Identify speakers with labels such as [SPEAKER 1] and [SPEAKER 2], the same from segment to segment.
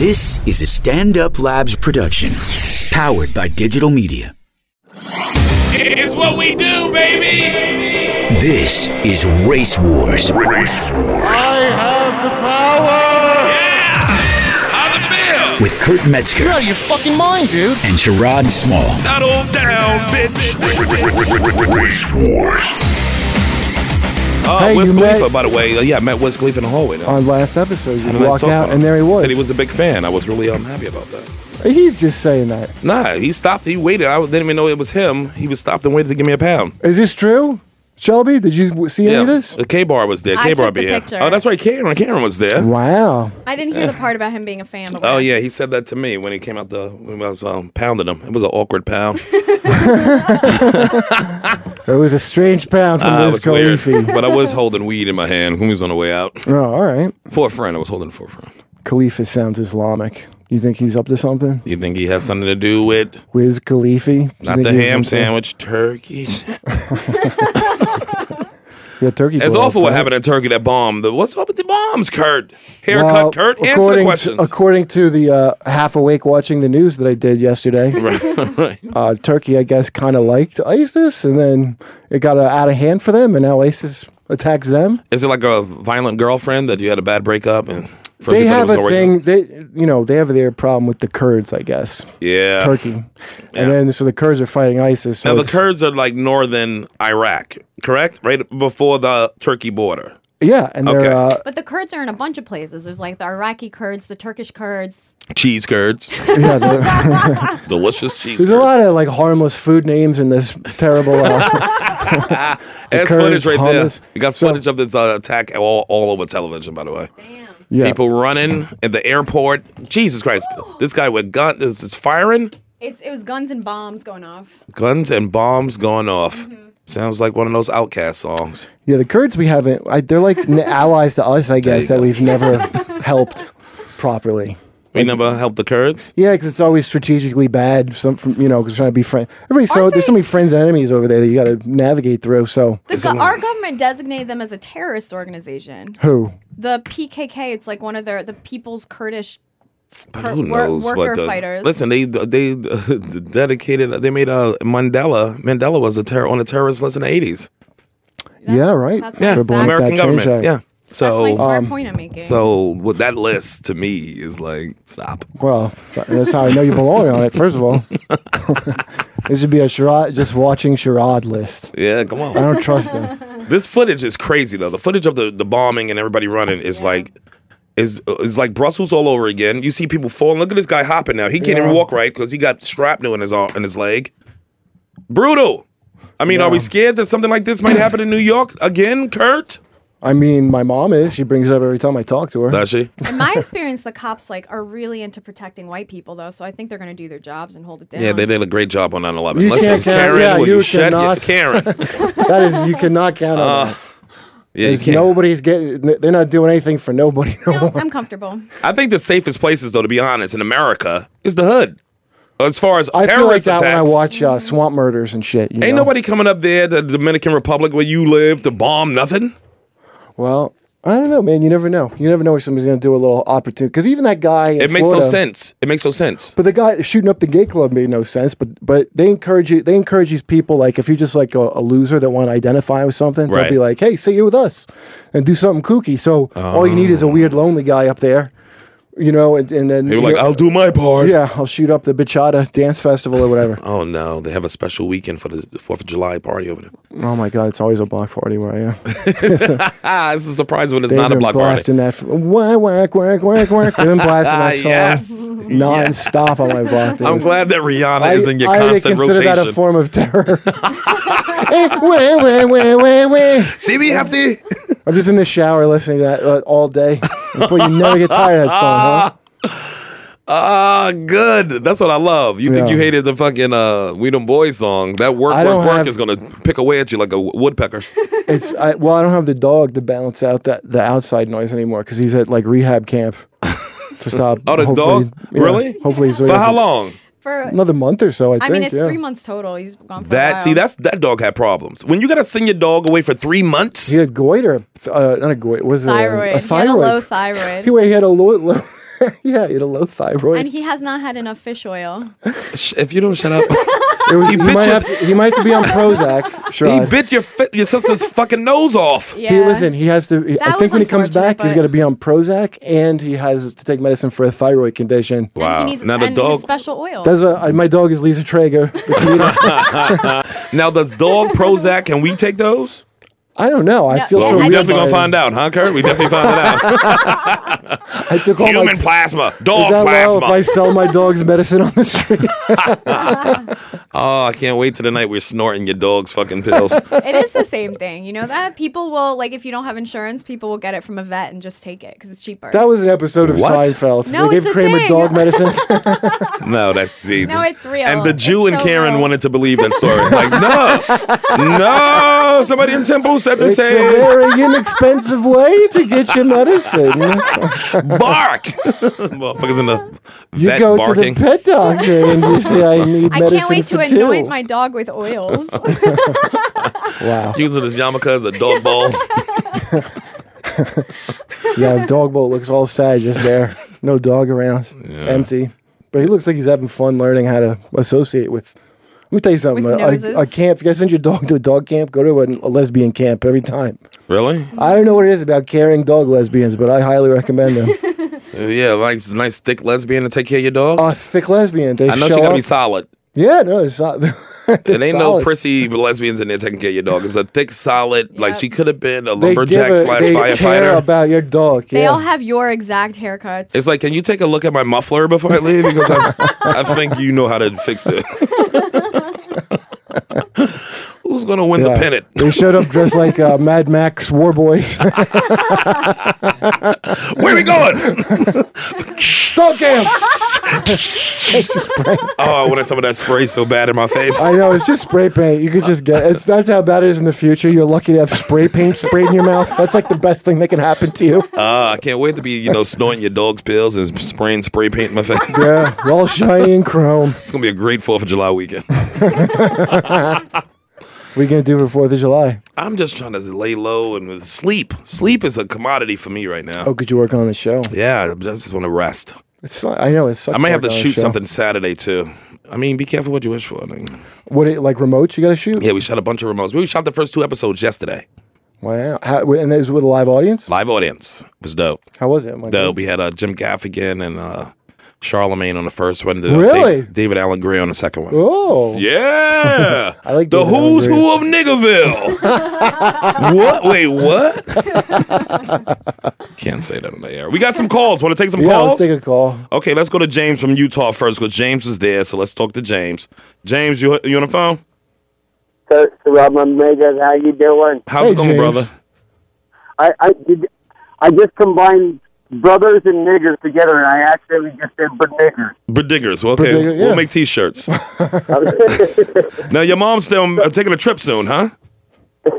[SPEAKER 1] This is a Stand Up Labs production, powered by digital media.
[SPEAKER 2] It's what we do, baby.
[SPEAKER 1] This is Race Wars
[SPEAKER 2] How's it feel?
[SPEAKER 1] with Kurt Metzger
[SPEAKER 3] out of your fucking mind, dude.
[SPEAKER 1] and Sherrod Small.
[SPEAKER 2] Settle down, bitch.
[SPEAKER 4] Race Wars.
[SPEAKER 2] Oh,
[SPEAKER 5] Hey,
[SPEAKER 2] Wiz
[SPEAKER 5] you
[SPEAKER 2] Khalifa,
[SPEAKER 5] met-
[SPEAKER 2] by the way. Uh, yeah, I met Wiz Khalifa in the hallway. Now.
[SPEAKER 5] on last episode. You
[SPEAKER 2] And I
[SPEAKER 5] walked
[SPEAKER 2] talked
[SPEAKER 5] out,
[SPEAKER 2] about
[SPEAKER 5] and
[SPEAKER 2] him.
[SPEAKER 5] there he was.
[SPEAKER 2] Said he was a big fan. I was really unhappy about that.
[SPEAKER 5] He's just saying that.
[SPEAKER 2] Nah, he stopped. He waited. I didn't even know it was him. He was stopped and waited to give me a pound.
[SPEAKER 5] Is this true, Shelby? Did you w- see any of this?
[SPEAKER 2] the K bar was there.
[SPEAKER 6] I
[SPEAKER 2] K bar
[SPEAKER 6] took the
[SPEAKER 2] be here.
[SPEAKER 6] picture.
[SPEAKER 2] Oh, that's right. Cameron, Cameron was there.
[SPEAKER 5] Wow.
[SPEAKER 6] I didn't hear the part about him being a fan. But
[SPEAKER 5] Uh,
[SPEAKER 2] Oh yeah, he said that to me when he came out the when I was um, pounding him. It was an awkward pound.
[SPEAKER 5] It was a strange pound from
[SPEAKER 2] Ah, it
[SPEAKER 5] Wiz
[SPEAKER 2] was weird.
[SPEAKER 5] Khalifa.
[SPEAKER 2] But I was holding weed in my hand when we was on the way out
[SPEAKER 5] oh, all right.
[SPEAKER 2] for a friend. I was holding it for a friend.
[SPEAKER 5] Khalifa sounds Islamic. You think he's up to something?
[SPEAKER 2] You think he had something to do with
[SPEAKER 5] Wiz Khalifa? You
[SPEAKER 2] not
[SPEAKER 5] think
[SPEAKER 2] the
[SPEAKER 5] he's
[SPEAKER 2] ham
[SPEAKER 5] up to-
[SPEAKER 2] sandwich, turkey?
[SPEAKER 5] Yeah, turkey.
[SPEAKER 2] It's
[SPEAKER 5] boil,
[SPEAKER 2] awful what
[SPEAKER 5] right?
[SPEAKER 2] happened in Turkey. That bomb. The, what's up with the bombs, Kurt? Haircut,
[SPEAKER 5] Well,
[SPEAKER 2] Kurt. Answer the
[SPEAKER 5] according
[SPEAKER 2] question.
[SPEAKER 5] To, according to the uh, half awake watching the news that I did yesterday,
[SPEAKER 2] right, right.
[SPEAKER 5] uh, Turkey, I guess, kind of liked ISIS, and then it got uh, out of hand for them, and now ISIS attacks them.
[SPEAKER 2] Is it like a violent girlfriend that you had a bad breakup and? first you
[SPEAKER 5] they have
[SPEAKER 2] thought it was
[SPEAKER 5] a
[SPEAKER 2] gonna work
[SPEAKER 5] thing.
[SPEAKER 2] out?
[SPEAKER 5] They, you know, they have their problem with the Kurds, I guess.
[SPEAKER 2] Yeah.
[SPEAKER 5] Turkey, and then so the Kurds are fighting ISIS. So
[SPEAKER 2] Now the
[SPEAKER 5] it's-
[SPEAKER 2] Kurds are like northern Iraq, correct? Right before the Turkey border.
[SPEAKER 5] yeah, and they're
[SPEAKER 2] Okay.
[SPEAKER 5] uh,
[SPEAKER 6] but the Kurds are in a bunch of places. There's like the Iraqi Kurds, the Turkish Kurds.
[SPEAKER 2] Cheese curds,
[SPEAKER 5] yeah. they're-
[SPEAKER 2] delicious cheese.
[SPEAKER 5] There's a
[SPEAKER 2] curds.
[SPEAKER 5] lot of like harmless food names in this terrible. Uh,
[SPEAKER 2] That's
[SPEAKER 5] Kurds,
[SPEAKER 2] Ah, footage right
[SPEAKER 5] hummus.
[SPEAKER 2] there. We got
[SPEAKER 5] So-
[SPEAKER 2] footage of this uh, attack all, all over television, by the way.
[SPEAKER 5] yeah,
[SPEAKER 2] People running at the airport. Jesus Christ. This guy with guns is, is firing,
[SPEAKER 6] It's it was guns and bombs going off.
[SPEAKER 2] guns and bombs going off.
[SPEAKER 6] Mm-hmm.
[SPEAKER 2] Sounds like one of those Outcast songs.
[SPEAKER 5] yeah. The Kurds we haven't. I, they're like n- allies to us, I guess,
[SPEAKER 2] There
[SPEAKER 5] that
[SPEAKER 2] you
[SPEAKER 5] we've never helped properly.
[SPEAKER 2] We never helped the Kurds.
[SPEAKER 5] Yeah, because it's always strategically bad. Some, from, you know, because trying to be friend. Everybody, so
[SPEAKER 6] Aren't
[SPEAKER 5] there's so
[SPEAKER 6] they-
[SPEAKER 5] many friends and enemies over there that you got to navigate through. So
[SPEAKER 6] The go- our government designated them as a terrorist organization.
[SPEAKER 5] who?
[SPEAKER 6] The PKK. It's like one of their the People's Kurdish.
[SPEAKER 2] But
[SPEAKER 6] Kur-
[SPEAKER 2] who
[SPEAKER 6] wor-
[SPEAKER 2] knows
[SPEAKER 6] worker
[SPEAKER 2] what the,
[SPEAKER 6] fighters.
[SPEAKER 2] Listen, they they dedicated. They made a Mandela. Mandela was a terror on a terrorist list in the eighties.
[SPEAKER 5] yeah, right.
[SPEAKER 6] that's
[SPEAKER 2] Yeah,
[SPEAKER 6] what
[SPEAKER 5] People
[SPEAKER 6] exactly-
[SPEAKER 5] like
[SPEAKER 2] American
[SPEAKER 5] that change
[SPEAKER 2] government.
[SPEAKER 5] that.
[SPEAKER 2] Yeah.
[SPEAKER 6] That's
[SPEAKER 2] So
[SPEAKER 6] my smart
[SPEAKER 5] Um,
[SPEAKER 6] point I'm making.
[SPEAKER 2] so what that list to me is like stop.
[SPEAKER 5] Well, that's how I know you belong on it. First of all, this would be a charade, just watching charade list.
[SPEAKER 2] Yeah, come on.
[SPEAKER 5] I don't trust him.
[SPEAKER 2] This footage is crazy though. The footage of the, the bombing and everybody running is like is is like Brussels all over again. You see people falling. Look at this guy hopping now. He can't even
[SPEAKER 5] Yeah.
[SPEAKER 2] walk right because he got shrapnel in his arm in his leg. Brutal. I mean, are we scared that something like this might happen in New York again, Kurt?
[SPEAKER 5] I mean, my mom is. She brings it up every time I talk to her.
[SPEAKER 2] Does she?
[SPEAKER 6] In my experience, the cops like are really into protecting white people though, so I think they're going to do their jobs and hold it down.
[SPEAKER 2] Yeah, they did a great job on 9/11.
[SPEAKER 5] You
[SPEAKER 2] Listen,
[SPEAKER 5] can't count-
[SPEAKER 2] Karen,
[SPEAKER 5] yeah,
[SPEAKER 2] will you,
[SPEAKER 5] you
[SPEAKER 2] shut your-
[SPEAKER 5] cannot.
[SPEAKER 2] Karen?
[SPEAKER 5] that is, you cannot count on. that.
[SPEAKER 2] Uh, Yeah, you
[SPEAKER 5] Uh, There's
[SPEAKER 2] can't.
[SPEAKER 5] nobody's getting. They're not doing anything for nobody. No
[SPEAKER 6] No,
[SPEAKER 5] more.
[SPEAKER 6] I'm comfortable.
[SPEAKER 2] I think the safest places, though, to be honest, in America, is the hood. As far as
[SPEAKER 5] I feel like
[SPEAKER 2] terrorist
[SPEAKER 5] that when I
[SPEAKER 2] attacks,
[SPEAKER 5] watch uh, swamp murders and shit. you
[SPEAKER 2] Ain't
[SPEAKER 5] know?
[SPEAKER 2] nobody coming up there to the Dominican Republic where you live to bomb nothing.
[SPEAKER 5] Well, I don't know, man. You never know. You never know if somebody's going to do a little opportunity. Because even that guy, in
[SPEAKER 2] It makes no
[SPEAKER 5] Florida-
[SPEAKER 2] sense. It makes no sense.
[SPEAKER 5] But the guy shooting up the gay club made no sense. But but they encourage you. They encourage these people. Like if you're just like a, a loser that want to identify with something,
[SPEAKER 2] Right.
[SPEAKER 5] they'll be like, "Hey, say you're with us, and do something kooky." So all you need is a weird lonely guy up there, you know, and, and then
[SPEAKER 2] They were like,
[SPEAKER 5] you're-
[SPEAKER 2] "I'll do my part."
[SPEAKER 5] yeah, I'll shoot up the bachata dance festival or whatever."
[SPEAKER 2] Oh no, they have a special weekend for the Fourth of July party over there.
[SPEAKER 5] oh my god, it's always a block party where I am.
[SPEAKER 2] Ah, it's a surprise when it's
[SPEAKER 5] They've
[SPEAKER 2] not a
[SPEAKER 5] been
[SPEAKER 2] block party.
[SPEAKER 5] blasting that whack whack whack whack whack. They've been blasting that song
[SPEAKER 2] Yes.
[SPEAKER 5] nonstop on my block. Dude.
[SPEAKER 2] I'm glad that Rihanna
[SPEAKER 5] I,
[SPEAKER 2] is in your
[SPEAKER 5] I
[SPEAKER 2] constant
[SPEAKER 5] consider
[SPEAKER 2] rotation.
[SPEAKER 5] that a form of terror. Eh, wah, wah, wah, wah, wah.
[SPEAKER 2] See, we have to.
[SPEAKER 5] I'm just in the shower listening to that uh, all day. But you never get tired of that song, huh?
[SPEAKER 2] Ah, good. That's what I love. You think
[SPEAKER 5] Yeah.
[SPEAKER 2] you hated the fucking uh, We Them Boys song? That work,
[SPEAKER 5] I
[SPEAKER 2] work,
[SPEAKER 5] don't
[SPEAKER 2] work
[SPEAKER 5] have-
[SPEAKER 2] is gonna pick away at you like a w- woodpecker.
[SPEAKER 5] It's I, well, I don't have the dog to balance out that the outside noise anymore because he's at like rehab camp to stop.
[SPEAKER 2] Oh, the
[SPEAKER 5] hopefully-
[SPEAKER 2] dog? Really?
[SPEAKER 5] Hopefully, so he
[SPEAKER 2] For how
[SPEAKER 5] doesn't-
[SPEAKER 2] long?
[SPEAKER 6] For
[SPEAKER 5] Another month or so, Oh, I,
[SPEAKER 6] I
[SPEAKER 5] think.
[SPEAKER 6] mean, it's
[SPEAKER 5] yeah.
[SPEAKER 6] three months total. He's gone for a
[SPEAKER 2] That
[SPEAKER 6] while.
[SPEAKER 2] see, that's that dog had problems. When you gotta send your dog away for three months,
[SPEAKER 5] He had goiter, uh, not a goiter. Was it a-
[SPEAKER 6] thyroid.
[SPEAKER 5] a
[SPEAKER 6] He had a
[SPEAKER 5] thyroid?
[SPEAKER 6] low thyroid.
[SPEAKER 5] Anyway, he had a low. low yeah, he had a low thyroid.
[SPEAKER 6] And he has not had enough fish oil.
[SPEAKER 2] Sh- If you don't shut up,
[SPEAKER 5] It was-
[SPEAKER 2] he
[SPEAKER 5] he,
[SPEAKER 2] bit
[SPEAKER 5] might
[SPEAKER 2] your-
[SPEAKER 5] have to, he might have to be on Prozac. Sure.
[SPEAKER 2] he bit your fi- your sister's fucking nose off.
[SPEAKER 6] Yeah.
[SPEAKER 5] He listen. He has to. I
[SPEAKER 6] That
[SPEAKER 5] think
[SPEAKER 6] was
[SPEAKER 5] when he comes
[SPEAKER 6] unfortunate,
[SPEAKER 5] back, he's
[SPEAKER 6] but-
[SPEAKER 5] going to be on Prozac, and he has to take medicine for a thyroid condition.
[SPEAKER 2] Wow.
[SPEAKER 6] And he needs
[SPEAKER 2] Oh. Now the
[SPEAKER 6] and his
[SPEAKER 2] dog-
[SPEAKER 6] special oil.
[SPEAKER 5] That's a, I- my dog is Lisa Traeger. the comedian.
[SPEAKER 2] Now, does dog Prozac? Can we take those?
[SPEAKER 5] I don't know. I
[SPEAKER 6] No,
[SPEAKER 5] feel
[SPEAKER 6] Well,
[SPEAKER 5] so
[SPEAKER 2] we
[SPEAKER 5] weird.
[SPEAKER 2] definitely
[SPEAKER 5] about it.
[SPEAKER 2] gonna find out, huh, Kurt? We definitely find that out.
[SPEAKER 5] I took all my.
[SPEAKER 2] Human
[SPEAKER 5] Is
[SPEAKER 2] plasma, dog
[SPEAKER 5] that wow? If I
[SPEAKER 2] plasma.
[SPEAKER 5] sell my dog's medicine on the street,
[SPEAKER 2] Oh, I can't wait to the night we're snorting your dog's fucking pills.
[SPEAKER 6] it is the same thing. You know that? People will, like, if you don't have insurance, people will get it from a vet and just take it because it's cheaper.
[SPEAKER 5] that was an episode of
[SPEAKER 2] What?
[SPEAKER 5] Seinfeld.
[SPEAKER 6] No,
[SPEAKER 5] they
[SPEAKER 6] it's
[SPEAKER 5] gave
[SPEAKER 6] a
[SPEAKER 5] Kramer
[SPEAKER 6] thing.
[SPEAKER 5] dog medicine.
[SPEAKER 2] No, that's see.
[SPEAKER 6] No, it's real.
[SPEAKER 2] And the Jew
[SPEAKER 6] It's
[SPEAKER 2] and
[SPEAKER 6] so
[SPEAKER 2] Karen
[SPEAKER 6] real.
[SPEAKER 2] wanted to believe that story. Like, no, no. Somebody in temple said the
[SPEAKER 5] it's a
[SPEAKER 2] same.
[SPEAKER 5] very inexpensive way to get your medicine.
[SPEAKER 2] Bark. Motherfuckers in the
[SPEAKER 5] You
[SPEAKER 2] vet
[SPEAKER 5] go
[SPEAKER 2] barking.
[SPEAKER 5] to the pet doctor and you say, "I need
[SPEAKER 6] I
[SPEAKER 5] medicine
[SPEAKER 6] can't wait to
[SPEAKER 5] for
[SPEAKER 6] anoint
[SPEAKER 5] two."
[SPEAKER 6] my dog with oils.
[SPEAKER 5] wow.
[SPEAKER 2] Using his yarmulke as a dog bowl.
[SPEAKER 5] Yeah, dog boat looks all sad just there. No dog around. Empty. But he looks like he's having fun learning how to associate with. Let me tell you something. uh,
[SPEAKER 6] With
[SPEAKER 5] a- a-
[SPEAKER 6] noses.
[SPEAKER 5] a, camp. If you guys send your dog to a dog camp, go to a, a lesbian camp every time.
[SPEAKER 2] really?
[SPEAKER 5] I don't know what it is about carrying dog lesbians, but I highly recommend them.
[SPEAKER 2] Uh, yeah, like a nice thick lesbian to take care of your dog.
[SPEAKER 5] A thick lesbian. They
[SPEAKER 2] I know
[SPEAKER 5] show
[SPEAKER 2] she gotta
[SPEAKER 5] up.
[SPEAKER 2] be solid.
[SPEAKER 5] yeah, no, it's not.
[SPEAKER 2] It
[SPEAKER 5] solid.
[SPEAKER 2] ain't no prissy lesbians in there taking care of your dog. It's a thick, solid. Like
[SPEAKER 6] Yep.
[SPEAKER 2] she could have been a
[SPEAKER 5] They, give
[SPEAKER 2] lumberjack
[SPEAKER 5] a-
[SPEAKER 2] slash
[SPEAKER 5] they care
[SPEAKER 2] firefighter.
[SPEAKER 5] about your dog.
[SPEAKER 6] They
[SPEAKER 5] yeah.
[SPEAKER 6] all have your exact haircuts.
[SPEAKER 2] it's like, can you take a look at my muffler before I leave? Because I, I think you know how to fix it. Who's gonna win
[SPEAKER 5] Yeah.
[SPEAKER 2] the pennant?
[SPEAKER 5] they showed up dressed like uh, Mad Max War Boys.
[SPEAKER 2] Where we going?
[SPEAKER 5] dog camp.
[SPEAKER 2] Oh, I wanted some of that spray so bad in my face.
[SPEAKER 5] I know it's just spray paint. You could just get it's that's how bad it is in the future. You're lucky to have spray paint sprayed in your mouth. That's like the best thing that can happen to you.
[SPEAKER 2] Ah, I can't wait to be, you know, snorting your dog's pills and spraying spray paint in my face.
[SPEAKER 5] Yeah, we're all shiny and chrome.
[SPEAKER 2] It's gonna be a great Fourth of July weekend.
[SPEAKER 5] We gonna do for Fourth of July.
[SPEAKER 2] I'm just trying to lay low and sleep. Sleep is a commodity for me right now.
[SPEAKER 5] Oh, could you work on the show?
[SPEAKER 2] Yeah, I just want to rest.
[SPEAKER 5] It's not, I know it's. Such
[SPEAKER 2] I might have to shoot something Saturday too. I mean, be careful what you wish for. I mean,
[SPEAKER 5] What it like remotes? You gotta shoot.
[SPEAKER 2] yeah, we shot a bunch of remotes. We shot the first two episodes yesterday.
[SPEAKER 5] Wow. How, wait, and it was with a live audience.
[SPEAKER 2] Live audience It was dope.
[SPEAKER 5] How was it? Mike?
[SPEAKER 2] Dope. We had uh, Jim Gaffigan and uh, Charlemagne on the first one. Dave-
[SPEAKER 5] Really?
[SPEAKER 2] David Allen Gray on the second one.
[SPEAKER 5] Oh,
[SPEAKER 2] Yeah,
[SPEAKER 5] I like
[SPEAKER 2] the
[SPEAKER 5] David Allen
[SPEAKER 2] who's
[SPEAKER 5] Gray.
[SPEAKER 2] who of Niggerville. what? Wait, what? Can't say that on the air. We got some calls. Want to take some
[SPEAKER 5] yeah.
[SPEAKER 2] calls?
[SPEAKER 5] Let's take a call.
[SPEAKER 2] Okay, let's go to James from Utah first because James is there. So let's talk to James. James, you you on the phone?
[SPEAKER 3] Sir, Robin Major, how you doing?
[SPEAKER 2] How's
[SPEAKER 5] Hey,
[SPEAKER 2] it going,
[SPEAKER 5] James.
[SPEAKER 2] brother?
[SPEAKER 3] I I did I just combined brothers and niggers together, and I actually just said but niggers.
[SPEAKER 2] But diggers, well, okay,
[SPEAKER 5] Digger, yeah.
[SPEAKER 2] we'll make T-shirts. now your mom's still uh, taking a trip soon, huh?
[SPEAKER 3] she's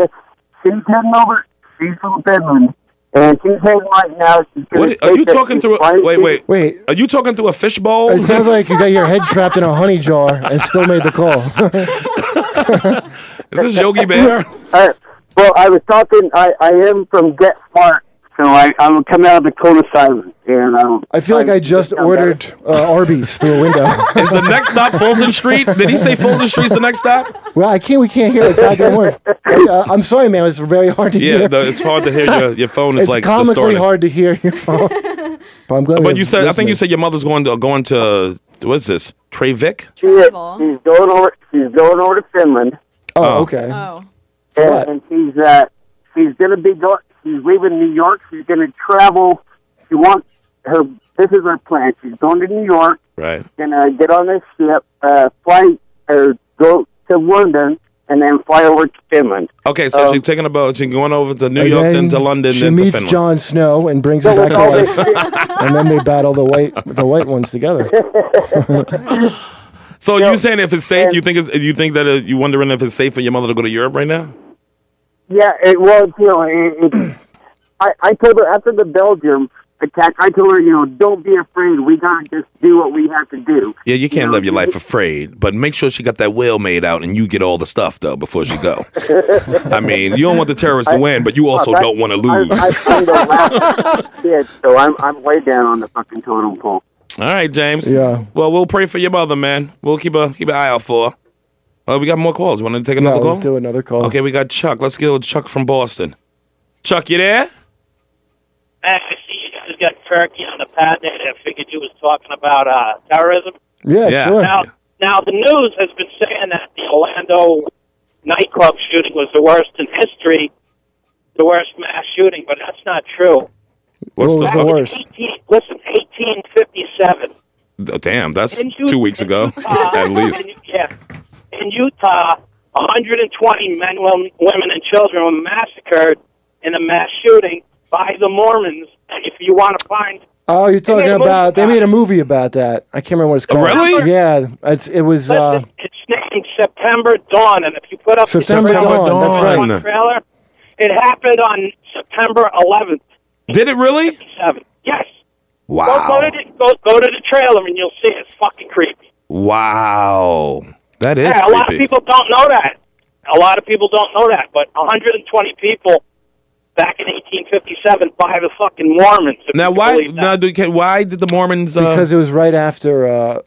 [SPEAKER 3] heading over. She's from Finland, and she's heading right now. She's gonna
[SPEAKER 2] What are you
[SPEAKER 3] take a-
[SPEAKER 2] talking through? A,
[SPEAKER 3] flight
[SPEAKER 2] wait,
[SPEAKER 3] to-
[SPEAKER 2] wait,
[SPEAKER 5] Wait.
[SPEAKER 2] Are you talking through a fishbowl?
[SPEAKER 5] It sounds like you got your head trapped in a honey jar and still made the call.
[SPEAKER 2] Is this Yogi Bear?
[SPEAKER 3] Uh, well, I was talking. I I am from Get Smart, so I I'm coming out of the cone of silence, and um,
[SPEAKER 5] I feel like I just ordered uh, Arby's through a window.
[SPEAKER 2] Is the next stop Fulton Street? Did he say Fulton Street's the next stop?
[SPEAKER 5] Well, I can't. We can't hear a goddamn word. Uh, I'm sorry, man. It's very hard to
[SPEAKER 2] Yeah,
[SPEAKER 5] hear.
[SPEAKER 2] no, it's hard to hear your your phone is
[SPEAKER 5] it's
[SPEAKER 2] like
[SPEAKER 5] comically
[SPEAKER 2] distorted.
[SPEAKER 5] hard to hear your phone. but I'm glad. we
[SPEAKER 2] But
[SPEAKER 5] have
[SPEAKER 2] you said I think you
[SPEAKER 5] listeners.
[SPEAKER 2] said your mother's going to going to what's this? Treyvik?
[SPEAKER 3] she is,
[SPEAKER 6] Travel.
[SPEAKER 3] she's going over. She's going over to Finland.
[SPEAKER 5] Oh, okay.
[SPEAKER 6] Oh.
[SPEAKER 5] what?
[SPEAKER 3] and, and she's uh, she's gonna be go- she's leaving New York. She's gonna travel. She wants her. This is her plan. She's going to New York.
[SPEAKER 2] Right.
[SPEAKER 3] Gonna get on this ship, uh, fly or go to London, and then fly over to Finland.
[SPEAKER 2] Okay, so
[SPEAKER 3] Oh.
[SPEAKER 2] she's taking a boat. She's going over to New
[SPEAKER 5] And
[SPEAKER 2] York, then
[SPEAKER 5] then
[SPEAKER 2] to London,
[SPEAKER 5] She
[SPEAKER 2] then to
[SPEAKER 5] meets
[SPEAKER 2] Finland.
[SPEAKER 5] Jon Snow and brings him
[SPEAKER 3] So
[SPEAKER 5] back
[SPEAKER 3] with
[SPEAKER 5] to
[SPEAKER 3] all this
[SPEAKER 5] life,
[SPEAKER 3] shit,
[SPEAKER 5] and then they battle the white the white ones together.
[SPEAKER 2] So you saying if it's safe, you think it's, you think that uh, you wondering if it's safe for your mother to go to Europe right now?
[SPEAKER 3] yeah, it was. You know, it, it, I I told her after the Belgium attack. I told her, you know, don't be afraid. We gotta just do what we have to do.
[SPEAKER 2] Yeah, you can't
[SPEAKER 3] know,
[SPEAKER 2] live your life afraid, but make sure she got that will made out and you get all the stuff though before she go. I mean, you don't want the terrorists to win, but you also
[SPEAKER 3] that-
[SPEAKER 2] don't want to
[SPEAKER 3] I,
[SPEAKER 2] lose.
[SPEAKER 3] I spend the last kid, so I'm I'm way down on the fucking totem pole.
[SPEAKER 2] All right, James.
[SPEAKER 5] Yeah.
[SPEAKER 2] Well, we'll pray for your mother, man. We'll keep a keep an eye out for. her. Oh, we got more calls. Want to take
[SPEAKER 5] No,
[SPEAKER 2] another call?
[SPEAKER 5] let's do another call.
[SPEAKER 2] Okay, we got Chuck. Let's get old Chuck from Boston. Chuck, you there?
[SPEAKER 7] Hey, I see you guys got Turkey on the pad there. and I figured you was talking about uh, terrorism.
[SPEAKER 5] Yeah,
[SPEAKER 2] Yeah.
[SPEAKER 5] sure.
[SPEAKER 7] Now, now the news has been saying that the Orlando nightclub shooting was the worst in history, the worst mass shooting, but that's not true.
[SPEAKER 5] What's
[SPEAKER 2] the
[SPEAKER 5] was the
[SPEAKER 2] fuck?
[SPEAKER 5] worst?
[SPEAKER 7] 18, listen, 1857.
[SPEAKER 2] Oh, damn, that's
[SPEAKER 7] In Ut-
[SPEAKER 2] two weeks ago
[SPEAKER 7] in Utah-
[SPEAKER 2] at least.
[SPEAKER 7] In, yeah, in Utah, 120 men, wom- women, and children were massacred in a mass shooting by the Mormons. And if you want to find
[SPEAKER 5] Oh, you're talking
[SPEAKER 7] made a movie
[SPEAKER 5] about they
[SPEAKER 7] about
[SPEAKER 5] made a
[SPEAKER 7] it.
[SPEAKER 5] movie about that. I can't remember what it's called.
[SPEAKER 2] really?
[SPEAKER 5] Yeah, it's it was uh,
[SPEAKER 7] Listen, it's named September Dawn, and if you put up
[SPEAKER 5] September,
[SPEAKER 2] September
[SPEAKER 5] Dawn. That's
[SPEAKER 2] Dawn.
[SPEAKER 5] right.
[SPEAKER 7] the trailer, it happened on September 11th,
[SPEAKER 2] Did it really?
[SPEAKER 7] 7. Yes. Go, go,
[SPEAKER 2] Wow.
[SPEAKER 7] to the, go, go to the trailer and you'll see it's fucking creepy.
[SPEAKER 2] Wow. That is
[SPEAKER 7] Yeah, a lot of
[SPEAKER 2] creepy.
[SPEAKER 7] people don't know that. A lot of people don't know that, but 120 people back in 1857 by the fucking Mormons. if
[SPEAKER 2] Now
[SPEAKER 7] you can
[SPEAKER 2] why
[SPEAKER 7] believe that.
[SPEAKER 2] now do, can, why did the Mormons uh,
[SPEAKER 5] because it was right after. Uh,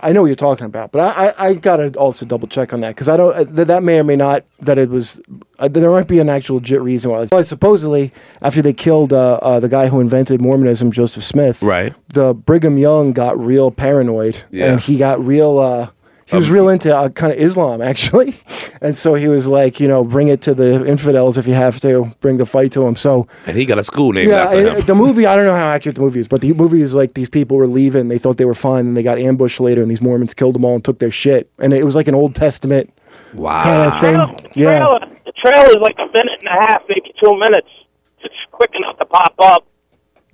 [SPEAKER 5] I know what you're talking about, but I, I, I gotta also double check on that because I don't. Uh, th- that may or may not that it was. Uh, there might be an actual legit reason why. But supposedly, after they killed uh, uh, the guy who invented Mormonism, Joseph Smith,
[SPEAKER 2] Right.
[SPEAKER 5] The Brigham Young got real paranoid,
[SPEAKER 2] Yeah. Um,
[SPEAKER 5] and he got real. Uh, he was real into uh, kind of Islam, actually, and so he was like, you know, bring it to the infidels if you have to, bring the fight to them. So
[SPEAKER 2] and he got a school named
[SPEAKER 5] yeah,
[SPEAKER 2] after
[SPEAKER 5] I-
[SPEAKER 2] him.
[SPEAKER 5] the movie. I don't know how accurate the movie is, but the movie is like these people were leaving. They thought they were fine, and they got ambushed later, and these Mormons killed them all and took their shit. And it was like an Old Testament kind
[SPEAKER 2] wow.
[SPEAKER 5] of
[SPEAKER 7] Well,
[SPEAKER 5] thing.
[SPEAKER 7] the
[SPEAKER 5] Yeah,
[SPEAKER 7] Trailer, the trailer is like a minute and a half, maybe two minutes. It's quick enough to pop up.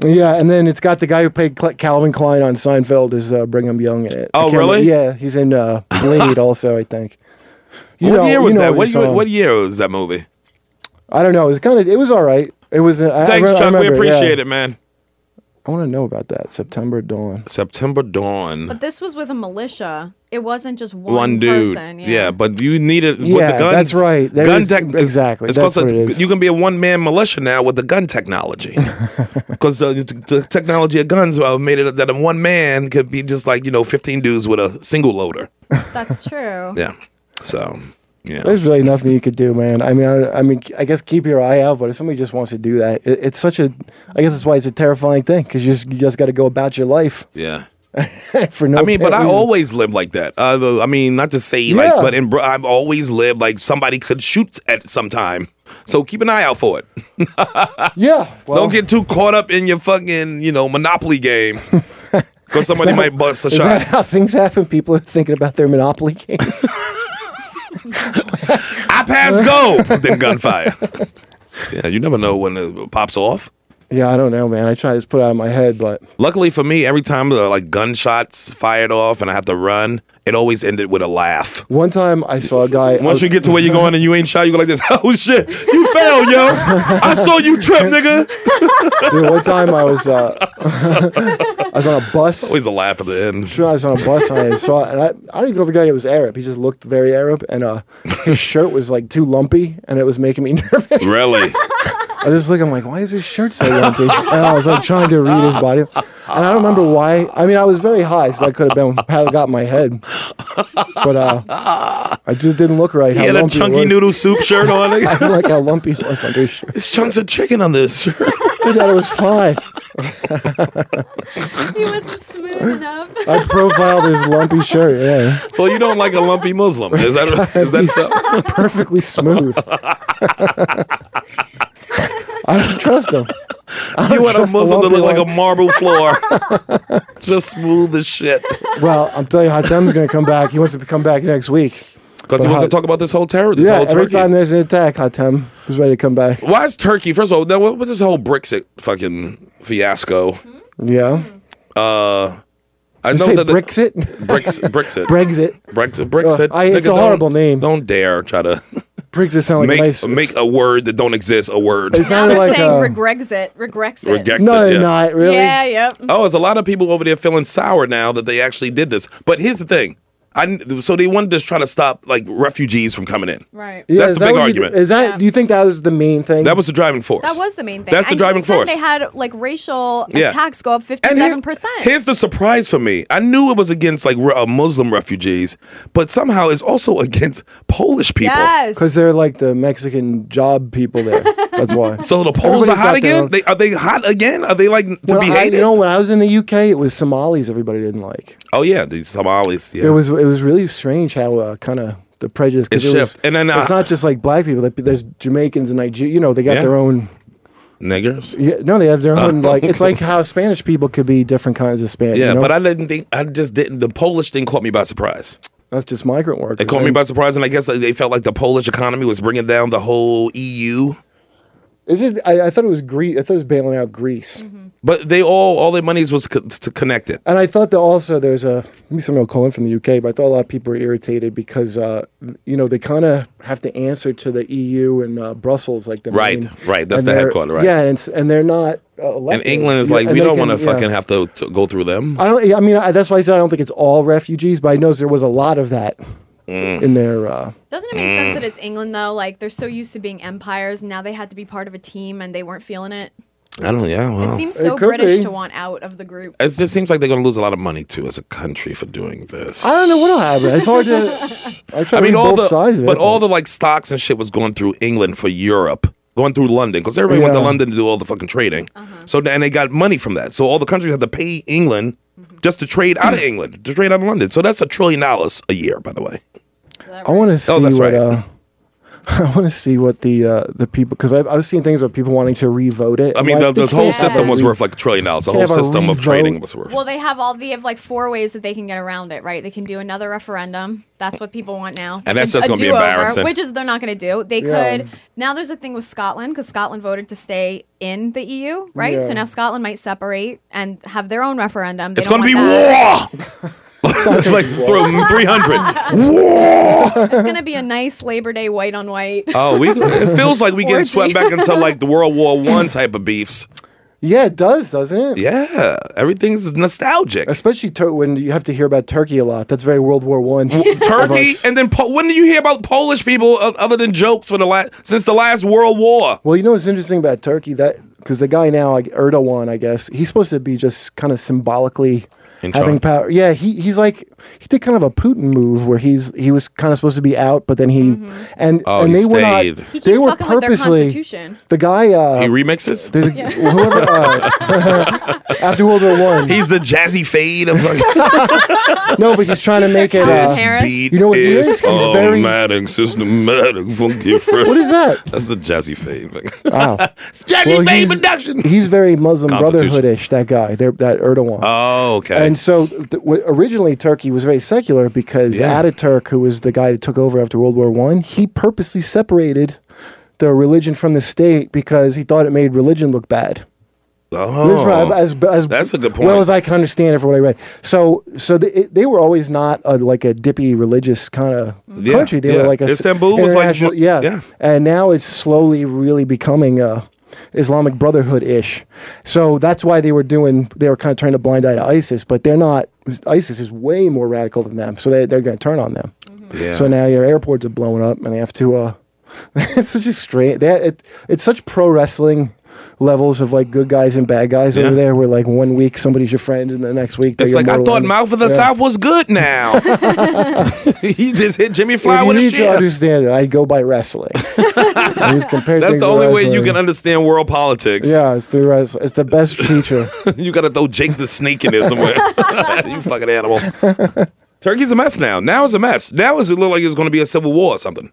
[SPEAKER 5] yeah. And then it's got the guy who played Cl- Calvin Klein on Seinfeld is uh, Brigham Young in it. I
[SPEAKER 2] Oh,
[SPEAKER 5] can't remember-
[SPEAKER 2] really?
[SPEAKER 5] Yeah, he's in uh, Blade also, I think. You
[SPEAKER 2] What
[SPEAKER 5] know-
[SPEAKER 2] year
[SPEAKER 5] you
[SPEAKER 2] was
[SPEAKER 5] know
[SPEAKER 2] that? What
[SPEAKER 5] the
[SPEAKER 2] year,
[SPEAKER 5] song.
[SPEAKER 2] what year was that movie?
[SPEAKER 5] I don't know. It was kind of. It was all right. It was. uh, I- I,
[SPEAKER 2] Thanks,
[SPEAKER 5] re- I
[SPEAKER 2] Chuck. We
[SPEAKER 5] remember,
[SPEAKER 2] appreciate it, man.
[SPEAKER 5] I want to know about that September Dawn.
[SPEAKER 2] September Dawn.
[SPEAKER 6] But this was with a militia. It wasn't just one,
[SPEAKER 2] Mm. one, dude.
[SPEAKER 6] person. Yeah.
[SPEAKER 2] yeah. but you need it with the
[SPEAKER 5] Yeah,
[SPEAKER 2] guns.
[SPEAKER 5] that's right. There
[SPEAKER 2] gun
[SPEAKER 5] is-
[SPEAKER 2] tech is-
[SPEAKER 5] exactly,
[SPEAKER 2] It's
[SPEAKER 5] that's
[SPEAKER 2] called
[SPEAKER 5] what
[SPEAKER 2] a-
[SPEAKER 5] it is.
[SPEAKER 2] You can be a one man militia now with the gun technology, because the, the technology of guns uh, made it that a one man could be just like you know fifteen dudes with a single loader.
[SPEAKER 6] That's true.
[SPEAKER 2] Yeah, so yeah,
[SPEAKER 5] There's really nothing you could do, man. I mean, I, I mean, I guess keep your eye out. But if somebody just wants to do that, it, it's such a. I guess that's why it's a terrifying thing because you just, you just got to go about your life
[SPEAKER 2] yeah.
[SPEAKER 5] for no.
[SPEAKER 2] I mean, but I
[SPEAKER 5] apparent reason.
[SPEAKER 2] always live like that. Uh, the- I mean, not to say like,
[SPEAKER 5] Yeah.
[SPEAKER 2] but in Bro- I've always lived like somebody could shoot at some time. So keep an eye out for it.
[SPEAKER 5] yeah. Well,
[SPEAKER 2] Don't get too caught up in your fucking you know monopoly game. Because somebody
[SPEAKER 5] that-
[SPEAKER 2] might bust a
[SPEAKER 5] Is
[SPEAKER 2] shot.
[SPEAKER 5] that how things happen? People are thinking about their Monopoly game.
[SPEAKER 2] I pass go, then gunfire. yeah, you never know when it pops off.
[SPEAKER 5] yeah, I don't know, man. I try to just put it out of my head, but
[SPEAKER 2] Luckily for me, every time uh, like gunshots fired off and I have to run, it always ended with a laugh.
[SPEAKER 5] one time I saw a guy. I
[SPEAKER 2] Once you
[SPEAKER 5] was-
[SPEAKER 2] get to where you're going and you ain't shot, you go like this. Oh shit, you failed, yo! I saw you trip, nigga.
[SPEAKER 5] dude, one time I was, uh, I was on a bus.
[SPEAKER 2] Always a laugh at the end.
[SPEAKER 5] sure I was on a bus and I saw it, and I, I don't even know if the guy was Arab. He just looked very Arab, and uh, his shirt was like too lumpy, and it was making me nervous.
[SPEAKER 2] Really?
[SPEAKER 5] I was looking, I'm like, why is his shirt so lumpy? And I was like trying to read his body, and I don't remember why. I mean, I was very high, so I could have been had it got in my head, but uh, I just didn't look right.
[SPEAKER 2] He
[SPEAKER 5] how
[SPEAKER 2] had a
[SPEAKER 5] lumpy it
[SPEAKER 2] chunky
[SPEAKER 5] was.
[SPEAKER 2] noodle soup shirt on.
[SPEAKER 5] I
[SPEAKER 2] nigga.
[SPEAKER 5] didn't like how lumpy it was under his shirt.
[SPEAKER 2] It's chunks of chicken on this shirt.
[SPEAKER 5] Dude, that was fine.
[SPEAKER 6] He wasn't smooth enough.
[SPEAKER 5] I profiled his lumpy shirt. Yeah,
[SPEAKER 2] so you don't like a lumpy Muslim? Is that is that so?
[SPEAKER 5] perfectly smooth. I don't trust him.
[SPEAKER 2] You want a
[SPEAKER 5] Just the
[SPEAKER 2] Muslim to
[SPEAKER 5] lumpy
[SPEAKER 2] look like a
[SPEAKER 5] ones.
[SPEAKER 2] marble floor. Just smooth as shit.
[SPEAKER 5] Well, I'm telling you, Hatem's going to come back. He wants to come back next week.
[SPEAKER 2] Because he
[SPEAKER 5] But
[SPEAKER 2] wants
[SPEAKER 5] how-
[SPEAKER 2] to talk about this whole terror, this
[SPEAKER 5] Yeah,
[SPEAKER 2] whole
[SPEAKER 5] every
[SPEAKER 2] Turkey.
[SPEAKER 5] time there's an attack, Hatem is ready to come back.
[SPEAKER 2] Why is Turkey, first of all, now, what, what this whole Brexit fucking fiasco?
[SPEAKER 5] Hmm?
[SPEAKER 2] Uh,
[SPEAKER 5] Yeah.
[SPEAKER 2] I
[SPEAKER 5] You say
[SPEAKER 2] that the-
[SPEAKER 5] Brexit?
[SPEAKER 2] Brex- Brexit.
[SPEAKER 5] Brexit. Oh,
[SPEAKER 2] Brexit. Brexit.
[SPEAKER 5] I- it's
[SPEAKER 2] Nigga,
[SPEAKER 5] a horrible
[SPEAKER 2] don't-
[SPEAKER 5] name.
[SPEAKER 2] Don't dare try to.
[SPEAKER 5] Briggs is sound like
[SPEAKER 2] make
[SPEAKER 5] a nice.
[SPEAKER 2] make a word that don't exist a word.
[SPEAKER 5] It's
[SPEAKER 6] Now
[SPEAKER 5] not
[SPEAKER 6] they're
[SPEAKER 5] like
[SPEAKER 6] saying
[SPEAKER 5] uh,
[SPEAKER 6] regrexit. Regrexit.
[SPEAKER 2] Reject
[SPEAKER 5] no,
[SPEAKER 2] it,
[SPEAKER 5] they're
[SPEAKER 2] yeah.
[SPEAKER 5] not really.
[SPEAKER 6] Yeah, yep.
[SPEAKER 2] Oh, there's a lot of people over there feeling sour now that they actually did this. But here's the thing. I, kn- so they wanted to try to stop like refugees from coming in.
[SPEAKER 6] Right.
[SPEAKER 5] Yeah,
[SPEAKER 2] That's
[SPEAKER 5] is
[SPEAKER 2] the
[SPEAKER 5] that
[SPEAKER 2] big
[SPEAKER 5] what you-
[SPEAKER 2] argument.
[SPEAKER 5] is that? Do you think that was the main thing?
[SPEAKER 2] That was the driving force.
[SPEAKER 6] That was the main thing.
[SPEAKER 2] That's the
[SPEAKER 6] And
[SPEAKER 2] driving
[SPEAKER 6] since then
[SPEAKER 2] force.
[SPEAKER 6] They had like racial
[SPEAKER 2] Yeah.
[SPEAKER 6] attacks go up
[SPEAKER 2] And here-
[SPEAKER 6] fifty-seven percent.
[SPEAKER 2] here's the surprise for me. I knew it was against like re- uh, Muslim refugees, but somehow it's also against Polish people.
[SPEAKER 6] Yes.
[SPEAKER 5] because they're like the Mexican job people there. That's why.
[SPEAKER 2] So the Poles are
[SPEAKER 5] Everybody's
[SPEAKER 2] hot
[SPEAKER 5] got their
[SPEAKER 2] again.
[SPEAKER 5] own-
[SPEAKER 2] They, are they hot again? Are they like to
[SPEAKER 5] When
[SPEAKER 2] be
[SPEAKER 5] I,
[SPEAKER 2] hated?
[SPEAKER 5] you know, when I was in the UK, it was Somalis. Everybody didn't like.
[SPEAKER 2] oh yeah, these Somalis. Yeah.
[SPEAKER 5] It was it was really strange how uh, kind of the prejudice. 'cause
[SPEAKER 2] It
[SPEAKER 5] it was-
[SPEAKER 2] shift. And then,
[SPEAKER 5] it's
[SPEAKER 2] uh,
[SPEAKER 5] not just like black people. Like, there's Jamaicans and Niger. You know, they got
[SPEAKER 2] Yeah.
[SPEAKER 5] their own.
[SPEAKER 2] niggers.
[SPEAKER 5] Yeah, no, they have their own.
[SPEAKER 2] Oh,
[SPEAKER 5] like it's
[SPEAKER 2] okay.
[SPEAKER 5] like how Spanish people could be different kinds of Spanish.
[SPEAKER 2] Yeah,
[SPEAKER 5] you know?
[SPEAKER 2] but I didn't think. I just didn't. The Polish thing caught me by surprise.
[SPEAKER 5] that's just migrant workers.
[SPEAKER 2] It caught me
[SPEAKER 5] And
[SPEAKER 2] by surprise, and I guess like, they felt like the Polish economy was bringing down the whole E EU.
[SPEAKER 5] Is it? I, I thought it was Greece. I thought it was bailing out Greece.
[SPEAKER 2] But they all all their monies was co- to connected.
[SPEAKER 5] And I thought that also there's a maybe somebody will call in from the UK, but I thought a lot of people were irritated because uh, you know they kind of have to answer to the EU and uh, Brussels like the
[SPEAKER 2] Right,
[SPEAKER 5] main-
[SPEAKER 2] right, that's
[SPEAKER 5] and
[SPEAKER 2] the
[SPEAKER 5] they're-
[SPEAKER 2] headquarter, right.
[SPEAKER 5] Yeah, and it's, and they're not uh,
[SPEAKER 2] And
[SPEAKER 5] elected.
[SPEAKER 2] England is
[SPEAKER 5] Yeah,
[SPEAKER 2] like,
[SPEAKER 5] and
[SPEAKER 2] we
[SPEAKER 5] they
[SPEAKER 2] don't
[SPEAKER 5] can-
[SPEAKER 2] want to
[SPEAKER 5] yeah.
[SPEAKER 2] fucking have to, to go through them.
[SPEAKER 5] I don't. I mean, I, that's why I said I don't think it's all refugees, but I know there was a lot of that
[SPEAKER 2] Mm.
[SPEAKER 5] in their. Uh,
[SPEAKER 6] Doesn't it make sense that it's England though? Like they're so used to being empires, and now they had to be part of a team, and they weren't feeling it.
[SPEAKER 2] I don't. Yeah,
[SPEAKER 6] It
[SPEAKER 2] well,
[SPEAKER 6] seems so
[SPEAKER 5] could
[SPEAKER 6] British
[SPEAKER 5] be.
[SPEAKER 6] to want out of the group.
[SPEAKER 2] it just seems like they're going to lose a lot of money too as a country for doing this.
[SPEAKER 5] I don't know what'll happen. It's hard to. I, try
[SPEAKER 2] I mean,
[SPEAKER 5] to read
[SPEAKER 2] all
[SPEAKER 5] both
[SPEAKER 2] the
[SPEAKER 5] sides of
[SPEAKER 2] but
[SPEAKER 5] it,
[SPEAKER 2] all the like stocks and shit was going through England for Europe, going through London because everybody went to
[SPEAKER 5] Yeah.
[SPEAKER 2] London to do all the fucking trading.
[SPEAKER 6] Uh-huh.
[SPEAKER 2] So and they got money from that. So all the countries had to pay England
[SPEAKER 6] Mm-hmm.
[SPEAKER 2] just to trade out of England, to trade out of London. So that's a trillion dollars a year, by the way.
[SPEAKER 5] I want to see
[SPEAKER 2] Oh, that's
[SPEAKER 5] what.
[SPEAKER 2] right.
[SPEAKER 5] Uh, I want to see what the uh, the people because I've, I've seen things about people wanting to re-vote it.
[SPEAKER 2] I mean,
[SPEAKER 5] Like,
[SPEAKER 2] the,
[SPEAKER 5] they
[SPEAKER 2] the whole
[SPEAKER 5] can't have
[SPEAKER 2] system
[SPEAKER 5] a
[SPEAKER 2] was
[SPEAKER 5] re-
[SPEAKER 2] worth like a trillion dollars. The
[SPEAKER 5] can't
[SPEAKER 2] whole
[SPEAKER 5] have a
[SPEAKER 2] system of
[SPEAKER 5] revote.
[SPEAKER 2] trading was worth.
[SPEAKER 6] Well, they have all the they have like four ways that they can get around it, right? They can do another referendum. That's what people want now.
[SPEAKER 2] And that's
[SPEAKER 6] A-
[SPEAKER 2] just
[SPEAKER 6] a
[SPEAKER 2] gonna be
[SPEAKER 6] do-over,
[SPEAKER 2] embarrassing.
[SPEAKER 6] Which is they're not going to do. They
[SPEAKER 5] Yeah.
[SPEAKER 6] could now. There's a thing with Scotland because Scotland voted to stay in the EU, right?
[SPEAKER 5] Yeah.
[SPEAKER 6] So now Scotland might separate and have their own referendum. They
[SPEAKER 2] It's
[SPEAKER 6] don't
[SPEAKER 2] going to be
[SPEAKER 6] want that.
[SPEAKER 2] war. like through 300.
[SPEAKER 6] It's going to be a nice Labor Day white on white.
[SPEAKER 2] Oh, we it feels like we getting
[SPEAKER 6] Orgy.
[SPEAKER 2] swept back into like the World War One type of beefs.
[SPEAKER 5] Yeah, it does, doesn't it?
[SPEAKER 2] Yeah, everything's nostalgic.
[SPEAKER 5] Especially tur when you have to hear about Turkey a lot. That's very World War One.
[SPEAKER 2] Turkey, and then po- when do you hear about Polish people o- other than jokes for the last since the last World War?
[SPEAKER 5] Well, you know what's interesting about Turkey that because the guy now, like Erdogan, I guess he's supposed to be just kind of symbolically
[SPEAKER 2] In
[SPEAKER 5] having
[SPEAKER 2] charge.
[SPEAKER 5] power. Yeah, he he's like he did kind of a Putin move where he's he was kind of supposed to be out, but then he and
[SPEAKER 2] Oh,
[SPEAKER 5] and
[SPEAKER 2] he
[SPEAKER 5] they were
[SPEAKER 2] stayed.
[SPEAKER 5] not.
[SPEAKER 2] He
[SPEAKER 6] Mm-hmm. keeps
[SPEAKER 5] they were
[SPEAKER 6] fucking with their
[SPEAKER 5] purposely.
[SPEAKER 6] constitution.
[SPEAKER 5] the guy. Uh,
[SPEAKER 2] He remixes.
[SPEAKER 5] there's a, whoever, uh, after World War One.
[SPEAKER 2] He's the jazzy fade of like,
[SPEAKER 5] No, but he's trying to make it.
[SPEAKER 6] This
[SPEAKER 5] Uh,
[SPEAKER 2] this
[SPEAKER 6] Harris.
[SPEAKER 2] beat.
[SPEAKER 5] You know what he is? He's very-
[SPEAKER 2] automatic, systematic, funky.
[SPEAKER 5] what is that?
[SPEAKER 2] That's the jazzy fade.
[SPEAKER 5] Wow.
[SPEAKER 2] jazzy
[SPEAKER 5] Well,
[SPEAKER 2] fade
[SPEAKER 5] he's,
[SPEAKER 2] production.
[SPEAKER 5] he's very Muslim
[SPEAKER 2] Constitution.
[SPEAKER 5] Brotherhood-ish. That guy, there, that Erdogan.
[SPEAKER 2] oh, okay.
[SPEAKER 5] and so th- w- originally Turkey was very secular because
[SPEAKER 2] Yeah.
[SPEAKER 5] Ataturk, who was the guy that took over after World War One, he purposely separated the religion from the state because he thought it made religion look bad. This is
[SPEAKER 2] oh,
[SPEAKER 5] right, as, as
[SPEAKER 2] that's a good
[SPEAKER 5] Well,
[SPEAKER 2] point.
[SPEAKER 5] as I can understand it from what I read. So, so the, it, they were always not a, like a dippy religious kind of
[SPEAKER 2] Yeah,
[SPEAKER 5] country. They
[SPEAKER 2] yeah.
[SPEAKER 5] were like a s-
[SPEAKER 2] Istanbul was like
[SPEAKER 5] international-
[SPEAKER 2] mo-
[SPEAKER 5] yeah.
[SPEAKER 2] yeah.
[SPEAKER 5] And now it's slowly really becoming uh, Islamic Brotherhood ish. So that's why they were doing. They were kind of turning a blind eye to ISIS, but they're not. ISIS is way more radical than them, so they, they're going to turn on them.
[SPEAKER 2] yeah.
[SPEAKER 5] So now your airports are blowing up, and they have to. Uh, it's such a straight. That it, it's such pro wrestling levels of like good guys and bad guys
[SPEAKER 2] Yeah.
[SPEAKER 5] over there. Where like one week somebody's your friend, and the next week they're
[SPEAKER 2] it's
[SPEAKER 5] your
[SPEAKER 2] like I
[SPEAKER 5] mortal
[SPEAKER 2] thought
[SPEAKER 5] enemy.
[SPEAKER 2] Mouth of the
[SPEAKER 5] Yeah.
[SPEAKER 2] South was good. Now he just hit Jimmy
[SPEAKER 5] If
[SPEAKER 2] Fly
[SPEAKER 5] you
[SPEAKER 2] with a
[SPEAKER 5] need to
[SPEAKER 2] shit.
[SPEAKER 5] understand it, I go by wrestling. I just compare
[SPEAKER 2] That's
[SPEAKER 5] things
[SPEAKER 2] the
[SPEAKER 5] to
[SPEAKER 2] only way you
[SPEAKER 5] wrestling.
[SPEAKER 2] can understand world politics.
[SPEAKER 5] Yeah, it's the wrestling. It's the best feature.
[SPEAKER 2] you gotta throw Jake the Snake in there somewhere. you fucking animal. Turkey's a mess now. Now it's a mess. Now it's- it look like it's gonna be a civil war or something.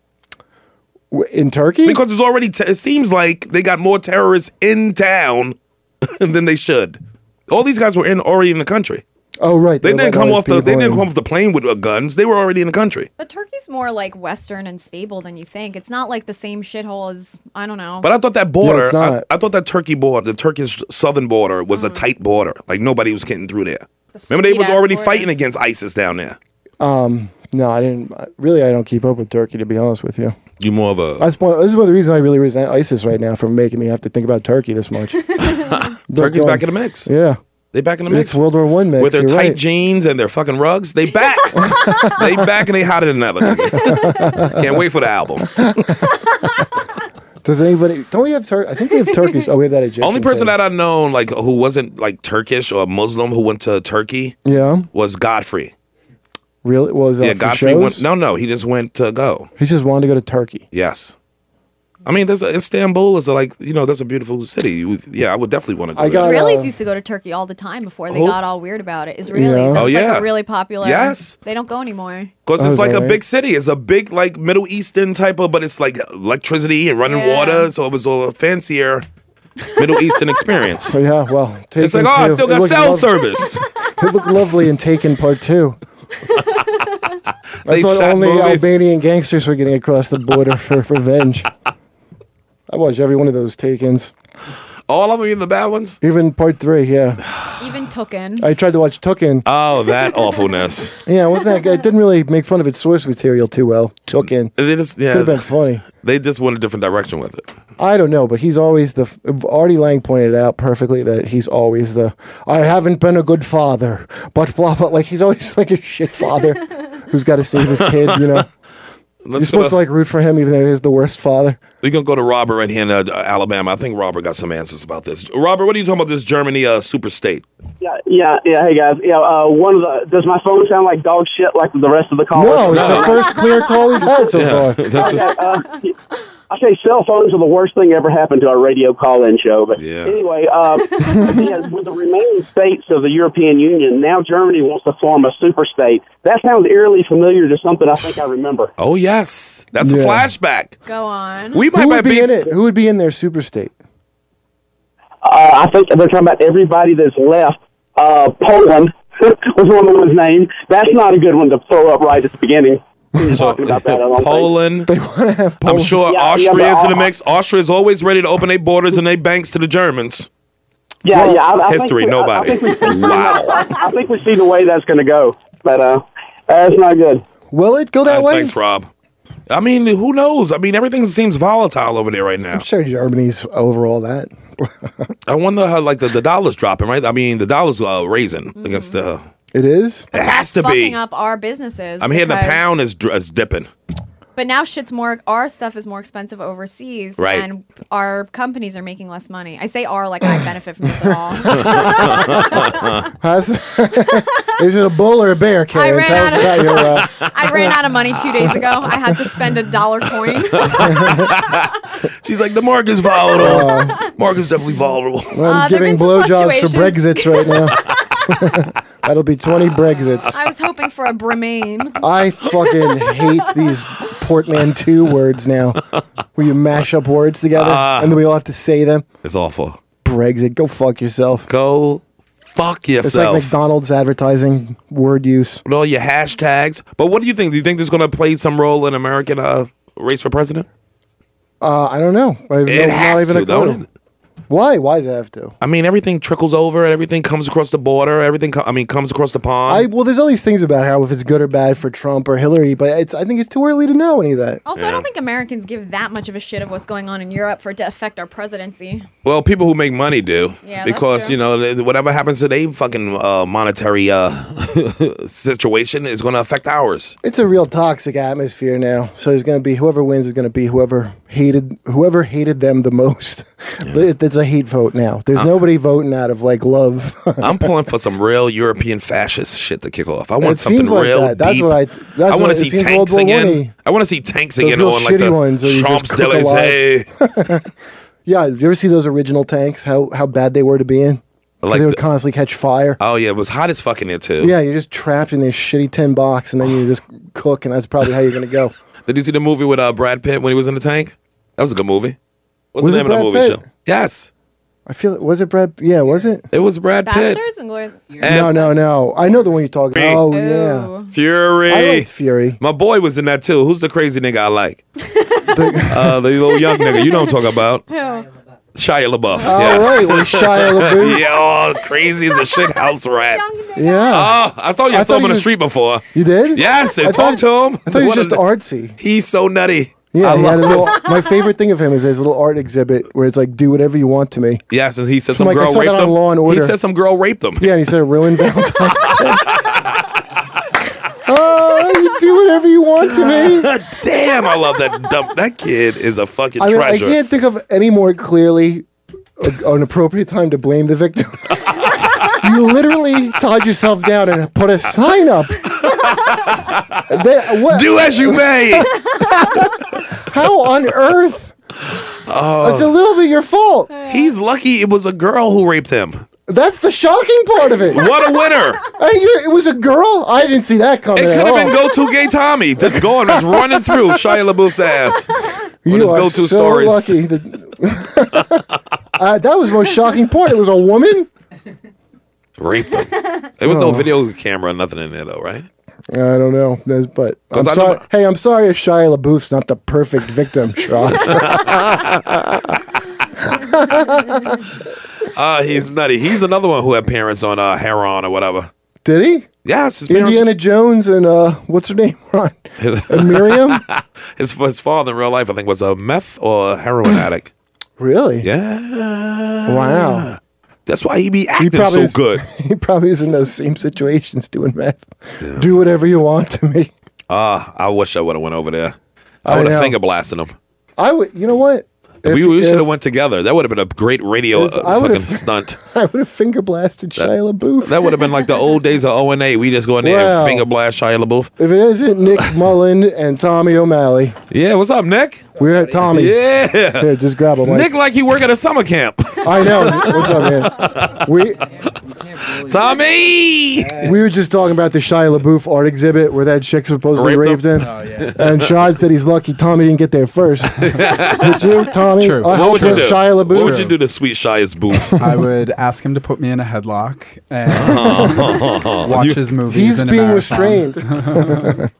[SPEAKER 5] W- in Turkey.
[SPEAKER 2] Because it's already. Te- it seems like they got more terrorists in town than they should. All these guys were in already in the country.
[SPEAKER 5] oh right,
[SPEAKER 2] They
[SPEAKER 5] were
[SPEAKER 2] didn't
[SPEAKER 5] letting
[SPEAKER 2] come
[SPEAKER 5] all
[SPEAKER 2] off
[SPEAKER 5] these
[SPEAKER 2] the. They
[SPEAKER 5] people
[SPEAKER 2] didn't
[SPEAKER 5] in.
[SPEAKER 2] come off the plane with uh, guns. They were already in the country.
[SPEAKER 6] But Turkey's more like Western and stable than you think. It's not like the same shithole as I don't know.
[SPEAKER 2] But I thought that border.
[SPEAKER 5] it's
[SPEAKER 2] I,
[SPEAKER 5] not.
[SPEAKER 2] I thought that Turkey border, the Turkish southern border, was a tight border. Like nobody was getting through there.
[SPEAKER 6] Mm. The
[SPEAKER 2] Remember, they was
[SPEAKER 6] sweet-ass
[SPEAKER 2] already
[SPEAKER 6] border.
[SPEAKER 2] fighting against ISIS down there.
[SPEAKER 5] Um, No, I didn't. Really, I don't keep up with Turkey to be honest with you.
[SPEAKER 2] You more of a
[SPEAKER 5] That's one, this is one of the reasons I really resent ISIS right now for making me have to think about Turkey this much.
[SPEAKER 2] Turkey's back in the mix.
[SPEAKER 5] Yeah.
[SPEAKER 2] They back in the mix.
[SPEAKER 5] It's World War One mix.
[SPEAKER 2] With their
[SPEAKER 5] you're
[SPEAKER 2] tight
[SPEAKER 5] right.
[SPEAKER 2] jeans and their fucking rugs, they back. they back and they hotter than ever. nigga. Can't wait for the album.
[SPEAKER 5] Does anybody? Don't we have Turkey? I think we have Turkish. Oh, we have that Egyptian.
[SPEAKER 2] Only person
[SPEAKER 5] thing.
[SPEAKER 2] that I've known like who wasn't like Turkish or Muslim who went to Turkey
[SPEAKER 5] yeah,
[SPEAKER 2] was Godfrey.
[SPEAKER 5] really was uh,
[SPEAKER 2] yeah,
[SPEAKER 5] for
[SPEAKER 2] Godfrey
[SPEAKER 5] shows?
[SPEAKER 2] went. No, no, he just went to go.
[SPEAKER 5] He just wanted to go to Turkey.
[SPEAKER 2] Yes. I mean, there's a, Istanbul is a, like you know that's a beautiful city. You would- yeah, I would definitely want to go.
[SPEAKER 5] I
[SPEAKER 2] there.
[SPEAKER 5] got-
[SPEAKER 6] Israelis
[SPEAKER 5] uh,
[SPEAKER 6] used to go to Turkey all the time before they
[SPEAKER 2] Who?
[SPEAKER 6] got all weird about it. Israelis,
[SPEAKER 5] Yeah.
[SPEAKER 6] That's
[SPEAKER 2] Oh,
[SPEAKER 6] like
[SPEAKER 2] yeah.
[SPEAKER 6] a really popular.
[SPEAKER 2] Yes.
[SPEAKER 6] they don't go anymore.
[SPEAKER 2] Because
[SPEAKER 5] Oh,
[SPEAKER 2] it's
[SPEAKER 5] is
[SPEAKER 2] like
[SPEAKER 5] that
[SPEAKER 2] a
[SPEAKER 5] right?
[SPEAKER 2] big city. It's a big, like, Middle Eastern type of, but it's like electricity and running
[SPEAKER 6] Yeah.
[SPEAKER 2] water. So it was all a fancier Middle Eastern experience.
[SPEAKER 5] So yeah, well, Taken
[SPEAKER 2] It's like, oh, I
[SPEAKER 5] two.
[SPEAKER 2] still
[SPEAKER 5] It
[SPEAKER 2] got
[SPEAKER 5] looked
[SPEAKER 2] cell
[SPEAKER 5] lov-
[SPEAKER 2] service.
[SPEAKER 5] It looked lovely in Taken Part Two.
[SPEAKER 2] they
[SPEAKER 5] I thought
[SPEAKER 2] shot
[SPEAKER 5] only
[SPEAKER 2] movies.
[SPEAKER 5] Albanian gangsters were getting across the border for revenge. I watched every one of those Takens,
[SPEAKER 2] All of them, even the bad ones?
[SPEAKER 5] even Part Three. Yeah,
[SPEAKER 6] Even Tookin.
[SPEAKER 5] I tried to watch Tookin.
[SPEAKER 2] Oh, that awfulness.
[SPEAKER 5] Yeah, wasn't that? It didn't really make fun of its source material too well. Tookin
[SPEAKER 2] They just,
[SPEAKER 5] could have been
[SPEAKER 2] yeah,
[SPEAKER 5] funny.
[SPEAKER 2] they just went a different direction with it.
[SPEAKER 5] I don't know, but he's always the. Artie Lang pointed out perfectly that he's always the. I haven't been a good father, but blah blah. Like he's always like a shit father who's got to save his kid. You know, you're
[SPEAKER 2] Let's go
[SPEAKER 5] supposed to like root for him even though he's the worst father.
[SPEAKER 2] we're going to go to Robert right here in uh, Alabama. I think Robert got some answers about this. Robert, what are you talking about this Germany uh, super state?
[SPEAKER 8] Yeah, yeah, yeah. Hey guys, yeah. Uh, one of the does my phone sound like dog shit like the rest of the callers?
[SPEAKER 5] No, it's the first clear call we've had so far.
[SPEAKER 2] This is,
[SPEAKER 8] uh, I say cell phones are the worst thing ever happened to our radio call-in show. But
[SPEAKER 2] Yeah.
[SPEAKER 8] anyway, uh, yeah, with the remaining states of the European Union, now Germany wants to form a super state. That sounds eerily familiar to something I think I remember.
[SPEAKER 2] oh, yes. That's
[SPEAKER 5] Yeah.
[SPEAKER 2] a flashback.
[SPEAKER 6] Go on.
[SPEAKER 2] We might
[SPEAKER 5] Who
[SPEAKER 2] might
[SPEAKER 5] would be in it? Who would be in their super state?
[SPEAKER 8] Uh, I think they're talking about everybody that's left. Uh, Poland was one of the ones named. That's not a good one to throw up right at the beginning. We were talking about that. I don't think.
[SPEAKER 2] Poland.
[SPEAKER 5] They want to have.
[SPEAKER 2] I'm
[SPEAKER 5] Poland.
[SPEAKER 8] Yeah,
[SPEAKER 2] sure
[SPEAKER 8] yeah,
[SPEAKER 2] Austria's
[SPEAKER 8] but
[SPEAKER 2] in the
[SPEAKER 8] Au-
[SPEAKER 2] mix. Austria's always ready to open their borders and their banks to the Germans.
[SPEAKER 8] Yeah, yeah. I, I think
[SPEAKER 2] History,
[SPEAKER 8] we- I- I
[SPEAKER 2] nobody.
[SPEAKER 8] think we-
[SPEAKER 2] wow.
[SPEAKER 8] I think we see the way that's going to go, but uh, that's not good.
[SPEAKER 5] Will it go that way?
[SPEAKER 2] Thanks, Rob. I mean, who knows? I mean, everything seems volatile over there right now.
[SPEAKER 5] I'm sure Germany's over all that.
[SPEAKER 2] I wonder how, like, the, the dollar's dropping, right? I mean, the dollar's uh, raising against the.
[SPEAKER 5] Mm-hmm. It is.
[SPEAKER 2] It has to
[SPEAKER 6] fucking
[SPEAKER 2] be.
[SPEAKER 6] up our businesses.
[SPEAKER 2] I'm hearing the
[SPEAKER 6] because-
[SPEAKER 2] pound is, dr- is dipping.
[SPEAKER 6] But now shit's more. Our stuff is more expensive overseas,
[SPEAKER 2] Right.
[SPEAKER 6] and our companies are making less money. I say "our" like I benefit from this at all.
[SPEAKER 5] How's- is it a bull or a bear, Karen?
[SPEAKER 6] ran
[SPEAKER 5] Tell us
[SPEAKER 6] out of-
[SPEAKER 5] about your. Uh,
[SPEAKER 6] I ran out of money two days ago. I had to spend a dollar coin.
[SPEAKER 2] She's like, the market's
[SPEAKER 5] Oh.
[SPEAKER 2] volatile. market's definitely volatile.
[SPEAKER 5] I'm
[SPEAKER 6] Uh, there've
[SPEAKER 5] giving
[SPEAKER 6] been some
[SPEAKER 5] blowjobs for
[SPEAKER 6] fluctuations.
[SPEAKER 5] Brexits right now. That'll be 20 Brexits.
[SPEAKER 6] I was hoping for a Bremain.
[SPEAKER 5] I fucking hate these portmanteau words now, where you mash up words together
[SPEAKER 2] Ah.
[SPEAKER 5] and then we all have to say them.
[SPEAKER 2] It's awful.
[SPEAKER 5] Brexit, go fuck yourself.
[SPEAKER 2] Go fuck
[SPEAKER 5] It's
[SPEAKER 2] yourself.
[SPEAKER 5] like McDonald's advertising word use.
[SPEAKER 2] with all your hashtags. But what do you think? Do you think this is going to play some role in American uh, race for president?
[SPEAKER 5] Uh, I don't know. I have no-
[SPEAKER 2] It has to,
[SPEAKER 5] clue.
[SPEAKER 2] don't it?
[SPEAKER 5] Why? Why does it have to?
[SPEAKER 2] I mean, everything trickles over, and everything comes across the border. Everything, co- I mean, comes across the
[SPEAKER 5] I
[SPEAKER 2] pond.
[SPEAKER 5] well, there's all these things about how if it's good or bad for Trump or Hillary, but it's I think it's too early to know any of that.
[SPEAKER 6] Also, I don't think Americans give that much of a shit of what's going on in Europe for it to affect our presidency.
[SPEAKER 2] well, people who make money do,
[SPEAKER 6] Yeah, that's
[SPEAKER 2] because
[SPEAKER 6] true.
[SPEAKER 2] you know th- whatever happens to their fucking uh, monetary uh, situation is going to affect ours.
[SPEAKER 5] It's a real toxic atmosphere now. So there's going to be whoever wins is going to be whoever hated whoever hated them the most. It- It's a hate vote now. There's nobody voting out of like love.
[SPEAKER 2] I'm pulling for some real European fascist shit to kick off. I want
[SPEAKER 5] it
[SPEAKER 2] something
[SPEAKER 5] seems like
[SPEAKER 2] real
[SPEAKER 5] that. That's
[SPEAKER 2] deep.
[SPEAKER 5] what I. That's
[SPEAKER 2] I want
[SPEAKER 5] what
[SPEAKER 2] to
[SPEAKER 5] it
[SPEAKER 2] see
[SPEAKER 5] seems
[SPEAKER 2] tanks
[SPEAKER 5] World War
[SPEAKER 2] again.
[SPEAKER 5] One-y.
[SPEAKER 2] I want to see tanks
[SPEAKER 5] Those
[SPEAKER 2] again
[SPEAKER 5] real
[SPEAKER 2] on like the
[SPEAKER 5] shitty ones where you just
[SPEAKER 2] Champs
[SPEAKER 5] cook
[SPEAKER 2] Elysees.
[SPEAKER 5] Yeah, you ever see those original tanks? How how bad they were to be in. 'Cause
[SPEAKER 2] Like
[SPEAKER 5] they would
[SPEAKER 2] the-
[SPEAKER 5] constantly catch fire.
[SPEAKER 2] Oh yeah, it was hot as fucking there too.
[SPEAKER 5] yeah, you're just trapped in this shitty tin box, and then you just cook, and that's probably how you're going to go.
[SPEAKER 2] Did you see the movie with uh, Brad Pitt when he was in the tank? That was a good movie. What's
[SPEAKER 5] Was
[SPEAKER 2] the
[SPEAKER 5] it
[SPEAKER 2] name of the
[SPEAKER 5] Brad
[SPEAKER 2] movie?
[SPEAKER 5] Pitt?
[SPEAKER 2] Show? Yes,
[SPEAKER 5] I feel it was it Brad? Yeah, was it?
[SPEAKER 2] it was Brad Pitt.
[SPEAKER 6] Bastards and glory.
[SPEAKER 2] And-
[SPEAKER 5] No, no, no. I know the one you're talking.
[SPEAKER 2] Fury.
[SPEAKER 5] about. Oh
[SPEAKER 6] Ew.
[SPEAKER 5] yeah,
[SPEAKER 2] Fury.
[SPEAKER 5] I liked Fury.
[SPEAKER 2] My boy was in that too. Who's the crazy nigga I like? uh, the little young nigga. You know what I'm talking about. Shia LaBeouf.
[SPEAKER 5] All right,
[SPEAKER 2] yes.
[SPEAKER 5] with Shia LaBeouf.
[SPEAKER 2] Yeah, oh, crazy as a shit house rat.
[SPEAKER 5] Yeah.
[SPEAKER 2] Oh, I saw you. I
[SPEAKER 5] I thought
[SPEAKER 2] saw him
[SPEAKER 5] he
[SPEAKER 2] on the
[SPEAKER 5] was-
[SPEAKER 2] street before.
[SPEAKER 5] you did?
[SPEAKER 2] Yes, and
[SPEAKER 5] I
[SPEAKER 2] talked
[SPEAKER 5] thought-
[SPEAKER 2] to him.
[SPEAKER 5] I thought he was
[SPEAKER 2] What
[SPEAKER 5] just
[SPEAKER 2] a-
[SPEAKER 5] artsy.
[SPEAKER 2] He's so nutty.
[SPEAKER 5] Yeah, he had a little, my favorite thing of him is his little art exhibit where it's like, do whatever you want to me.
[SPEAKER 2] Yes, and he said
[SPEAKER 5] So,
[SPEAKER 2] some
[SPEAKER 5] like, I
[SPEAKER 2] girl
[SPEAKER 5] saw
[SPEAKER 2] raped
[SPEAKER 5] that on
[SPEAKER 2] him.
[SPEAKER 5] Law and
[SPEAKER 2] He
[SPEAKER 5] Order.
[SPEAKER 2] said some girl raped him.
[SPEAKER 5] Yeah, and he said, ruin Valentine's Day. Oh, you do whatever you want to me.
[SPEAKER 2] Damn, I love that dump. That kid is a fucking
[SPEAKER 5] I mean, I
[SPEAKER 2] treasure.
[SPEAKER 5] can't think of any more clearly a- an appropriate time to blame the victim. you literally tied yourself down and put a sign up. They- what-
[SPEAKER 2] Do as you may.
[SPEAKER 5] how on earth?
[SPEAKER 2] Oh.
[SPEAKER 5] It's a little bit your fault.
[SPEAKER 2] He's lucky it was a girl who raped him.
[SPEAKER 5] That's the shocking part of it.
[SPEAKER 2] What a winner!
[SPEAKER 5] And you, it was a girl. I didn't see that
[SPEAKER 2] It
[SPEAKER 5] coming.
[SPEAKER 2] could
[SPEAKER 5] at
[SPEAKER 2] have
[SPEAKER 5] all.
[SPEAKER 2] been Go To Gay Tommy. Just going, just running through Shia LaBeouf's ass.
[SPEAKER 5] You
[SPEAKER 2] his
[SPEAKER 5] are
[SPEAKER 2] go-to
[SPEAKER 5] so
[SPEAKER 2] stories.
[SPEAKER 5] lucky that- Uh, that was the most shocking part. It was a woman.
[SPEAKER 2] Raped him. There was
[SPEAKER 5] Oh.
[SPEAKER 2] no video camera, nothing in there though, right?
[SPEAKER 5] I don't know, That's- but I'm
[SPEAKER 2] 'Cause I know
[SPEAKER 5] sorry.
[SPEAKER 2] my-
[SPEAKER 5] Hey, I'm sorry if Shia LaBeouf's not the perfect victim, Shia.
[SPEAKER 2] Ah, he's nutty. He's another one who had parents on uh, Heron or whatever.
[SPEAKER 5] Did he?
[SPEAKER 2] Yes, his parents.
[SPEAKER 5] Indiana Jones and uh, what's her name? Ron- and Miriam.
[SPEAKER 2] His, his father in real life, I think, was a meth or a heroin addict.
[SPEAKER 5] Really?
[SPEAKER 2] Yeah.
[SPEAKER 5] Wow.
[SPEAKER 2] That's why he be acting
[SPEAKER 5] probably
[SPEAKER 2] so
[SPEAKER 5] is-
[SPEAKER 2] good.
[SPEAKER 5] He probably is in those same situations doing meth. Do whatever you want to me.
[SPEAKER 2] Ah, I wish I would have went over there. I
[SPEAKER 5] I
[SPEAKER 2] would have
[SPEAKER 5] know.
[SPEAKER 2] finger blasted him.
[SPEAKER 5] I would. You know what? If-
[SPEAKER 2] we we should have
[SPEAKER 5] if-
[SPEAKER 2] went together. That would have been a great radio
[SPEAKER 5] If
[SPEAKER 2] uh,
[SPEAKER 5] I
[SPEAKER 2] fucking
[SPEAKER 5] would've-
[SPEAKER 2] stunt.
[SPEAKER 5] I would have finger blasted Shia LaBeouf.
[SPEAKER 2] That would have been like the old days of O and A. We just go in there
[SPEAKER 5] Wow.
[SPEAKER 2] and finger blast Shia LaBeouf.
[SPEAKER 5] If it isn't Nick Mullen and Tommy O'Malley,
[SPEAKER 2] Yeah, what's up, Nick?
[SPEAKER 5] we're at Tommy.
[SPEAKER 2] Yeah.
[SPEAKER 5] Here, just grab him. Mike.
[SPEAKER 2] Nick like he work at a summer camp.
[SPEAKER 5] I know. What's up, man? We
[SPEAKER 2] Tommy!
[SPEAKER 5] we were just talking about the Shia LaBeouf art exhibit where that chick supposedly raped,
[SPEAKER 2] Raped him?
[SPEAKER 5] him. And Sean said he's lucky Tommy didn't get there first. would you, Tommy?
[SPEAKER 9] True.
[SPEAKER 5] Uh,
[SPEAKER 9] What
[SPEAKER 5] help
[SPEAKER 2] What would you
[SPEAKER 5] us,
[SPEAKER 2] do?
[SPEAKER 5] Shia LaBeouf.
[SPEAKER 2] What would you do to sweet Shia's booth?
[SPEAKER 9] I would ask him to put me in a headlock and watch his movies.
[SPEAKER 5] He's
[SPEAKER 9] in a
[SPEAKER 5] being
[SPEAKER 9] marathon.
[SPEAKER 5] restrained.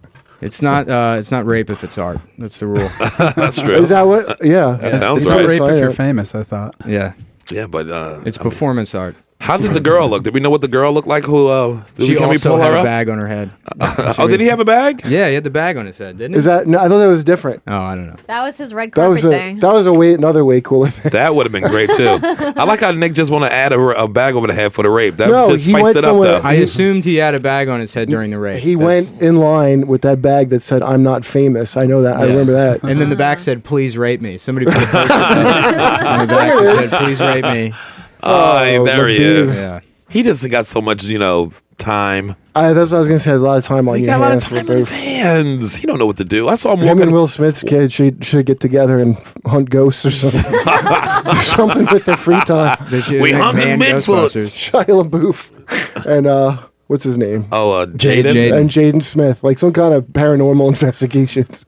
[SPEAKER 10] It's not. Uh, it's not rape if it's art. That's the rule.
[SPEAKER 2] That's true.
[SPEAKER 5] Is that what? Yeah.
[SPEAKER 2] That sounds
[SPEAKER 9] It's
[SPEAKER 2] right.
[SPEAKER 9] not rape
[SPEAKER 5] Sign
[SPEAKER 9] if you're
[SPEAKER 5] it.
[SPEAKER 9] famous. I thought.
[SPEAKER 10] yeah,
[SPEAKER 2] yeah, but uh,
[SPEAKER 10] it's performance art.
[SPEAKER 2] how did the girl look? Did we know what the girl looked like? Who? Uh, did
[SPEAKER 10] She
[SPEAKER 2] we, can we
[SPEAKER 10] also
[SPEAKER 2] pull
[SPEAKER 10] had
[SPEAKER 2] her
[SPEAKER 10] a
[SPEAKER 2] up?
[SPEAKER 10] bag on her head.
[SPEAKER 2] Oh, did he have a bag?
[SPEAKER 10] Yeah, he had the bag on his head, didn't he?
[SPEAKER 5] Is that? No, I thought that was different.
[SPEAKER 10] Oh, I don't know.
[SPEAKER 6] That was his red
[SPEAKER 5] That
[SPEAKER 6] carpet
[SPEAKER 5] was a
[SPEAKER 6] thing.
[SPEAKER 5] that was a way another way cooler thing.
[SPEAKER 2] That would have been great too. I like how Nick just want to add a, a bag over the head for the rape. That
[SPEAKER 5] No,
[SPEAKER 2] just
[SPEAKER 5] he
[SPEAKER 2] spiced
[SPEAKER 5] went
[SPEAKER 2] it
[SPEAKER 5] somewhere-
[SPEAKER 2] up though.
[SPEAKER 10] I assumed he had a bag on his head during the rape.
[SPEAKER 5] He
[SPEAKER 10] That's-
[SPEAKER 5] went in line with that bag that said "I'm not famous." I know that. I remember that.
[SPEAKER 10] And then the back said, "Please rape me." Somebody put a post-it note on the back that said, "Please rape me."
[SPEAKER 2] Oh,
[SPEAKER 5] Oh,
[SPEAKER 2] there
[SPEAKER 5] the
[SPEAKER 2] he is.
[SPEAKER 5] bees.
[SPEAKER 10] Yeah.
[SPEAKER 2] He just got so much, you know, time.
[SPEAKER 5] I, that's what I was gonna say. There's a lot of time on
[SPEAKER 2] He
[SPEAKER 5] your
[SPEAKER 2] got a lot of
[SPEAKER 5] hands for
[SPEAKER 2] time
[SPEAKER 5] both.
[SPEAKER 2] on his hands. He don't know what to do. I
[SPEAKER 9] Oh,
[SPEAKER 2] saw him
[SPEAKER 5] Him and
[SPEAKER 2] walking.
[SPEAKER 5] Will Smith's kid should should get together and hunt ghosts or something. Do something with their free time.
[SPEAKER 10] They should-
[SPEAKER 2] We
[SPEAKER 10] like
[SPEAKER 2] hung
[SPEAKER 10] man
[SPEAKER 2] in Bigfoot.
[SPEAKER 10] Ghostbusters.
[SPEAKER 5] Shia LaBeouf and uh, what's his name?
[SPEAKER 2] Oh, uh, Jaden.
[SPEAKER 10] Jaden.
[SPEAKER 5] And Jaden Smith, like some kind of paranormal investigations.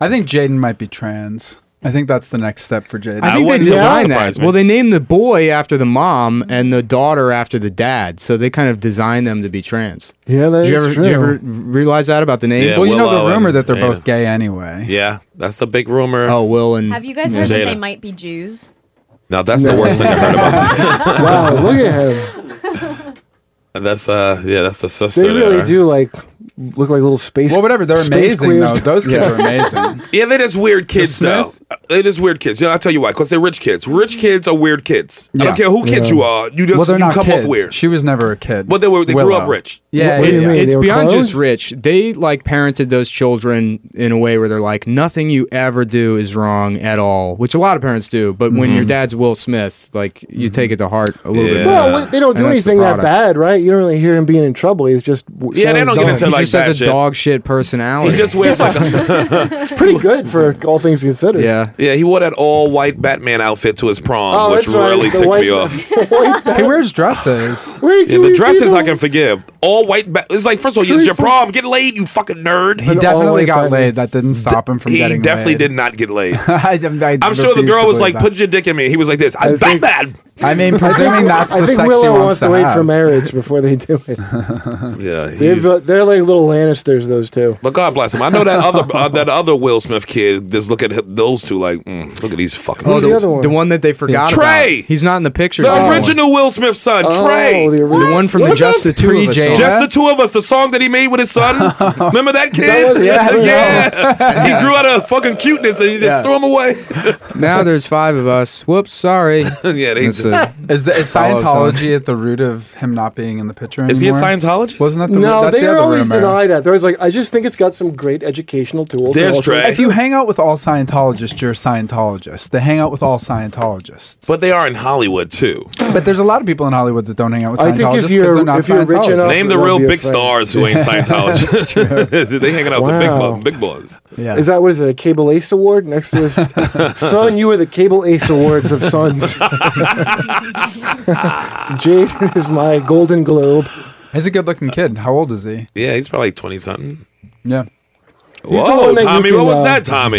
[SPEAKER 9] I think Jaden might be trans. I think that's the next step for Jaden.
[SPEAKER 10] I
[SPEAKER 2] I
[SPEAKER 10] think they
[SPEAKER 2] wouldn't- that
[SPEAKER 10] designed
[SPEAKER 2] wouldn't
[SPEAKER 10] that.
[SPEAKER 2] surprise me.
[SPEAKER 10] Well, they named the boy after the mom and the daughter after the dad, so they kind of designed them to be trans.
[SPEAKER 5] Yeah, that
[SPEAKER 10] Did
[SPEAKER 5] is
[SPEAKER 10] you ever,
[SPEAKER 5] true.
[SPEAKER 10] did you ever realize that about the names?
[SPEAKER 2] Yeah,
[SPEAKER 9] well, you know
[SPEAKER 2] Willow
[SPEAKER 9] the rumor
[SPEAKER 2] and
[SPEAKER 9] that they're
[SPEAKER 2] Jaden.
[SPEAKER 9] both gay anyway.
[SPEAKER 2] Yeah, that's the big rumor.
[SPEAKER 10] Oh, Will
[SPEAKER 2] Mm.
[SPEAKER 10] and
[SPEAKER 6] Have you guys heard that
[SPEAKER 2] Jada.
[SPEAKER 6] they might be Jews?
[SPEAKER 2] Now that's the worst thing I heard about.
[SPEAKER 5] wow, look at him.
[SPEAKER 2] And that's uh, yeah, that's the sister.
[SPEAKER 5] They really
[SPEAKER 2] there.
[SPEAKER 5] do like look like little space.
[SPEAKER 9] Well, whatever. They're
[SPEAKER 5] space
[SPEAKER 9] amazing though.
[SPEAKER 5] queers.
[SPEAKER 9] Those kids are amazing.
[SPEAKER 2] Yeah, they're just weird kids, though.
[SPEAKER 9] Smith?
[SPEAKER 2] They're just weird kids. You know, I'll tell you why. Because they're rich kids.
[SPEAKER 5] Mm-hmm.
[SPEAKER 2] Rich kids are weird kids. I don't
[SPEAKER 9] Yeah.
[SPEAKER 2] care who kids you are. You just
[SPEAKER 9] well, they're
[SPEAKER 2] you
[SPEAKER 9] not
[SPEAKER 2] come
[SPEAKER 9] kids.
[SPEAKER 2] off weird.
[SPEAKER 9] She was never a kid.
[SPEAKER 2] Well, they were- they grew
[SPEAKER 9] Willow.
[SPEAKER 2] up rich.
[SPEAKER 9] Yeah.
[SPEAKER 5] What do you
[SPEAKER 9] yeah.
[SPEAKER 5] mean?
[SPEAKER 10] it's
[SPEAKER 5] they were
[SPEAKER 10] beyond
[SPEAKER 5] cloned?
[SPEAKER 10] just rich. They like parented those children in a way where they're like, nothing you ever do is wrong at all, which a lot of parents do. But when
[SPEAKER 5] Mm-hmm.
[SPEAKER 10] your dad's Will Smith, like you take it to heart a little
[SPEAKER 2] Yeah.
[SPEAKER 10] bit.
[SPEAKER 5] Well, they don't do
[SPEAKER 10] And that's the
[SPEAKER 5] anything that
[SPEAKER 10] product.
[SPEAKER 5] bad, right? You don't really hear him being in trouble. He's just w-
[SPEAKER 2] Yeah, they
[SPEAKER 5] sounds
[SPEAKER 2] don't get
[SPEAKER 5] dumb.
[SPEAKER 2] into
[SPEAKER 10] He
[SPEAKER 2] like
[SPEAKER 10] just
[SPEAKER 2] that
[SPEAKER 10] has a
[SPEAKER 2] shit.
[SPEAKER 10] dog shit
[SPEAKER 9] Oh,
[SPEAKER 10] personality.
[SPEAKER 2] He just wears like a,
[SPEAKER 5] It's pretty good for all things considered.
[SPEAKER 10] yeah.
[SPEAKER 2] yeah. He wore that all white Batman outfit to his prom,
[SPEAKER 5] Oh,
[SPEAKER 2] which
[SPEAKER 5] that's right,
[SPEAKER 2] really
[SPEAKER 5] the
[SPEAKER 2] ticked
[SPEAKER 5] white-
[SPEAKER 2] me off.
[SPEAKER 9] He wears dresses.
[SPEAKER 5] Wait,
[SPEAKER 2] Yeah,
[SPEAKER 5] can
[SPEAKER 2] the
[SPEAKER 5] you see
[SPEAKER 2] dresses
[SPEAKER 5] the-
[SPEAKER 2] I can forgive. All white. Ba- it's like first of all, it's your
[SPEAKER 5] Truthful-
[SPEAKER 2] prom. Get laid, you fucking nerd.
[SPEAKER 9] He
[SPEAKER 5] all
[SPEAKER 9] definitely
[SPEAKER 5] white
[SPEAKER 9] got
[SPEAKER 5] Batman.
[SPEAKER 9] laid. That didn't stop him from
[SPEAKER 2] He
[SPEAKER 9] getting
[SPEAKER 2] definitely
[SPEAKER 9] laid.
[SPEAKER 2] did not get laid.
[SPEAKER 9] I, I
[SPEAKER 2] I'm sure the
[SPEAKER 9] refuse
[SPEAKER 2] girl
[SPEAKER 9] to
[SPEAKER 2] was
[SPEAKER 9] believe
[SPEAKER 2] like,
[SPEAKER 9] that.
[SPEAKER 2] "Put your dick in me." He was like, "This." I'm
[SPEAKER 5] think-
[SPEAKER 2] Batman.
[SPEAKER 9] I mean,
[SPEAKER 5] I think,
[SPEAKER 9] presuming that's
[SPEAKER 5] I
[SPEAKER 9] the
[SPEAKER 5] think
[SPEAKER 9] sex he
[SPEAKER 5] Willow
[SPEAKER 9] wants to
[SPEAKER 5] wait
[SPEAKER 9] have.
[SPEAKER 5] for marriage before they do it.
[SPEAKER 2] Yeah,
[SPEAKER 5] They've,
[SPEAKER 2] he's-
[SPEAKER 5] uh, they're like little Lannisters, those two.
[SPEAKER 2] But God bless him. I know that other uh, that other Will Smith kid. Just look at hi- those too like, mm, look at these fucking.
[SPEAKER 5] Who's
[SPEAKER 10] oh, the,
[SPEAKER 5] the other one?
[SPEAKER 10] the one that they forgot
[SPEAKER 2] Yeah. Trey!
[SPEAKER 10] about. He's not in the picture.
[SPEAKER 2] the original Will Smith son, Trey.
[SPEAKER 5] Oh, the
[SPEAKER 10] The
[SPEAKER 5] original.
[SPEAKER 10] one from the
[SPEAKER 5] What
[SPEAKER 10] Just the
[SPEAKER 5] about
[SPEAKER 10] Two
[SPEAKER 5] Three
[SPEAKER 10] of Us
[SPEAKER 5] J?
[SPEAKER 10] song.
[SPEAKER 2] Just the two of us. The song that he made with his son. Remember that kid?
[SPEAKER 5] was- yeah, I
[SPEAKER 2] yeah. He grew out of fucking cuteness and he just
[SPEAKER 9] Yeah.
[SPEAKER 2] threw him away.
[SPEAKER 10] Now there's five of us. Whoops, sorry.
[SPEAKER 2] yeah, they.
[SPEAKER 10] That's
[SPEAKER 2] Is
[SPEAKER 10] a-
[SPEAKER 9] Is, the, is
[SPEAKER 10] Follow up
[SPEAKER 9] Scientology at the root of him not being in the picture
[SPEAKER 2] he a
[SPEAKER 9] anymore?
[SPEAKER 2] Scientologist?
[SPEAKER 9] Wasn't that the
[SPEAKER 5] No,
[SPEAKER 9] that's
[SPEAKER 5] they
[SPEAKER 9] the other
[SPEAKER 5] always
[SPEAKER 9] rumor.
[SPEAKER 5] deny that. They're always like, I just think it's got some great educational tools.
[SPEAKER 2] There's
[SPEAKER 5] Also-
[SPEAKER 2] Trey.
[SPEAKER 9] If you hang out with all Scientologists, you're a Scientologist. They hang out with all Scientologists.
[SPEAKER 2] But they are in Hollywood too.
[SPEAKER 9] But there's a lot of people in Hollywood that don't hang out with
[SPEAKER 5] I
[SPEAKER 9] Scientologists
[SPEAKER 5] think if
[SPEAKER 9] because
[SPEAKER 5] you're-
[SPEAKER 9] they're not
[SPEAKER 5] if you're rich
[SPEAKER 9] Scientologists.
[SPEAKER 5] enough-
[SPEAKER 2] Name the
[SPEAKER 5] That'd
[SPEAKER 2] real
[SPEAKER 5] be a
[SPEAKER 2] big
[SPEAKER 5] friend.
[SPEAKER 2] stars who ain't Scientologists. they hanging out
[SPEAKER 5] Wow.
[SPEAKER 2] with big, bo- big boys.
[SPEAKER 9] Yeah.
[SPEAKER 5] Is that what is it? A Cable Ace Award next to his son. You were the Cable Ace Awards of sons. Jade is my Golden Globe.
[SPEAKER 9] He's a good-looking kid. How old is he?
[SPEAKER 2] Yeah, he's probably twenty something.
[SPEAKER 9] Yeah.
[SPEAKER 2] Whoa,
[SPEAKER 5] one that you
[SPEAKER 2] Tommy,
[SPEAKER 5] can,
[SPEAKER 2] what was
[SPEAKER 5] uh,
[SPEAKER 2] that, Tommy?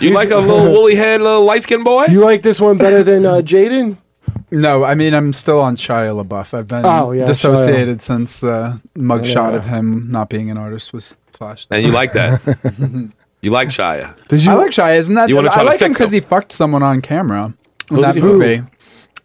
[SPEAKER 2] You like a little woolly head, little light skinned boy?
[SPEAKER 5] You like this one better than uh, Jaden?
[SPEAKER 9] No, I mean I'm still on Shia LaBeouf. I've been
[SPEAKER 5] Oh, yeah,
[SPEAKER 9] dissociated since the mugshot
[SPEAKER 5] Yeah.
[SPEAKER 9] of him not being an artist was flashed.
[SPEAKER 2] and you like that. you like Shia.
[SPEAKER 5] Did you
[SPEAKER 9] I like Shia. Isn't that?
[SPEAKER 2] You wanna try
[SPEAKER 9] I
[SPEAKER 2] to
[SPEAKER 9] like him
[SPEAKER 2] fix
[SPEAKER 9] because
[SPEAKER 2] him.
[SPEAKER 9] he fucked someone on camera in
[SPEAKER 5] Who
[SPEAKER 9] that
[SPEAKER 5] did he fuck?
[SPEAKER 9] movie.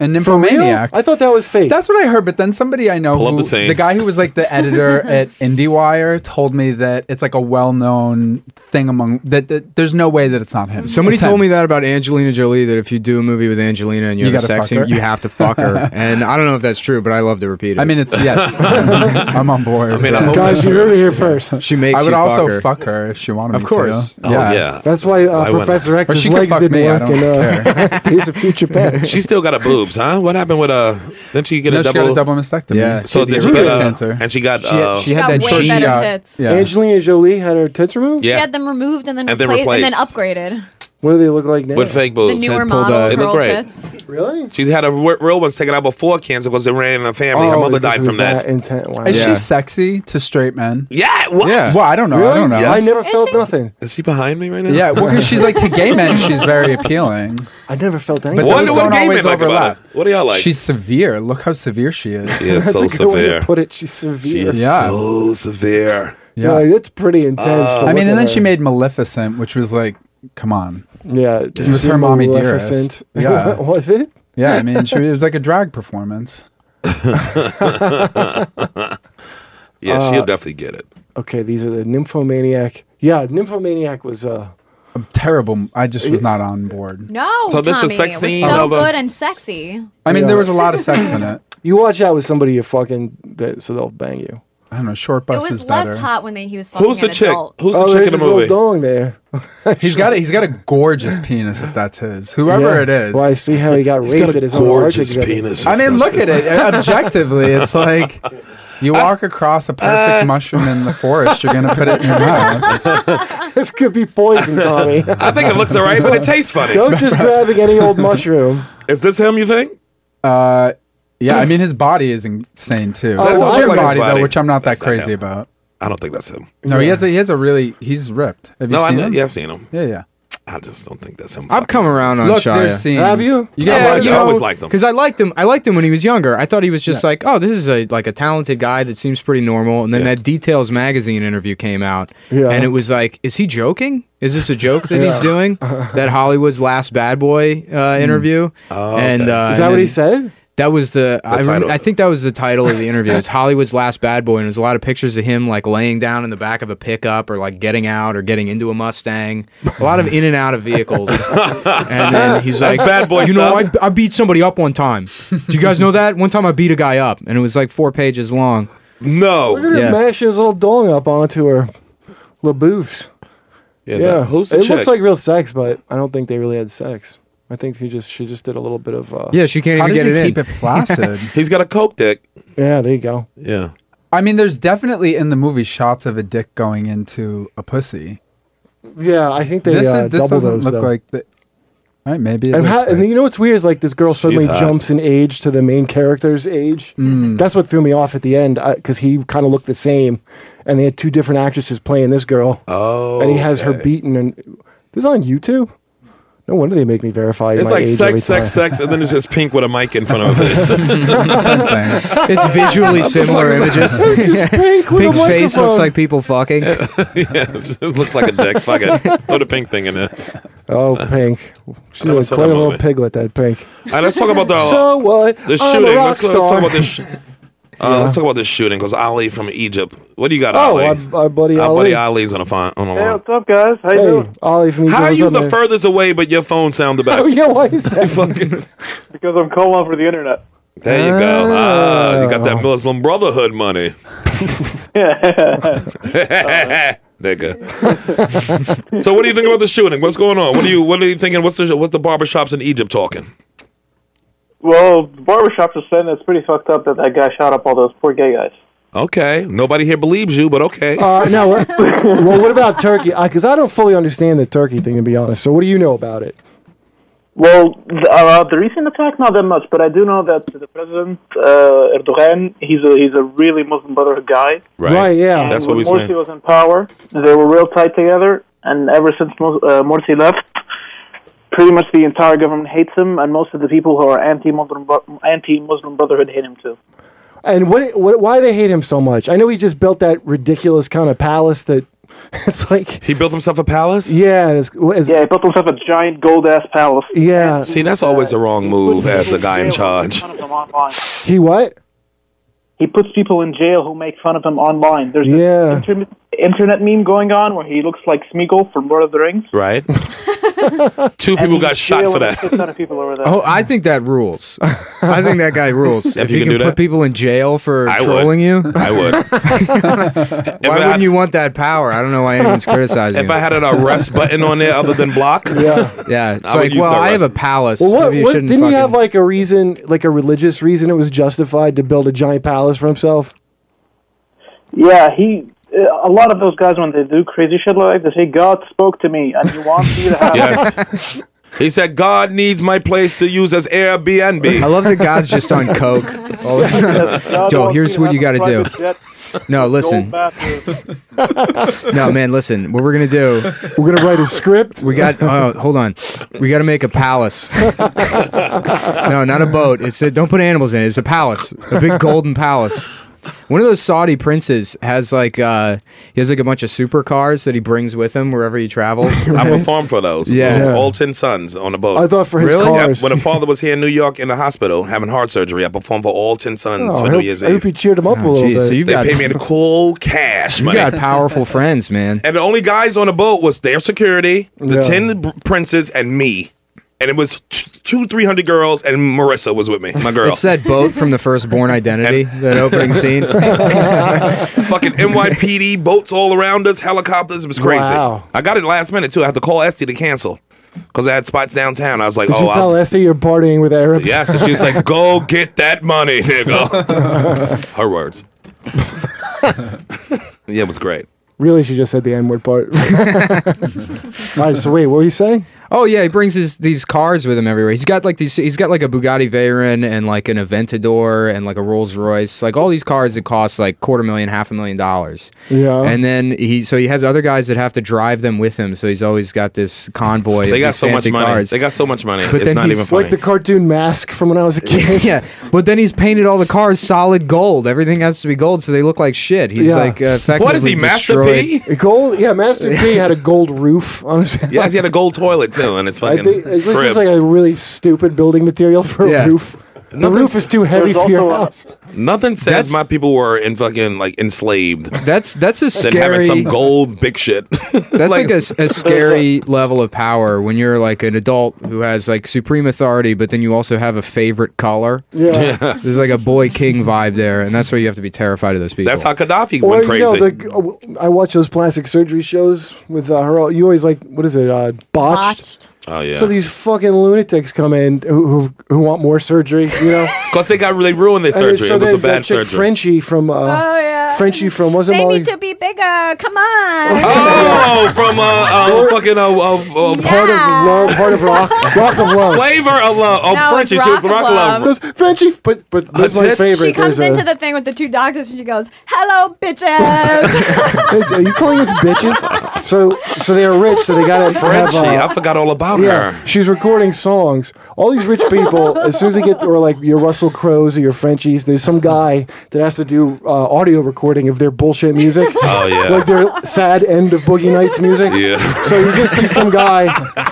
[SPEAKER 9] And
[SPEAKER 5] for real?
[SPEAKER 9] Nymphomaniac.
[SPEAKER 5] I thought that was fake.
[SPEAKER 9] That's what I heard, but then somebody I know,
[SPEAKER 2] Pull up
[SPEAKER 9] who,
[SPEAKER 2] the scene.
[SPEAKER 9] guy who was like the editor at IndieWire, told me that it's like a well-known thing among that. that there's no way that it's not him.
[SPEAKER 10] Somebody
[SPEAKER 9] It's
[SPEAKER 10] told
[SPEAKER 9] him.
[SPEAKER 10] me that about Angelina Jolie that if you do a movie with Angelina and you,
[SPEAKER 9] You
[SPEAKER 10] have a
[SPEAKER 9] gotta
[SPEAKER 10] sex
[SPEAKER 9] fuck
[SPEAKER 10] scene,
[SPEAKER 9] her.
[SPEAKER 10] you have to fuck her. and I don't know if that's true, but I love to repeat it.
[SPEAKER 9] I mean, it's yes. I'm on board. I
[SPEAKER 2] mean, I hope-
[SPEAKER 5] guys. You heard it here first.
[SPEAKER 10] she makes.
[SPEAKER 9] I would
[SPEAKER 10] you
[SPEAKER 9] also
[SPEAKER 10] her.
[SPEAKER 9] fuck her if she wanted
[SPEAKER 10] Of
[SPEAKER 9] me
[SPEAKER 10] course.
[SPEAKER 9] to.
[SPEAKER 2] Oh yeah.
[SPEAKER 5] That's why
[SPEAKER 2] Why
[SPEAKER 5] uh,
[SPEAKER 2] wouldn't
[SPEAKER 5] Professor
[SPEAKER 9] Or
[SPEAKER 2] I?
[SPEAKER 5] X's
[SPEAKER 9] she could
[SPEAKER 5] legs
[SPEAKER 9] fuck
[SPEAKER 5] didn't
[SPEAKER 9] me, I
[SPEAKER 5] work
[SPEAKER 9] don't
[SPEAKER 5] in uh, Days of Future Past.
[SPEAKER 2] She still got a boobs, huh? What happened with uh didn't she get
[SPEAKER 9] No,
[SPEAKER 2] a
[SPEAKER 9] she
[SPEAKER 2] double
[SPEAKER 9] got a double mastectomy.
[SPEAKER 10] Yeah.
[SPEAKER 2] so
[SPEAKER 9] She had
[SPEAKER 2] did
[SPEAKER 5] she
[SPEAKER 2] she
[SPEAKER 9] breast
[SPEAKER 2] get
[SPEAKER 5] got,
[SPEAKER 9] cancer.
[SPEAKER 2] uh, and she got
[SPEAKER 10] She had,
[SPEAKER 2] uh
[SPEAKER 10] she had
[SPEAKER 6] Got
[SPEAKER 10] that
[SPEAKER 6] way
[SPEAKER 10] church.
[SPEAKER 9] she
[SPEAKER 6] better
[SPEAKER 9] got-
[SPEAKER 6] tits.
[SPEAKER 9] yeah.
[SPEAKER 5] Angelina Jolie had her tits removed.
[SPEAKER 2] yeah.
[SPEAKER 6] She had them removed and then
[SPEAKER 2] And then
[SPEAKER 6] replaced, and then
[SPEAKER 2] replaced.
[SPEAKER 6] upgraded.
[SPEAKER 5] What do they look like now?
[SPEAKER 2] with fake
[SPEAKER 6] The
[SPEAKER 2] boobs.
[SPEAKER 6] newer
[SPEAKER 10] pulled
[SPEAKER 6] model
[SPEAKER 10] out. They
[SPEAKER 6] girl
[SPEAKER 2] look great.
[SPEAKER 6] tits.
[SPEAKER 5] uh, really?
[SPEAKER 2] She had her w- real ones taken out before cancer because it ran in the family. her mother
[SPEAKER 5] because it
[SPEAKER 2] died
[SPEAKER 5] Oh, was uh,
[SPEAKER 2] from that.
[SPEAKER 5] intent. Wow.
[SPEAKER 9] Is
[SPEAKER 10] Yeah.
[SPEAKER 9] she sexy to straight men?
[SPEAKER 2] Yeah, what?
[SPEAKER 10] Yeah.
[SPEAKER 9] Well, I don't know.
[SPEAKER 5] Really?
[SPEAKER 9] I don't know.
[SPEAKER 5] I
[SPEAKER 2] Yes.
[SPEAKER 5] never
[SPEAKER 6] Is
[SPEAKER 5] felt
[SPEAKER 6] she?
[SPEAKER 5] nothing.
[SPEAKER 2] Is she behind me right now?
[SPEAKER 9] Yeah, well, 'cause she's like to gay men, she's very appealing.
[SPEAKER 5] I never felt anything.
[SPEAKER 9] But
[SPEAKER 2] Wonder
[SPEAKER 9] those
[SPEAKER 2] what
[SPEAKER 9] don't
[SPEAKER 2] gay men
[SPEAKER 9] always
[SPEAKER 2] like about
[SPEAKER 9] overlap.
[SPEAKER 2] it. What do y'all like?
[SPEAKER 9] she's severe. Look how severe she is.
[SPEAKER 2] yeah,
[SPEAKER 5] That's
[SPEAKER 2] so
[SPEAKER 5] a good way
[SPEAKER 2] severe.
[SPEAKER 5] to put it. She's severe.
[SPEAKER 2] She's
[SPEAKER 9] Yeah.
[SPEAKER 2] so severe. Uh,
[SPEAKER 5] Yeah,
[SPEAKER 9] Yeah. Uh,
[SPEAKER 5] that's pretty intense. to
[SPEAKER 9] I mean,
[SPEAKER 5] look
[SPEAKER 9] and
[SPEAKER 5] at
[SPEAKER 9] then she
[SPEAKER 5] her.
[SPEAKER 9] made Maleficent, which was like, come on.
[SPEAKER 5] Yeah, did you
[SPEAKER 9] was
[SPEAKER 5] see
[SPEAKER 9] her mommy
[SPEAKER 5] Maleficent?
[SPEAKER 9] dearest. Yeah.
[SPEAKER 5] was it?
[SPEAKER 9] Yeah, I mean, she it was like a drag performance.
[SPEAKER 2] Yeah, Uh, she'll definitely get it.
[SPEAKER 5] Uh, Okay, these are the Nymphomaniac. Yeah, Nymphomaniac was uh
[SPEAKER 9] Terrible. I just was not on board.
[SPEAKER 6] No,
[SPEAKER 2] So this is
[SPEAKER 6] Tommy,
[SPEAKER 2] sex
[SPEAKER 6] it was
[SPEAKER 2] scene
[SPEAKER 6] so
[SPEAKER 2] of a-
[SPEAKER 6] good and sexy.
[SPEAKER 9] I mean,
[SPEAKER 5] Yeah.
[SPEAKER 9] there was a lot of sex in it.
[SPEAKER 5] you watch out with somebody you're fucking that, so they'll bang you.
[SPEAKER 9] I don't know. Short
[SPEAKER 6] It
[SPEAKER 9] bus
[SPEAKER 6] was
[SPEAKER 9] is
[SPEAKER 6] less
[SPEAKER 9] better.
[SPEAKER 6] hot when they, he was fucking
[SPEAKER 2] Who's
[SPEAKER 6] an
[SPEAKER 2] the chick?
[SPEAKER 6] adult.
[SPEAKER 2] Who's
[SPEAKER 5] oh,
[SPEAKER 2] the chick
[SPEAKER 5] there's
[SPEAKER 2] in the
[SPEAKER 5] this little
[SPEAKER 2] movie?
[SPEAKER 5] dong there.
[SPEAKER 9] He's got a he's got a gorgeous penis if that's his. Whoever
[SPEAKER 5] Yeah.
[SPEAKER 9] it is.
[SPEAKER 5] Well, I see how he got raped at his own
[SPEAKER 2] gorgeous
[SPEAKER 5] orchard.
[SPEAKER 2] penis.
[SPEAKER 9] I mean, look at it. Objectively, it's like you walk across a
[SPEAKER 2] Uh.
[SPEAKER 9] perfect mushroom in the forest. You're gonna put it in your mouth.
[SPEAKER 5] this could be poison, Tommy.
[SPEAKER 2] I think it looks all right, but it tastes funny.
[SPEAKER 5] Don't just grabbing any old mushroom.
[SPEAKER 2] Is this him, you think?
[SPEAKER 9] Uh, yeah, I mean, his body is insane too.
[SPEAKER 5] Oh,
[SPEAKER 9] That's
[SPEAKER 5] I
[SPEAKER 9] a gym
[SPEAKER 5] like his
[SPEAKER 9] body,
[SPEAKER 2] body.
[SPEAKER 9] though, which I'm not
[SPEAKER 2] That's
[SPEAKER 9] that
[SPEAKER 2] not
[SPEAKER 9] crazy
[SPEAKER 2] him.
[SPEAKER 9] about.
[SPEAKER 2] I don't think that's him.
[SPEAKER 9] No, he has a he has a really he's ripped. Have you
[SPEAKER 2] No, I
[SPEAKER 9] seen
[SPEAKER 2] know.
[SPEAKER 9] him?
[SPEAKER 2] Yeah, I've seen him.
[SPEAKER 9] yeah, yeah.
[SPEAKER 2] I just don't think that's him.
[SPEAKER 10] I've come around on
[SPEAKER 9] Look,
[SPEAKER 10] Shia.
[SPEAKER 9] there's scenes.
[SPEAKER 5] Have you?
[SPEAKER 9] You
[SPEAKER 2] Yeah,
[SPEAKER 9] gotta
[SPEAKER 2] yeah,
[SPEAKER 9] watch
[SPEAKER 2] you
[SPEAKER 9] it.
[SPEAKER 2] always liked them.
[SPEAKER 10] Because I liked him. I liked him when he was younger. I thought he was just like, oh, this is a like a talented guy that seems pretty normal. And then
[SPEAKER 2] Yeah.
[SPEAKER 10] that Details magazine interview came out,
[SPEAKER 5] Yeah.
[SPEAKER 10] and it was like, is he joking? Is this a joke that he's doing? that Hollywood's last bad boy uh, interview.
[SPEAKER 2] Oh,
[SPEAKER 10] and
[SPEAKER 5] Mm.
[SPEAKER 10] uh,
[SPEAKER 5] Is that
[SPEAKER 10] and
[SPEAKER 5] what he
[SPEAKER 10] then-
[SPEAKER 5] said?
[SPEAKER 10] That was the, I, remember-
[SPEAKER 2] title.
[SPEAKER 10] I think that was the title of the interview. It's Hollywood's Last Bad Boy, and there's a lot of pictures of him like laying down in the back of a pickup, or like getting out, or getting into a Mustang. A lot of in and out of vehicles. and then he's like,
[SPEAKER 2] bad boy
[SPEAKER 10] You know, I,
[SPEAKER 2] stuff."
[SPEAKER 10] I beat somebody up one time. Do you guys know that? One time I beat a guy up, and it was like four pages long.
[SPEAKER 5] Look at
[SPEAKER 2] No.
[SPEAKER 5] her
[SPEAKER 10] Yeah.
[SPEAKER 5] mashing his little dong up onto her laboofs.
[SPEAKER 2] Yeah.
[SPEAKER 5] Yeah,
[SPEAKER 2] that- Who's the
[SPEAKER 5] it
[SPEAKER 2] chick?
[SPEAKER 5] looks like real sex, but I don't think they really had sex. I think he just she just did a little bit of uh,
[SPEAKER 10] Yeah, she can't
[SPEAKER 9] How
[SPEAKER 10] even
[SPEAKER 9] does
[SPEAKER 10] get
[SPEAKER 9] he
[SPEAKER 10] it
[SPEAKER 9] keep
[SPEAKER 10] in.
[SPEAKER 9] it flaccid?
[SPEAKER 2] He's got a coke dick.
[SPEAKER 5] yeah. There you go.
[SPEAKER 2] Yeah.
[SPEAKER 9] I mean, there's definitely in the movie shots of a dick going into a pussy.
[SPEAKER 5] Yeah, I think they
[SPEAKER 9] this
[SPEAKER 5] uh,
[SPEAKER 9] is, this
[SPEAKER 5] double
[SPEAKER 9] doesn't
[SPEAKER 5] those
[SPEAKER 9] look
[SPEAKER 5] though.
[SPEAKER 9] like the. All right, maybe. It
[SPEAKER 5] and,
[SPEAKER 9] looks
[SPEAKER 5] how, and
[SPEAKER 9] like-
[SPEAKER 5] you know what's weird is like this girl suddenly
[SPEAKER 2] hot.
[SPEAKER 5] jumps in age to the main character's age.
[SPEAKER 9] Hmm.
[SPEAKER 5] That's what threw me off at the end because he kind of looked the same, and they had two different actresses playing this girl,
[SPEAKER 2] Oh.
[SPEAKER 5] and he has her beaten. And this is on YouTube. No wonder they make me verify
[SPEAKER 2] It's
[SPEAKER 5] my
[SPEAKER 2] like
[SPEAKER 5] age every
[SPEAKER 2] sex, sex,
[SPEAKER 5] time.
[SPEAKER 2] sex, and then it's just pink with a mic in front of it.
[SPEAKER 9] Something.
[SPEAKER 10] It's visually similar images.
[SPEAKER 5] Just pink with a
[SPEAKER 10] Pink's face
[SPEAKER 5] microphone.
[SPEAKER 10] looks like people fucking.
[SPEAKER 2] yes, it looks like a dick. Fuck it. Put a pink thing in it.
[SPEAKER 5] Oh, pink. She
[SPEAKER 2] never
[SPEAKER 5] was
[SPEAKER 2] saw
[SPEAKER 5] quite a
[SPEAKER 2] that
[SPEAKER 5] little
[SPEAKER 2] movie.
[SPEAKER 5] piglet, that pink.
[SPEAKER 2] All right, let's talk about the
[SPEAKER 5] so what?
[SPEAKER 2] the
[SPEAKER 5] I'm
[SPEAKER 2] shooting.
[SPEAKER 5] a rock
[SPEAKER 2] Let's, let's talk
[SPEAKER 5] star.
[SPEAKER 2] about this. Sh- uh, Let's talk about this shooting because Ali from Egypt. What do you got,
[SPEAKER 5] Oh,
[SPEAKER 2] Ali?
[SPEAKER 5] our, our buddy
[SPEAKER 2] Our
[SPEAKER 5] Ali.
[SPEAKER 2] buddy Ali's on a phone. On a
[SPEAKER 8] Hey,
[SPEAKER 2] line.
[SPEAKER 8] what's up, guys? How you
[SPEAKER 5] Hey,
[SPEAKER 8] doing?
[SPEAKER 5] Ollie from Egypt.
[SPEAKER 2] How are
[SPEAKER 5] what's
[SPEAKER 2] you
[SPEAKER 5] up,
[SPEAKER 2] the
[SPEAKER 5] man?
[SPEAKER 2] furthest away, but your phone sound the
[SPEAKER 5] Oh,
[SPEAKER 2] best?
[SPEAKER 5] yeah, why is that?
[SPEAKER 2] Fucking-
[SPEAKER 8] Because I'm calling for the internet.
[SPEAKER 2] there you go. Ah, you got that
[SPEAKER 5] Oh.
[SPEAKER 2] Muslim Brotherhood money. Nigga. so, what do you think about the shooting? What's going on? What are you What are you thinking? What's the What's the barbershops in Egypt talking?
[SPEAKER 8] Well, the barbershops are saying it's pretty fucked up that that guy shot up all those poor gay guys.
[SPEAKER 2] Okay, nobody here believes you, but okay.
[SPEAKER 5] Uh, no, what- well, what about Turkey? Because I, don't fully understand the Turkey thing, to be honest. So, what do you know about it?
[SPEAKER 8] Well, th- uh, the recent attack, not that much, but I do know that the president uh, Erdogan, he's a he's a really Muslim Brotherhood guy.
[SPEAKER 2] right.
[SPEAKER 5] right, yeah.
[SPEAKER 8] And
[SPEAKER 2] That's what
[SPEAKER 8] when
[SPEAKER 2] we
[SPEAKER 8] Morsi
[SPEAKER 2] saying.
[SPEAKER 8] was in power, they were real tight together, and ever since Mo- uh, Morsi left, pretty much the entire government hates him, and most of the people who are anti-Muslim Bro- anti-Muslim Brotherhood hate him too.
[SPEAKER 5] And what, what? Why they hate him so much? I know he just built that ridiculous kind of palace that it's like,
[SPEAKER 2] He built himself a palace.
[SPEAKER 5] yeah, and it's, it's
[SPEAKER 8] Yeah, he built himself a giant gold ass palace.
[SPEAKER 5] yeah.
[SPEAKER 2] See, that's always the wrong move as the guy in charge.
[SPEAKER 5] He what?
[SPEAKER 8] He puts people in jail who make fun of him online. There's this
[SPEAKER 5] Yeah.
[SPEAKER 8] inter- internet meme going on where he looks like Smeagol from Lord of the Rings.
[SPEAKER 2] Right. Two people got shot for that.
[SPEAKER 8] Six hundred people over there.
[SPEAKER 10] Oh, I think that rules. I think that guy rules. if
[SPEAKER 2] you
[SPEAKER 10] you,
[SPEAKER 2] can
[SPEAKER 10] can,
[SPEAKER 2] do
[SPEAKER 10] put
[SPEAKER 2] that?
[SPEAKER 10] people in jail for
[SPEAKER 2] I would.
[SPEAKER 10] trolling you,
[SPEAKER 2] I would. if
[SPEAKER 10] why
[SPEAKER 2] I
[SPEAKER 10] wouldn't
[SPEAKER 2] had,
[SPEAKER 10] you want that power? I don't know why anyone's criticizing.
[SPEAKER 2] If I
[SPEAKER 10] it.
[SPEAKER 2] had an arrest button on there other than block,
[SPEAKER 5] Yeah.
[SPEAKER 10] yeah, it's
[SPEAKER 2] I would
[SPEAKER 10] like,
[SPEAKER 2] use
[SPEAKER 10] well,
[SPEAKER 2] that
[SPEAKER 10] I have a
[SPEAKER 2] recipe.
[SPEAKER 10] palace.
[SPEAKER 5] Well, what,
[SPEAKER 10] Maybe you
[SPEAKER 5] what
[SPEAKER 10] shouldn't
[SPEAKER 5] didn't he have
[SPEAKER 10] fucking-
[SPEAKER 5] like a reason, like a religious reason? It was justified to build a giant palace for himself.
[SPEAKER 8] Yeah, he. uh, A lot of those guys, when they do crazy shit like this, they say, God spoke to me, and He wants you to have.
[SPEAKER 2] yes. He said, God needs my place to use as
[SPEAKER 10] I
[SPEAKER 2] Airbnb.
[SPEAKER 10] love that God's just on coke. all the time.
[SPEAKER 8] God
[SPEAKER 10] Joe,
[SPEAKER 8] wants
[SPEAKER 10] here's
[SPEAKER 8] you to
[SPEAKER 10] what
[SPEAKER 8] have
[SPEAKER 10] you
[SPEAKER 8] a
[SPEAKER 10] gotta do.
[SPEAKER 8] private jet,
[SPEAKER 10] no,
[SPEAKER 8] gold
[SPEAKER 10] listen,
[SPEAKER 8] bathroom.
[SPEAKER 10] no, man, listen. What we're gonna do?
[SPEAKER 5] We're gonna write a script.
[SPEAKER 10] We got. Oh, hold on. We got to make a palace. no, not a boat. It's a, don't put animals in it. It's a palace, a big golden palace. One of those Saudi princes has like uh, he has like a bunch of supercars that he brings with him wherever he travels.
[SPEAKER 2] I performed for those.
[SPEAKER 10] Yeah.
[SPEAKER 2] All 10 sons on the boat.
[SPEAKER 5] I thought for his
[SPEAKER 10] Really?
[SPEAKER 2] Yeah,
[SPEAKER 5] cars.
[SPEAKER 2] when the father was here in New York in the hospital having heart surgery, I performed for all 10 sons
[SPEAKER 5] Oh,
[SPEAKER 2] for
[SPEAKER 5] I,
[SPEAKER 2] New
[SPEAKER 5] hope,
[SPEAKER 2] Year's
[SPEAKER 5] I hope
[SPEAKER 2] Eve.
[SPEAKER 5] you cheered him up a little
[SPEAKER 10] Oh, Jeez,
[SPEAKER 5] bit.
[SPEAKER 10] so you've
[SPEAKER 2] They
[SPEAKER 10] got
[SPEAKER 2] paid me in cool cash
[SPEAKER 10] you
[SPEAKER 2] money.
[SPEAKER 10] got powerful friends, man.
[SPEAKER 2] And the only guys on the boat was their security, the
[SPEAKER 5] Yeah.
[SPEAKER 2] 10 br- princes, and me. And it was t- two, 300 girls, and Marissa was with me, my girl.
[SPEAKER 10] It's that boat from the firstborn identity, that opening scene.
[SPEAKER 2] oh, fucking NYPD boats all around us, helicopters. It was crazy.
[SPEAKER 5] Wow.
[SPEAKER 2] I got it last minute too. I had to call Esty to cancel because I had spots downtown. I was like,
[SPEAKER 5] Did
[SPEAKER 2] oh,
[SPEAKER 5] you tell
[SPEAKER 2] I'll-
[SPEAKER 5] Esty you're partying with Arabs?
[SPEAKER 2] yes. And she was like, go get that money, nigga. Her words. yeah, it was great.
[SPEAKER 5] Really, she just said the N word part. All right, so wait, what were you saying?
[SPEAKER 10] Oh yeah, he brings his these cars with him everywhere. He's got like these. He's got like a Bugatti Veyron and like an Aventador and like a Rolls Royce. Like all these cars that cost like quarter million, half a million dollars.
[SPEAKER 5] Yeah.
[SPEAKER 10] And then he so he has other guys that have to drive them with him. So he's always got this convoy.
[SPEAKER 2] They
[SPEAKER 10] of
[SPEAKER 2] got
[SPEAKER 10] these
[SPEAKER 2] so much
[SPEAKER 10] fancy
[SPEAKER 2] money.
[SPEAKER 10] Cars.
[SPEAKER 2] They got so much money.
[SPEAKER 10] But
[SPEAKER 2] it's
[SPEAKER 10] then
[SPEAKER 2] not
[SPEAKER 10] he's
[SPEAKER 2] even
[SPEAKER 5] like
[SPEAKER 2] funny.
[SPEAKER 5] the cartoon mask from when I was a kid.
[SPEAKER 10] yeah, but then he's painted all the cars solid gold. Everything has to be gold, so they look like shit. He's
[SPEAKER 5] Yeah.
[SPEAKER 10] like uh, effectively
[SPEAKER 2] what is he, Master
[SPEAKER 10] destroyed-
[SPEAKER 2] P?
[SPEAKER 5] A Gold, yeah, Master P had a gold roof on his head.
[SPEAKER 2] Yes, he had a gold toilet too, and it's
[SPEAKER 5] I
[SPEAKER 2] fucking.
[SPEAKER 5] think it's
[SPEAKER 2] cribs.
[SPEAKER 5] just like a really stupid building material for a
[SPEAKER 10] Yeah.
[SPEAKER 5] roof. The roof is too heavy
[SPEAKER 8] There's
[SPEAKER 5] for your
[SPEAKER 8] also a-
[SPEAKER 5] house.
[SPEAKER 2] Nothing says
[SPEAKER 10] That's-
[SPEAKER 2] my people were in fucking like enslaved
[SPEAKER 10] That's that's a
[SPEAKER 2] than
[SPEAKER 10] scary.
[SPEAKER 2] having some gold big shit.
[SPEAKER 10] That's like, a s a a, scary level of power when you're like an adult who has like supreme authority, but then you also have a favorite color.
[SPEAKER 5] Yeah.
[SPEAKER 10] There's like a boy king vibe there, and that's why you have to be terrified of those people.
[SPEAKER 2] That's how Gaddafi
[SPEAKER 5] Or
[SPEAKER 2] went
[SPEAKER 5] you
[SPEAKER 2] crazy.
[SPEAKER 5] know, the, oh, I watch those plastic surgery shows with uh, her. You always like, what is it? Uh, botched.
[SPEAKER 11] Botched.
[SPEAKER 2] oh yeah.
[SPEAKER 5] So these fucking lunatics come in who who, who want more surgery. You know,
[SPEAKER 2] Because they got they ruined their
[SPEAKER 5] And
[SPEAKER 2] surgery.
[SPEAKER 5] so
[SPEAKER 2] it was a
[SPEAKER 5] then that
[SPEAKER 2] bad
[SPEAKER 5] chick
[SPEAKER 2] surgery.
[SPEAKER 5] Frenchie from uh,
[SPEAKER 11] Oh yeah.
[SPEAKER 5] Frenchie from was it
[SPEAKER 6] They
[SPEAKER 5] Molly?
[SPEAKER 6] need to be bigger. Come on.
[SPEAKER 12] Oh, from uh, uh fucking uh, uh, uh
[SPEAKER 5] Part of love, part of rock, rock of love.
[SPEAKER 12] flavor of
[SPEAKER 2] Uh,
[SPEAKER 12] love. Oh,
[SPEAKER 6] No, it's
[SPEAKER 12] Frenchie
[SPEAKER 6] Rock
[SPEAKER 12] too.
[SPEAKER 6] of
[SPEAKER 12] Rock of love.
[SPEAKER 5] Goes, Frenchie, but but that's my
[SPEAKER 12] tits.
[SPEAKER 5] favorite.
[SPEAKER 6] she comes
[SPEAKER 5] There's a-
[SPEAKER 6] into the thing with the two doctors and she goes, "Hello, bitches."
[SPEAKER 5] Are you calling us bitches? So, so they are rich, so they gotta
[SPEAKER 2] Frenchie,
[SPEAKER 5] have. uh,
[SPEAKER 2] I forgot all about
[SPEAKER 5] yeah,
[SPEAKER 2] her.
[SPEAKER 5] she's recording songs. All these rich people, as soon as they get, or like your Russell Crowe's or your Frenchies, there's some guy that has to do uh, audio recording of their bullshit music.
[SPEAKER 12] Oh, yeah.
[SPEAKER 5] like their sad end of Boogie Nights music.
[SPEAKER 12] Yeah.
[SPEAKER 5] So you just see some guy,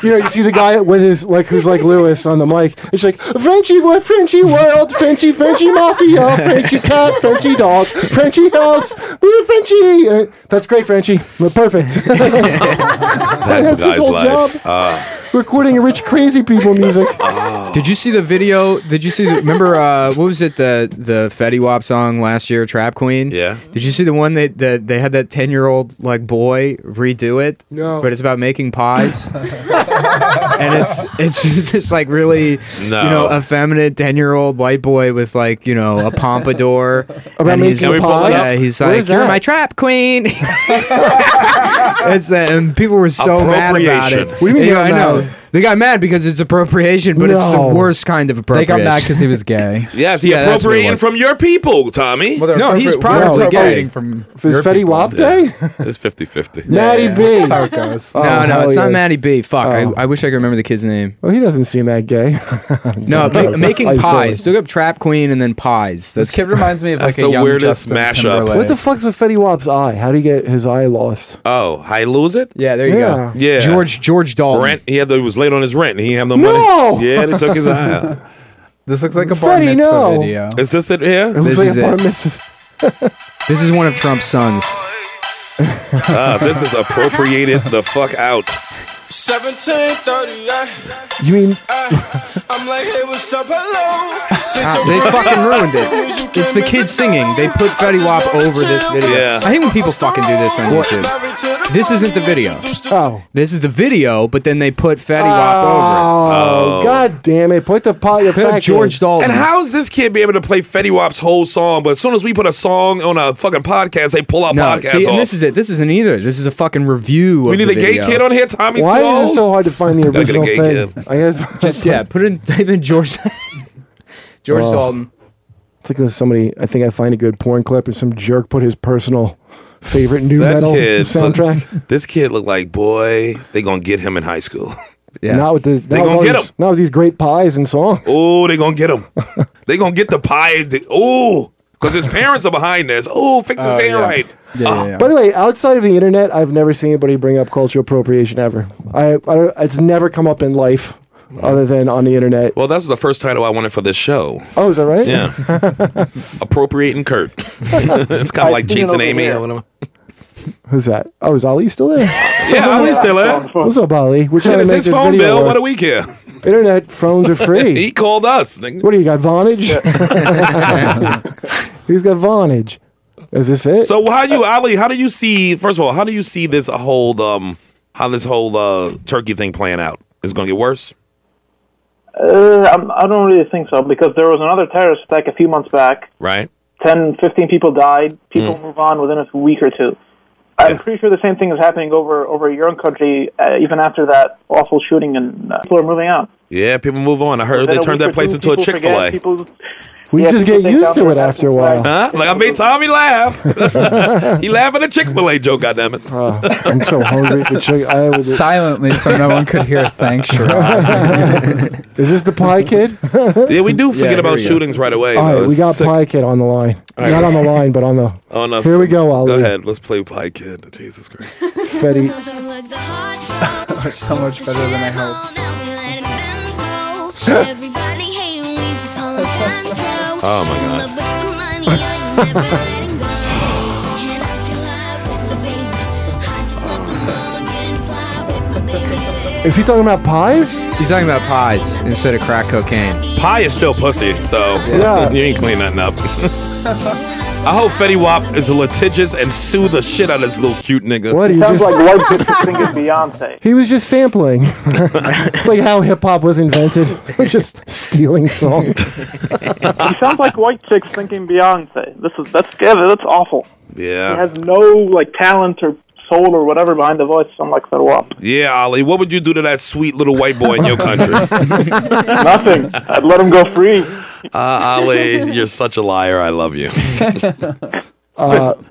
[SPEAKER 5] you know, you see the guy with his like who's like Lewis on the mic. It's like Frenchie, what Frenchie world, Frenchie, Frenchie mafia, Frenchie cat, Frenchie dog, Frenchie house, we're Frenchie. Uh, that's great, Frenchie. We're perfect.
[SPEAKER 2] That
[SPEAKER 5] That's his
[SPEAKER 2] guy's
[SPEAKER 5] whole
[SPEAKER 2] life.
[SPEAKER 5] job.
[SPEAKER 2] Uh,
[SPEAKER 5] Recording rich crazy people music.
[SPEAKER 10] Did you see the video? Did you see? The, remember uh, what was it? The the Fetty Wap song last year, Trap Queen.
[SPEAKER 2] Yeah.
[SPEAKER 10] Did you see the one that that they had that ten year old like boy redo it?
[SPEAKER 5] No.
[SPEAKER 10] But it's about making pies, and it's it's just this like really
[SPEAKER 2] No.
[SPEAKER 10] you know effeminate ten year old white boy with like you know a pompadour.
[SPEAKER 5] About
[SPEAKER 10] and he's-
[SPEAKER 5] making
[SPEAKER 12] Can we pull it
[SPEAKER 5] pies?
[SPEAKER 10] Yeah, he's
[SPEAKER 5] Where
[SPEAKER 10] like
[SPEAKER 5] is
[SPEAKER 10] you're
[SPEAKER 5] that?"
[SPEAKER 10] my trap queen. it's uh, and people were so mad about it.
[SPEAKER 2] Appropriation.
[SPEAKER 5] What do you mean
[SPEAKER 10] Yeah,
[SPEAKER 5] they
[SPEAKER 10] I
[SPEAKER 5] got
[SPEAKER 10] know.
[SPEAKER 5] mad?
[SPEAKER 10] They got mad because it's appropriation, but it's the
[SPEAKER 5] No.
[SPEAKER 10] worst kind of
[SPEAKER 9] They
[SPEAKER 10] appropriation.
[SPEAKER 9] got mad because he was gay.
[SPEAKER 12] Yes, he
[SPEAKER 10] Yeah, that's what it
[SPEAKER 12] appropriating
[SPEAKER 10] was.
[SPEAKER 12] from your people, Tommy.
[SPEAKER 9] they're
[SPEAKER 10] No, he's
[SPEAKER 9] appropriate-
[SPEAKER 10] probably
[SPEAKER 9] we're
[SPEAKER 10] gay.
[SPEAKER 9] appropriating From
[SPEAKER 5] For his Fetty Wap day?
[SPEAKER 12] it's 50 50.
[SPEAKER 5] Natty B.
[SPEAKER 9] That's how it goes.
[SPEAKER 5] Oh,
[SPEAKER 10] No, no,
[SPEAKER 5] hell
[SPEAKER 10] it's not
[SPEAKER 5] yes.
[SPEAKER 10] Maddie B. Fuck,
[SPEAKER 5] Oh.
[SPEAKER 10] I, I wish I could remember the kid's name.
[SPEAKER 5] Well, Oh, he doesn't seem that gay.
[SPEAKER 10] No, ma-
[SPEAKER 5] I
[SPEAKER 10] making
[SPEAKER 5] feel
[SPEAKER 10] pies.
[SPEAKER 5] it.
[SPEAKER 10] Look up Trap Queen and then pies.
[SPEAKER 9] This
[SPEAKER 10] That's
[SPEAKER 9] kid reminds me of like
[SPEAKER 12] That's
[SPEAKER 9] a
[SPEAKER 12] the
[SPEAKER 9] young
[SPEAKER 12] weirdest
[SPEAKER 9] Justin
[SPEAKER 12] mashup.
[SPEAKER 9] Timberlake.
[SPEAKER 5] What the fuck's with Fetty Wap's eye? How do you get his eye lost?
[SPEAKER 2] oh, I lose it?
[SPEAKER 10] yeah. There you
[SPEAKER 5] Yeah.
[SPEAKER 10] go.
[SPEAKER 2] Yeah.
[SPEAKER 10] George George Dalton.
[SPEAKER 2] Rent. He had the, he was late on his rent. and He didn't have
[SPEAKER 5] No!
[SPEAKER 2] no, money. Yeah, they took his eye out.
[SPEAKER 9] This looks like a bar
[SPEAKER 5] Freddy,
[SPEAKER 9] mitzvah
[SPEAKER 5] no.
[SPEAKER 9] video.
[SPEAKER 12] Is this it
[SPEAKER 5] It
[SPEAKER 12] here?
[SPEAKER 5] looks
[SPEAKER 10] This
[SPEAKER 5] like
[SPEAKER 10] is
[SPEAKER 5] a
[SPEAKER 10] it.
[SPEAKER 5] bar mitzvah.
[SPEAKER 10] This is one of Trump's sons.
[SPEAKER 12] Uh, this is appropriated the fuck out.
[SPEAKER 13] 1730, I,
[SPEAKER 5] You mean
[SPEAKER 13] I'm like, hey, what's up? Hello. Sit your
[SPEAKER 10] They
[SPEAKER 13] brother
[SPEAKER 10] fucking
[SPEAKER 13] down
[SPEAKER 10] ruined
[SPEAKER 13] soon as you
[SPEAKER 10] it.
[SPEAKER 13] can
[SPEAKER 10] It's the
[SPEAKER 13] make
[SPEAKER 10] kid
[SPEAKER 13] it
[SPEAKER 10] singing.
[SPEAKER 13] down.
[SPEAKER 10] They put Fetty Wap over this video.
[SPEAKER 12] Yeah.
[SPEAKER 10] I hate when people fucking do this on
[SPEAKER 13] What?
[SPEAKER 10] YouTube.
[SPEAKER 13] Married to the
[SPEAKER 10] This isn't the
[SPEAKER 13] money,
[SPEAKER 10] video.
[SPEAKER 13] introduced to-
[SPEAKER 5] Oh.
[SPEAKER 10] This is the video, but then they put Fetty Wap over it.
[SPEAKER 5] Oh, God damn it. Put the pot the
[SPEAKER 10] Put up
[SPEAKER 5] fact
[SPEAKER 10] George
[SPEAKER 5] Oh.
[SPEAKER 10] Dalton.
[SPEAKER 12] And how's this kid be able to play Fetty Wap's whole song? But as soon as we put a song on a fucking podcast, they pull our
[SPEAKER 10] No,
[SPEAKER 12] podcast
[SPEAKER 10] see,
[SPEAKER 12] off.
[SPEAKER 10] and this is it. This isn't either. This is a fucking review.
[SPEAKER 12] we
[SPEAKER 10] of
[SPEAKER 12] need
[SPEAKER 10] the
[SPEAKER 12] a gay
[SPEAKER 10] video.
[SPEAKER 12] kid on here. Tommy's
[SPEAKER 5] Why
[SPEAKER 12] too
[SPEAKER 5] is it so hard to find the
[SPEAKER 2] Gotta get a
[SPEAKER 5] original
[SPEAKER 2] gay
[SPEAKER 5] thing? I guess
[SPEAKER 10] Just yeah, put in type in George George
[SPEAKER 5] Oh.
[SPEAKER 10] Dalton.
[SPEAKER 5] I think it was somebody. I think I find a good porn clip, and some jerk put his personal favorite new
[SPEAKER 2] That
[SPEAKER 5] metal
[SPEAKER 2] kid-
[SPEAKER 5] soundtrack.
[SPEAKER 2] This kid looked like, boy, they going to get him in high school.
[SPEAKER 10] Yeah.
[SPEAKER 5] Not with the not
[SPEAKER 2] gonna
[SPEAKER 5] with, all
[SPEAKER 2] get
[SPEAKER 5] these,
[SPEAKER 2] him.
[SPEAKER 5] not with these great pies and songs.
[SPEAKER 2] Oh, they going to get him. they going to get the pie. The, oh, because his parents are behind this. Oh, fix his hair
[SPEAKER 9] yeah.
[SPEAKER 2] right. Ah.
[SPEAKER 9] Yeah, yeah, yeah.
[SPEAKER 5] By the way, outside of the internet, I've never seen anybody bring up cultural appropriation ever. I, I don't- it's never come up in life, other than on the internet.
[SPEAKER 2] Well, that was the first title I wanted for this show.
[SPEAKER 5] Oh, is that right?
[SPEAKER 2] Yeah. Appropriating Kurt. it's kind of like Jason Amy or whatever.
[SPEAKER 5] Who's that? Oh, is Ali still there?
[SPEAKER 12] Yeah, I'm still there.
[SPEAKER 5] What's up, Ali? We're
[SPEAKER 12] Shit,
[SPEAKER 5] trying to
[SPEAKER 12] it's
[SPEAKER 5] make
[SPEAKER 12] his
[SPEAKER 5] this
[SPEAKER 12] phone
[SPEAKER 5] video
[SPEAKER 12] bill.
[SPEAKER 5] work.
[SPEAKER 12] What do we care?
[SPEAKER 5] Internet phones are
[SPEAKER 12] He
[SPEAKER 5] free.
[SPEAKER 12] called us. nigga.
[SPEAKER 5] what do you got, Vonage? He's got Vonage. Is this it?
[SPEAKER 2] So how you Ali? How do you see? First of all, how do you see this whole um how this whole uh turkey thing playing out? Is it gonna get worse?
[SPEAKER 8] Uh, I'm, I don't really think so because there was another terrorist attack a few months back.
[SPEAKER 2] Right. Hmm.
[SPEAKER 8] 10, 15 people died. People move on within a week or two. I'm
[SPEAKER 2] Yeah.
[SPEAKER 8] pretty sure the same thing is happening over over your own country, uh, even after that awful shooting, and uh, people are moving out.
[SPEAKER 2] Yeah, people move on. I heard
[SPEAKER 8] Within
[SPEAKER 2] they
[SPEAKER 8] a week
[SPEAKER 2] turned that
[SPEAKER 8] or
[SPEAKER 2] place
[SPEAKER 8] two,
[SPEAKER 2] into a
[SPEAKER 8] people
[SPEAKER 2] Chick Fil
[SPEAKER 8] forget,
[SPEAKER 2] A.
[SPEAKER 8] people-
[SPEAKER 5] we
[SPEAKER 8] yeah,
[SPEAKER 5] just
[SPEAKER 8] people
[SPEAKER 5] get
[SPEAKER 8] think
[SPEAKER 5] used
[SPEAKER 8] down
[SPEAKER 5] to
[SPEAKER 8] there
[SPEAKER 5] it
[SPEAKER 8] that's
[SPEAKER 5] after a
[SPEAKER 8] what's
[SPEAKER 5] while.
[SPEAKER 2] Huh? Like I made Tommy laugh. he laughing at Chick Fil A joke. Goddamn it!
[SPEAKER 5] Oh, I'm so hungry for chicken. I would, is
[SPEAKER 9] Silently, so no one could hear. Thanks, Sherrod.
[SPEAKER 5] this the pie kid?
[SPEAKER 2] Yeah, we do forget
[SPEAKER 10] here
[SPEAKER 2] about
[SPEAKER 10] we go.
[SPEAKER 2] shootings right away.
[SPEAKER 5] All
[SPEAKER 2] though.
[SPEAKER 5] right, we
[SPEAKER 2] It's
[SPEAKER 5] got
[SPEAKER 2] sick.
[SPEAKER 5] pie kid on the line. Not on the line, but on the
[SPEAKER 2] Oh, no.
[SPEAKER 5] Here we go, Ali.
[SPEAKER 2] Go ahead. Let's play Pie Kid. Jesus Christ.
[SPEAKER 5] Fetty.
[SPEAKER 9] so much better than I hoped.
[SPEAKER 2] Oh my God.
[SPEAKER 5] Is he talking about pies?
[SPEAKER 10] He's talking about pies instead of crack cocaine.
[SPEAKER 2] Pie is still pussy, so
[SPEAKER 5] Yeah.
[SPEAKER 2] you ain't clean nothing up.
[SPEAKER 12] I hope Fetty Wap is litigious and sue the shit out of this little cute nigga.
[SPEAKER 5] What, he Sounds just- like
[SPEAKER 8] white bitches singing Beyonce.
[SPEAKER 5] He was just sampling. it's like how hip hop was invented. We're just stealing songs.
[SPEAKER 8] he sounds like white chicks thinking Beyonce. This is that's yeah, that's awful.
[SPEAKER 12] Yeah.
[SPEAKER 8] He has no like talent or soul or whatever behind the voice. So I'm like, so what?
[SPEAKER 12] Yeah, Ali, what would you do to that sweet little white boy in your country?
[SPEAKER 8] Nothing. I'd let him go free.
[SPEAKER 12] Uh, Ali, you're such a liar. I love you.
[SPEAKER 5] Uh,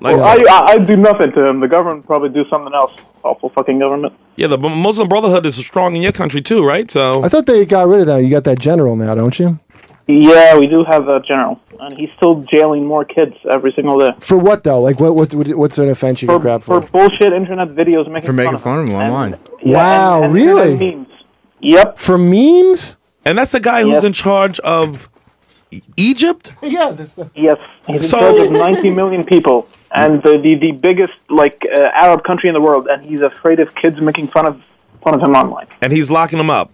[SPEAKER 12] Like-
[SPEAKER 8] Well, I, I I do nothing to him. The government probably do something else. Awful fucking government.
[SPEAKER 12] Yeah, the M- Muslim Brotherhood is strong in your country too, right? So
[SPEAKER 5] I thought they got rid of that. You got that general now, don't you?
[SPEAKER 8] Yeah, we do have a general, and he's still jailing more kids every single day
[SPEAKER 5] For what though? Like what? What? What's an offense you
[SPEAKER 8] for,
[SPEAKER 5] could grab
[SPEAKER 8] for
[SPEAKER 5] for?
[SPEAKER 8] bullshit internet videos making
[SPEAKER 10] For making
[SPEAKER 8] fun of him.
[SPEAKER 10] online.
[SPEAKER 5] wow, really?
[SPEAKER 8] Yep.
[SPEAKER 5] For memes?
[SPEAKER 12] And that's the guy who's
[SPEAKER 8] Yep.
[SPEAKER 12] in charge of E- Egypt.
[SPEAKER 5] Yeah. This,
[SPEAKER 8] Yes, he's
[SPEAKER 12] So-
[SPEAKER 8] in charge of 90 million people and the the, the biggest like uh, Arab country in the world, and he's afraid of kids making fun of fun of him online.
[SPEAKER 12] and he's locking them up.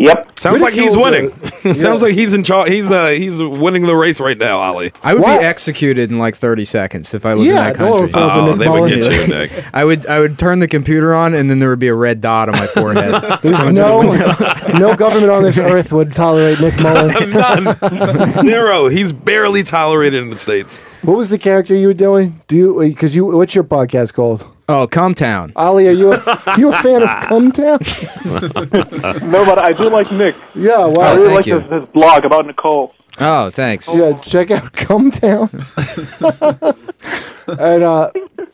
[SPEAKER 8] Yep.
[SPEAKER 12] Sounds like he's winning.
[SPEAKER 10] Ridicule's
[SPEAKER 12] Sounds like he's in charge. He's uh, he's winning the race right now, Ali.
[SPEAKER 10] I would be executed in like 30 seconds if I lived
[SPEAKER 12] Yeah,
[SPEAKER 10] in that
[SPEAKER 12] don't
[SPEAKER 10] country.
[SPEAKER 12] open up a Oh, Nick they would Mullen. get you, Nick.
[SPEAKER 10] I would I would turn the computer on and then there would be a red dot on my forehead.
[SPEAKER 5] There's no no government on this earth would tolerate Nick Mullen.
[SPEAKER 12] Zero. He's barely tolerated in the states.
[SPEAKER 5] What was the character you were doing? Do you? Because you, what's your podcast called?
[SPEAKER 10] Oh, Comtown.
[SPEAKER 5] Ollie, are you a, you a fan of Cumtown?
[SPEAKER 8] no, but I do like Nick.
[SPEAKER 5] Yeah,
[SPEAKER 14] Oh,
[SPEAKER 5] wow.
[SPEAKER 8] I really
[SPEAKER 10] thank
[SPEAKER 8] like
[SPEAKER 10] you.
[SPEAKER 8] his, his blog about Nicole.
[SPEAKER 10] Oh, thanks.
[SPEAKER 5] Yeah, check out Cumtown. and uh,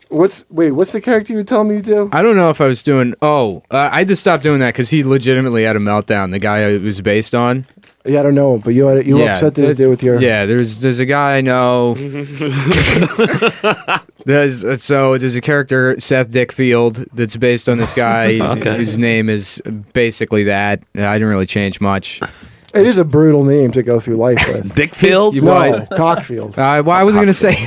[SPEAKER 5] what's wait? What's the character you were telling me you do?
[SPEAKER 10] I don't know if I was doing. Oh, uh, I had to stop doing that because he legitimately had a meltdown. The guy it was based on.
[SPEAKER 5] Yeah, I don't know, but you you
[SPEAKER 10] Yeah,
[SPEAKER 5] upset this
[SPEAKER 10] that-
[SPEAKER 5] dude with your
[SPEAKER 10] Yeah, there's there's a guy I know. there's uh, so there's a character Seth Dickfield that's based on this guy
[SPEAKER 5] Okay.
[SPEAKER 10] whose name is basically that. I didn't really change much.
[SPEAKER 5] It is a brutal name to go through life with.
[SPEAKER 12] Dickfield?
[SPEAKER 5] No, Cockfield.
[SPEAKER 10] Uh, well, I wasn't gonna say.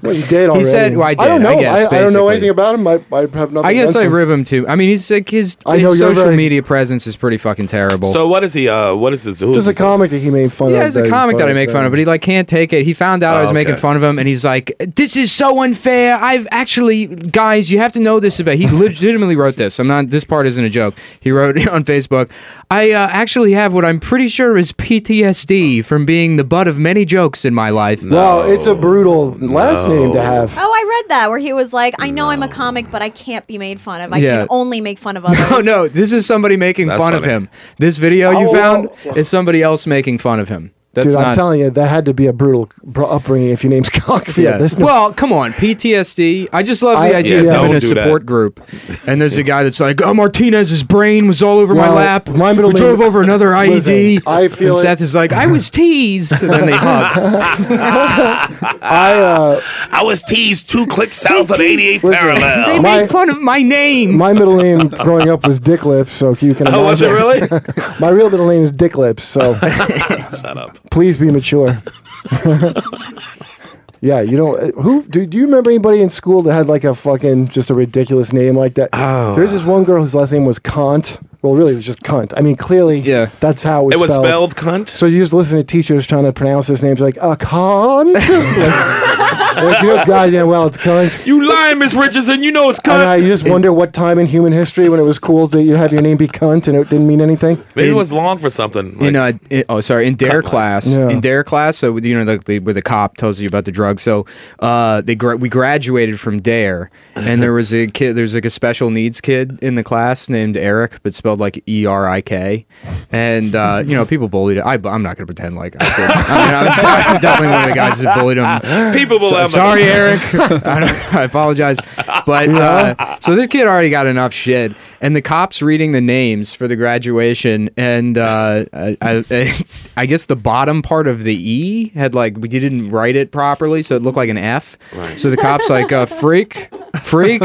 [SPEAKER 5] Well, you did already.
[SPEAKER 10] He said, well, I did,
[SPEAKER 5] don't know.
[SPEAKER 10] I guess,
[SPEAKER 5] don't know
[SPEAKER 10] basically.
[SPEAKER 5] anything about him. I, I have nothing.
[SPEAKER 10] I guess
[SPEAKER 5] against
[SPEAKER 10] I
[SPEAKER 5] him.
[SPEAKER 10] rib him too. I mean, he's like his,
[SPEAKER 5] I
[SPEAKER 10] his
[SPEAKER 5] know you're
[SPEAKER 10] social
[SPEAKER 5] very-
[SPEAKER 10] media presence is pretty fucking terrible.
[SPEAKER 12] So what is he? Uh, what is this? Who is
[SPEAKER 5] There's a
[SPEAKER 12] this?
[SPEAKER 5] comic that he made fun of.
[SPEAKER 10] Yeah, it's a
[SPEAKER 5] he's
[SPEAKER 10] comic that I
[SPEAKER 5] like,
[SPEAKER 10] make
[SPEAKER 5] uh,
[SPEAKER 10] fun of, but he like can't take it. He found out I
[SPEAKER 5] Oh,
[SPEAKER 10] was making
[SPEAKER 5] okay.
[SPEAKER 10] fun of him, and he's like, "This is so unfair." I've actually, guys, you have to know this about. He legitimately wrote this. I'm not. This part isn't a joke. He wrote on Facebook. I uh, actually have what I'm pretty sure is PTSD from being the butt of many jokes in my life.
[SPEAKER 5] Wow, it's a brutal last name to have.
[SPEAKER 6] Oh, I read that where he was like, I know I'm a comic, but I can't be made fun of. I
[SPEAKER 10] Yeah.
[SPEAKER 6] can only make fun of others.
[SPEAKER 10] No, no, this is somebody making
[SPEAKER 12] That's
[SPEAKER 10] fun of
[SPEAKER 12] funny.
[SPEAKER 10] him. This video you
[SPEAKER 6] Oh,
[SPEAKER 10] found is somebody else making fun of him. That's
[SPEAKER 5] Dude,
[SPEAKER 10] not.
[SPEAKER 5] I'm telling you, that had to be a brutal br- upbringing. If your name's Cockfield,
[SPEAKER 10] Yeah.
[SPEAKER 5] there's no
[SPEAKER 10] well, come on, PTSD. I just love the
[SPEAKER 5] I-
[SPEAKER 10] idea
[SPEAKER 5] Yeah,
[SPEAKER 10] of having
[SPEAKER 5] don't
[SPEAKER 10] a
[SPEAKER 5] do that.
[SPEAKER 10] support group. And there's a guy that's like, "Oh, Martinez's brain was all over my
[SPEAKER 5] Well,
[SPEAKER 10] lap.
[SPEAKER 5] my middle
[SPEAKER 10] we drove
[SPEAKER 5] name-
[SPEAKER 10] over another IED."
[SPEAKER 5] Listen, I feel
[SPEAKER 10] and
[SPEAKER 5] it.
[SPEAKER 10] Seth is like, "I was teased," and then they hug.
[SPEAKER 5] I uh,
[SPEAKER 12] I was teased two clicks south of 88th
[SPEAKER 10] They
[SPEAKER 12] parallel.
[SPEAKER 10] make fun of my name.
[SPEAKER 5] my middle name growing up was Dick Lips, so you can.
[SPEAKER 12] Oh, was it
[SPEAKER 5] imagine. my real middle name is Dick Lips, so
[SPEAKER 12] Shut up.
[SPEAKER 5] please be mature. yeah, you don't. Who do, do you remember anybody in school that had like a fucking just a ridiculous name like that? Oh. There's this one girl whose last name was Kant. Well, really, it was just Cunt. I mean, clearly, yeah, that's how it was.
[SPEAKER 12] It was
[SPEAKER 5] spelled.
[SPEAKER 12] spelled cunt.
[SPEAKER 5] So you just listen to teachers trying to pronounce his names like a cunt. like, like, you know goddamn well it's cunt.
[SPEAKER 12] You lying, Miss Richardson. You know it's
[SPEAKER 5] And
[SPEAKER 12] cunt.
[SPEAKER 5] I you just wonder what time in human history when it was cool that you have your name be cunt and it didn't mean anything.
[SPEAKER 12] Maybe it was long for something.
[SPEAKER 10] in uh, in- oh sorry in dare class
[SPEAKER 5] Yeah.
[SPEAKER 10] in dare class so you know like the, where the cop tells you about the drug so uh they gra- we graduated from dare and there was a kid there's like a special needs kid in the class named Eric but spelled like E R I K and uh you know people bullied it I, I'm not gonna pretend like I, did. I mean I was, I was definitely one of the guys that bullied him
[SPEAKER 12] People will
[SPEAKER 10] So-
[SPEAKER 12] have-
[SPEAKER 10] sorry Eric I, don't, I apologize but uh, so this kid already got enough shit and the cops reading the names for the graduation and uh, I, I, I guess the bottom part of the E had like we didn't write it properly so it looked like an F so the cops like uh, freak freak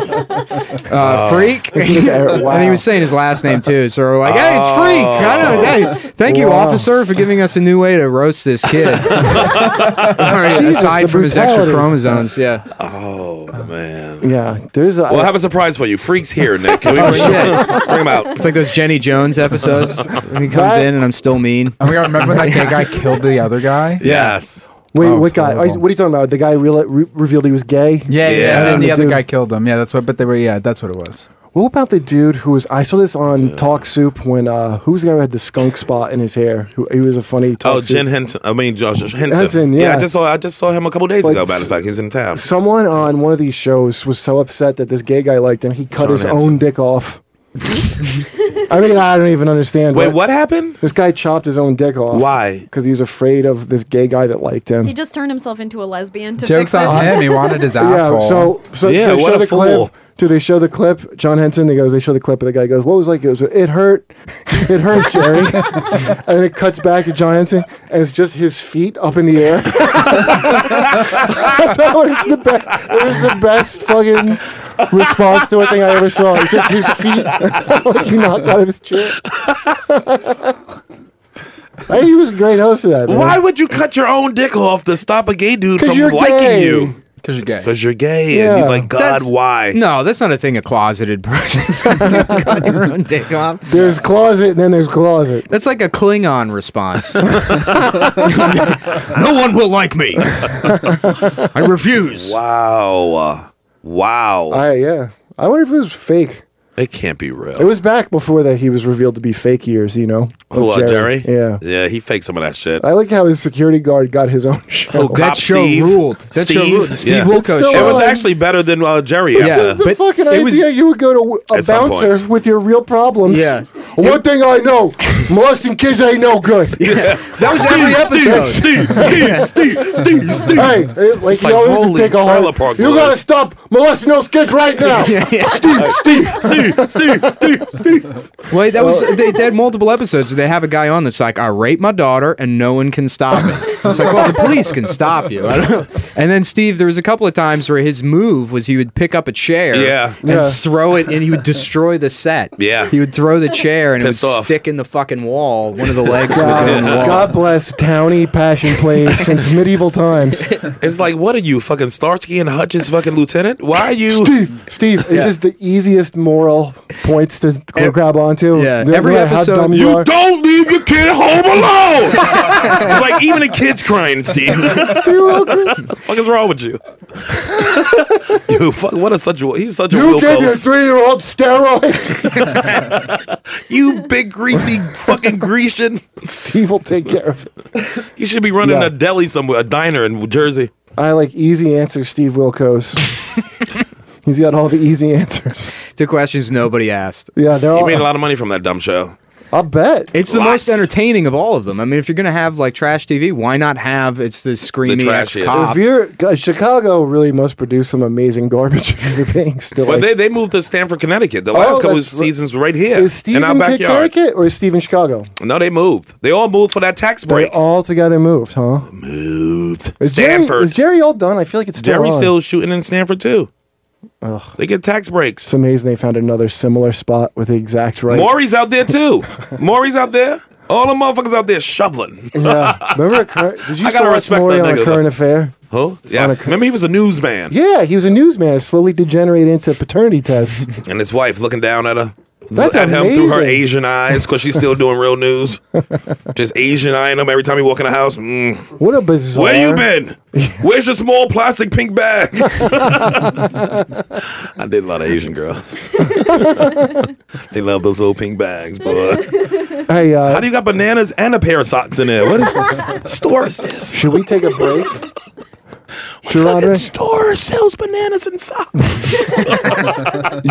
[SPEAKER 5] Oh.
[SPEAKER 10] uh, freak and he was saying his last name too so we're like hey it's freak I don't know, hey, thank you
[SPEAKER 5] Oh. Wow.
[SPEAKER 10] officer for giving us a new way to roast this kid Alright,
[SPEAKER 5] Jesus,
[SPEAKER 10] aside
[SPEAKER 5] the
[SPEAKER 10] from his extra
[SPEAKER 5] brutality.
[SPEAKER 10] chromosomes yeah
[SPEAKER 12] Oh man.
[SPEAKER 5] Yeah, there's a. Oh,
[SPEAKER 12] Well, I have a surprise for you. Freaks here, Nick. Can we
[SPEAKER 10] Oh,
[SPEAKER 12] bring, bring him
[SPEAKER 2] Oh,
[SPEAKER 12] out?
[SPEAKER 10] It's like those Jenny Jones episodes. when he comes
[SPEAKER 5] That-
[SPEAKER 10] in and I'm still mean.
[SPEAKER 9] Oh my god, remember when that gay guy killed the other guy?
[SPEAKER 10] Yes.
[SPEAKER 5] Wait,
[SPEAKER 9] Oh,
[SPEAKER 5] what
[SPEAKER 9] it's
[SPEAKER 5] guy?
[SPEAKER 9] horrible.
[SPEAKER 5] What are you talking about? The guy reala- re- revealed he was gay.
[SPEAKER 9] Yeah, yeah. And then the other
[SPEAKER 5] dude-
[SPEAKER 9] guy killed him. Yeah, that's what. But they were. Yeah, that's what it was.
[SPEAKER 5] What about the dude who was? I saw this on Talk Soup when uh, who was the guy who had the skunk spot in his hair? Who he was a funny Talk
[SPEAKER 2] Oh,
[SPEAKER 5] Soup.
[SPEAKER 2] Jen Henson. I mean, Josh Henson.
[SPEAKER 5] Henson, yeah.
[SPEAKER 2] I just saw. I just saw him a couple days
[SPEAKER 5] Like,
[SPEAKER 2] ago. Matter of fact, he's in town.
[SPEAKER 5] Someone on one of these shows was so upset that this gay guy liked him, he cut
[SPEAKER 2] John
[SPEAKER 5] his
[SPEAKER 2] Henson.
[SPEAKER 5] own dick off. I mean, I don't even understand.
[SPEAKER 2] Wait, what happened?
[SPEAKER 5] This guy chopped his own dick off. Why? Because he was afraid of this gay guy that liked him.
[SPEAKER 6] He just turned himself into a lesbian to
[SPEAKER 5] Joke's
[SPEAKER 6] fix it.
[SPEAKER 5] on him, he
[SPEAKER 9] wanted his
[SPEAKER 5] Yeah, so so
[SPEAKER 9] Yeah,
[SPEAKER 5] so they
[SPEAKER 9] what
[SPEAKER 5] show
[SPEAKER 9] a
[SPEAKER 5] the
[SPEAKER 9] fool.
[SPEAKER 5] clip. Do they show the clip? John Henson. They goes. They show the clip, and the guy goes, "What was like? It was. It hurt. It hurt, Jerry." and then it cuts back to John Henson, and it's just his feet up in the air. That's how it was the best. It was the best fucking response to a thing I ever saw. It's just his feet. like you knocked out of his chair. hey, he was a great host of that. Man.
[SPEAKER 2] Why would you cut your own dick off to stop a gay dude
[SPEAKER 5] 'Cause
[SPEAKER 2] from
[SPEAKER 5] you're
[SPEAKER 2] liking
[SPEAKER 5] gay.
[SPEAKER 2] you?
[SPEAKER 9] Because you're gay.
[SPEAKER 2] Because you're gay, and you're like, God, why?
[SPEAKER 10] No, that's not a thing. A closeted person. Cut your own dick off.
[SPEAKER 5] There's closet, and then there's closet.
[SPEAKER 10] That's like a Klingon response. no one will like me. I refuse.
[SPEAKER 2] Wow. Wow.
[SPEAKER 5] I yeah. I wonder if it was fake.
[SPEAKER 2] It can't be real.
[SPEAKER 5] It was back before that he was revealed to be fake years, you know. of
[SPEAKER 2] Who, uh, Jerry?
[SPEAKER 5] Yeah.
[SPEAKER 2] Yeah, he faked some of that shit.
[SPEAKER 5] I like how his security guard got his own show.
[SPEAKER 2] Oh, Cop Steve. Steve, yeah.
[SPEAKER 5] It's still
[SPEAKER 2] It was
[SPEAKER 5] on.
[SPEAKER 2] actually better than uh, Jerry.
[SPEAKER 5] This
[SPEAKER 2] after-
[SPEAKER 5] is the fucking idea. you would go to w- a
[SPEAKER 2] At some
[SPEAKER 5] bouncer
[SPEAKER 2] points.
[SPEAKER 5] with your real problems.
[SPEAKER 2] Yeah.
[SPEAKER 5] One thing I know, molesting kids ain't no good.
[SPEAKER 2] Yeah.
[SPEAKER 10] That was every episode.
[SPEAKER 2] Steve, Steve, Steve.
[SPEAKER 5] Hey, it- like
[SPEAKER 2] It's
[SPEAKER 5] you
[SPEAKER 2] like,
[SPEAKER 5] always
[SPEAKER 2] holy
[SPEAKER 5] take a
[SPEAKER 2] trailer
[SPEAKER 5] hard-
[SPEAKER 2] park
[SPEAKER 5] You gotta
[SPEAKER 2] boys.
[SPEAKER 5] stop molesting those kids right now. Steve, Steve,
[SPEAKER 2] Steve, Steve, Steve, Steve.
[SPEAKER 10] Wait, that was they, they had multiple episodes. where They have a guy on that's like, I rape my daughter and no one can stop it. It's like, well, the police can stop you. I don't- And then Steve, there was a couple of times where his move was he would pick up a chair,
[SPEAKER 2] Yeah.
[SPEAKER 10] and
[SPEAKER 2] Yeah.
[SPEAKER 10] throw it, and he would destroy the set.
[SPEAKER 2] Yeah.
[SPEAKER 10] he would throw the chair and
[SPEAKER 2] Pissed
[SPEAKER 10] it would
[SPEAKER 2] off.
[SPEAKER 10] stick in the fucking wall, one of the legs. would
[SPEAKER 5] God,
[SPEAKER 10] go in the wall.
[SPEAKER 5] God bless towny passion plays since medieval times.
[SPEAKER 2] It's like, what are you, fucking Starsky and Hutch's fucking lieutenant? Why are you.
[SPEAKER 5] Steve, Steve, it's
[SPEAKER 2] Yeah.
[SPEAKER 5] just the easiest moral points to gl- grab onto. Yeah,
[SPEAKER 2] Every episode- You don't leave your kid home alone. like even the kids crying, Steve.
[SPEAKER 5] Steve
[SPEAKER 2] fuck is wrong with you? you fuck, what a such a he's such a
[SPEAKER 5] You
[SPEAKER 2] will
[SPEAKER 5] give your
[SPEAKER 2] post.
[SPEAKER 5] three-year-old steroids.
[SPEAKER 2] you big greasy fucking Grecian.
[SPEAKER 5] Steve will take care of it.
[SPEAKER 2] You should be running
[SPEAKER 5] Yeah.
[SPEAKER 2] a deli somewhere, a diner in Jersey.
[SPEAKER 5] I like easy answers, Steve Wilkos. He's got all the easy answers.
[SPEAKER 10] To questions nobody asked.
[SPEAKER 5] Yeah, they're
[SPEAKER 2] He
[SPEAKER 5] all.
[SPEAKER 2] made a lot of money from that dumb show.
[SPEAKER 5] I bet
[SPEAKER 10] It's the most entertaining of all of them. I mean, if you're gonna have like trash TV, why not have it's the screamy ex
[SPEAKER 2] trashiest.
[SPEAKER 10] cop?
[SPEAKER 5] If you're God, Chicago, really must produce some amazing garbage. If you're being still,
[SPEAKER 2] But
[SPEAKER 5] like,
[SPEAKER 2] they, they moved to Stanford, Connecticut. The
[SPEAKER 5] Oh,
[SPEAKER 2] last couple of
[SPEAKER 5] that's right.
[SPEAKER 2] seasons were right here
[SPEAKER 5] is Steve
[SPEAKER 2] in our
[SPEAKER 5] in Ca-
[SPEAKER 2] backyard.
[SPEAKER 5] Connecticut or is Steve in Chicago?
[SPEAKER 2] No, they moved. They all moved for that tax
[SPEAKER 5] They
[SPEAKER 2] break.
[SPEAKER 5] all together moved, huh?
[SPEAKER 2] Moved.
[SPEAKER 5] Is Jerry,
[SPEAKER 2] Stanford.
[SPEAKER 5] is Jerry all done? I feel like it's still
[SPEAKER 2] Jerry's
[SPEAKER 5] on.
[SPEAKER 2] still shooting in Stanford too.
[SPEAKER 5] Ugh.
[SPEAKER 2] They get tax breaks.
[SPEAKER 5] It's amazing they found another similar spot with the exact right.
[SPEAKER 2] Maury's out there too. Maury's out there. All the motherfuckers out there shoveling.
[SPEAKER 5] yeah. Remember, cur- did you
[SPEAKER 2] I
[SPEAKER 5] still
[SPEAKER 2] gotta
[SPEAKER 5] watch
[SPEAKER 2] respect
[SPEAKER 5] Maury
[SPEAKER 2] that
[SPEAKER 5] on a
[SPEAKER 2] nigga,
[SPEAKER 5] current
[SPEAKER 2] though.
[SPEAKER 5] affair?
[SPEAKER 2] Who? Yes. Remember he was a newsman.
[SPEAKER 5] Yeah, he was a newsman, slowly degenerated into paternity tests.
[SPEAKER 2] And his wife looking down at her.
[SPEAKER 5] That's
[SPEAKER 2] at him through her
[SPEAKER 5] amazing.
[SPEAKER 2] Asian eyes because she's still doing real news. Just Asian eyeing him every time he walk in the house. Mm.
[SPEAKER 5] What a bizarre.
[SPEAKER 2] Where you been? Where's your small plastic pink bag? I did a lot of Asian girls. they love those little pink bags, boy.
[SPEAKER 5] Hey, uh,
[SPEAKER 2] How do you got bananas and a pair of socks in there? What is, store is this?
[SPEAKER 5] Should we take a break? Should,
[SPEAKER 2] Fucking
[SPEAKER 5] Roderick,
[SPEAKER 2] store sells bananas and socks.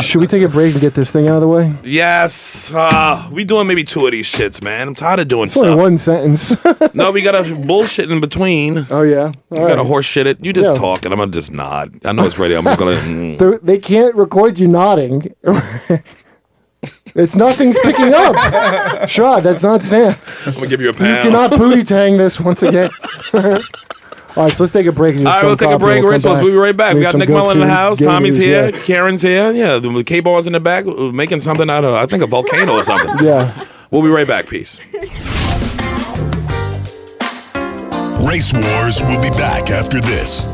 [SPEAKER 5] should we take a break and get this thing out of the way?
[SPEAKER 2] Yes, uh, we doing maybe two of these shits, man. I'm tired of doing
[SPEAKER 5] It's only
[SPEAKER 2] stuff.
[SPEAKER 5] one sentence.
[SPEAKER 2] No, we got a bullshit in between.
[SPEAKER 5] oh yeah,
[SPEAKER 2] You
[SPEAKER 5] All
[SPEAKER 2] got to
[SPEAKER 5] right.
[SPEAKER 2] horse shit it. You just
[SPEAKER 5] Yeah.
[SPEAKER 2] talk, and I'm gonna just nod. I know it's radio. I'm just gonna. mm.
[SPEAKER 5] They're- they can't record you nodding. it's nothing's picking up. Shrod, that's not Sam.
[SPEAKER 2] I'm gonna give you a
[SPEAKER 5] You
[SPEAKER 2] pound.
[SPEAKER 5] cannot booty tang this once again. All right, so let's take a break. And
[SPEAKER 2] All
[SPEAKER 5] just
[SPEAKER 2] right, we'll
[SPEAKER 5] dump
[SPEAKER 2] take a
[SPEAKER 5] up and
[SPEAKER 2] break.
[SPEAKER 5] come
[SPEAKER 2] We're supposed We'll be right back. We
[SPEAKER 5] Make
[SPEAKER 2] got
[SPEAKER 5] some
[SPEAKER 2] Nick Mullen in the
[SPEAKER 5] go-to
[SPEAKER 2] house. Tommy's
[SPEAKER 5] gators,
[SPEAKER 2] here. Karen's here. Yeah, the K Ball's in the back uh, making something out of, I think, a volcano or something.
[SPEAKER 5] Yeah.
[SPEAKER 2] We'll be right back. Peace.
[SPEAKER 4] Race Wars will be back after this.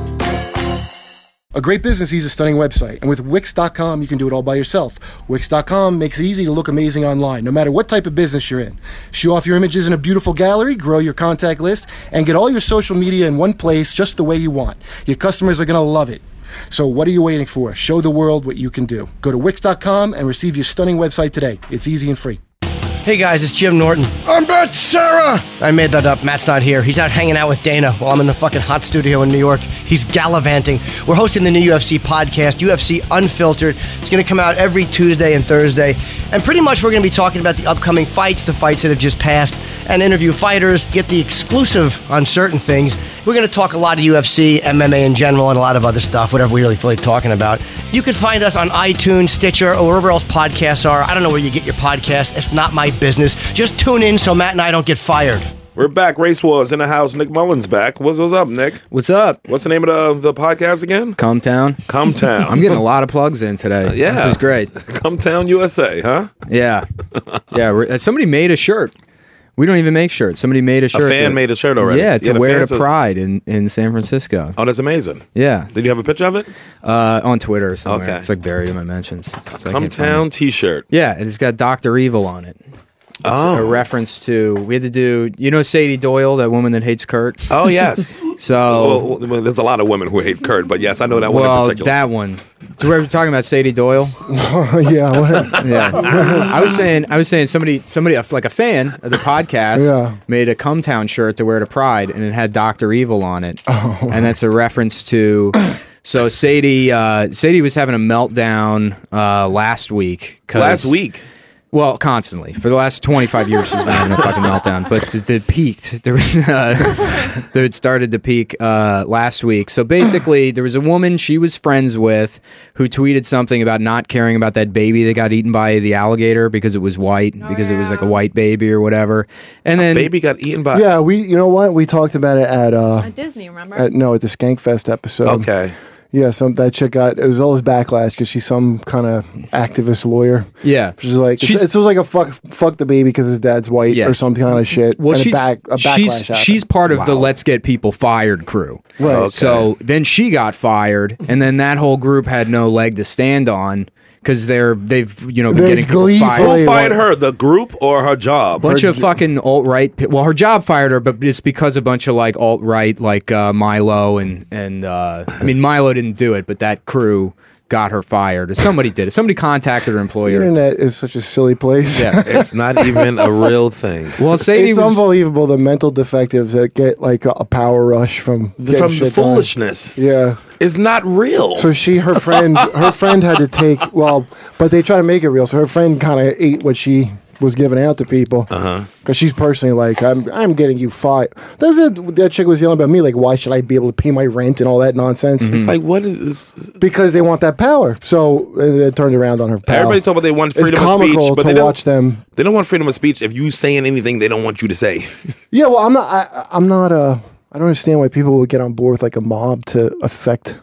[SPEAKER 15] A great business needs a stunning website, and with Wix.com, you can do it all by yourself. Wix.com makes it easy to look amazing online, no matter what type of business you're in. Show off your images in a beautiful gallery, grow your contact list, and get all your social media in one place just the way you want. Your customers are going to love it. So, what are you waiting for? Show the world what you can do. Go to Wix.com and receive your stunning website today. It's easy and free.
[SPEAKER 16] Hey guys, it's Jim Norton. I'm Matt Sarah. I made that up. Matt's not here. He's out hanging out with Dana while I'm in the fucking hot studio in New York. He's gallivanting. We're hosting the new UFC podcast, UFC Unfiltered. It's going to come out every Tuesday and Thursday. And pretty much we're going to be talking about the upcoming fights, the fights that have just passed, and interview fighters, get the exclusive on certain things. We're going to talk a lot of UFC, MMA in general, and a lot of other stuff, whatever we really feel like talking about. You can find us on iTunes, Stitcher, or wherever else podcasts are. I don't know where you get your podcast. It's not my business. Just tune in so Matt and I don't get fired.
[SPEAKER 12] We're back. Race Wars in the house. Nick Mullins back. What's, what's up, Nick?
[SPEAKER 10] What's up?
[SPEAKER 12] What's the name of the, the podcast again?
[SPEAKER 10] Come town.
[SPEAKER 12] Come town. Uh,
[SPEAKER 10] I'm getting a lot of plugs in today.
[SPEAKER 12] yeah.
[SPEAKER 10] This is great.
[SPEAKER 12] Come town USA, huh?
[SPEAKER 10] Yeah. Yeah. we're- uh, Somebody made a shirt. We don't even make shirts. Somebody made a shirt.
[SPEAKER 12] fan made a shirt already.
[SPEAKER 10] Yeah,
[SPEAKER 12] Yeah,
[SPEAKER 10] to
[SPEAKER 12] the
[SPEAKER 10] wear
[SPEAKER 12] fans
[SPEAKER 10] to
[SPEAKER 12] are-
[SPEAKER 10] Pride in, in San Francisco.
[SPEAKER 12] Oh, that's amazing.
[SPEAKER 10] Yeah.
[SPEAKER 12] Did you have a picture of it?
[SPEAKER 10] Uh, on Twitter or somewhere.
[SPEAKER 12] Okay.
[SPEAKER 10] It's like buried in my mentions. So I
[SPEAKER 12] Come
[SPEAKER 10] can't find
[SPEAKER 12] town
[SPEAKER 10] it.
[SPEAKER 12] T-shirt.
[SPEAKER 10] Yeah, it's got Doctor Evil on it. It's
[SPEAKER 12] Oh.
[SPEAKER 10] a reference to we had to do. You know Sadie Doyle, that woman that hates Kurt.
[SPEAKER 12] Oh yes.
[SPEAKER 10] so
[SPEAKER 12] Well, well, there's a lot of women who hate Kurt, but yes, I know that one in
[SPEAKER 10] Oh. well,
[SPEAKER 12] particular.
[SPEAKER 10] that one. So we're talking about Sadie Doyle.
[SPEAKER 5] yeah. what-
[SPEAKER 10] yeah. I was saying, I was saying, somebody, somebody, like a fan of the podcast,
[SPEAKER 5] Yeah.
[SPEAKER 10] made a Come Town shirt to wear to Pride, and it had Doctor Evil on it,
[SPEAKER 5] Oh.
[SPEAKER 10] and that's a reference to. So Sadie, uh, Sadie was having a meltdown uh, last week. 'cause-
[SPEAKER 12] Last week?
[SPEAKER 10] Well, constantly for the last 25 years, she's been having a fucking meltdown. But it, it peaked. There was, uh, there- it started to peak uh, last week. So basically, there was a woman she was friends with who tweeted something about not caring about that baby that got eaten by the alligator because it was white, because it was like a white baby or whatever. And then
[SPEAKER 12] baby got
[SPEAKER 5] e-
[SPEAKER 12] eaten by
[SPEAKER 5] yeah, we. You know what? We talked about it at uh,
[SPEAKER 6] At Disney, remember?
[SPEAKER 5] At, no, at the Skankfest episode.
[SPEAKER 12] Okay.
[SPEAKER 5] Yeah, some that chick got it was all this backlash because she's some kind of activist lawyer.
[SPEAKER 10] Yeah.
[SPEAKER 5] she's like it's,
[SPEAKER 10] She's-
[SPEAKER 5] it's- it was like a fuck fuck the baby because his dad's white
[SPEAKER 10] Yeah.
[SPEAKER 5] or some kind of shit.
[SPEAKER 10] Well,
[SPEAKER 5] and a
[SPEAKER 10] she's,
[SPEAKER 5] back, a backlash
[SPEAKER 10] she's,
[SPEAKER 5] happened.
[SPEAKER 10] she's part of the Let's Get People Fired crew.
[SPEAKER 5] Right. Okay.
[SPEAKER 10] So then she got fired, and then that whole group had no leg to stand on because they're they've you know been getting people fired.
[SPEAKER 12] Who fired her? The group or her job?
[SPEAKER 10] bunch of fucking alt right. Well, her job fired her, but it's because a bunch of like alt right, like uh, Milo and and uh, I mean Milo didn't do it, but that crew got her fired. Or somebody did it. Somebody contacted her
[SPEAKER 5] the
[SPEAKER 10] employer.
[SPEAKER 5] internet is such a silly place.
[SPEAKER 10] Yeah, it's not even a real
[SPEAKER 12] thing.
[SPEAKER 10] Well, Sadie
[SPEAKER 5] it's
[SPEAKER 10] was-
[SPEAKER 5] unbelievable the mental defectives that get like a, a power rush from getting
[SPEAKER 12] from
[SPEAKER 5] shit done.
[SPEAKER 12] foolishness.
[SPEAKER 5] Yeah.
[SPEAKER 12] It's not real.
[SPEAKER 5] So she, her friend, her friend had to take well, but they try to make it real. So her friend kind of ate what she was giving out to people.
[SPEAKER 12] Uh-huh.
[SPEAKER 5] Uh huh. Because she's personally like, I'm, I'm getting you fired. That's it. That chick was yelling about me like, why should I be able to pay my rent and all that nonsense?
[SPEAKER 12] It's like, what is this?
[SPEAKER 5] Because they want that power. So uh, they turned around on her. Pal.
[SPEAKER 12] Everybody talk about they want
[SPEAKER 5] It's
[SPEAKER 12] freedom of
[SPEAKER 5] comical
[SPEAKER 12] speech, but
[SPEAKER 5] to
[SPEAKER 12] they don't
[SPEAKER 5] watch them.
[SPEAKER 12] They don't want freedom of speech if you saying anything they don't want you to say.
[SPEAKER 5] Yeah, well, I'm not. I, I'm not. Uh, I don't understand why people would get on board with like a mob to affect,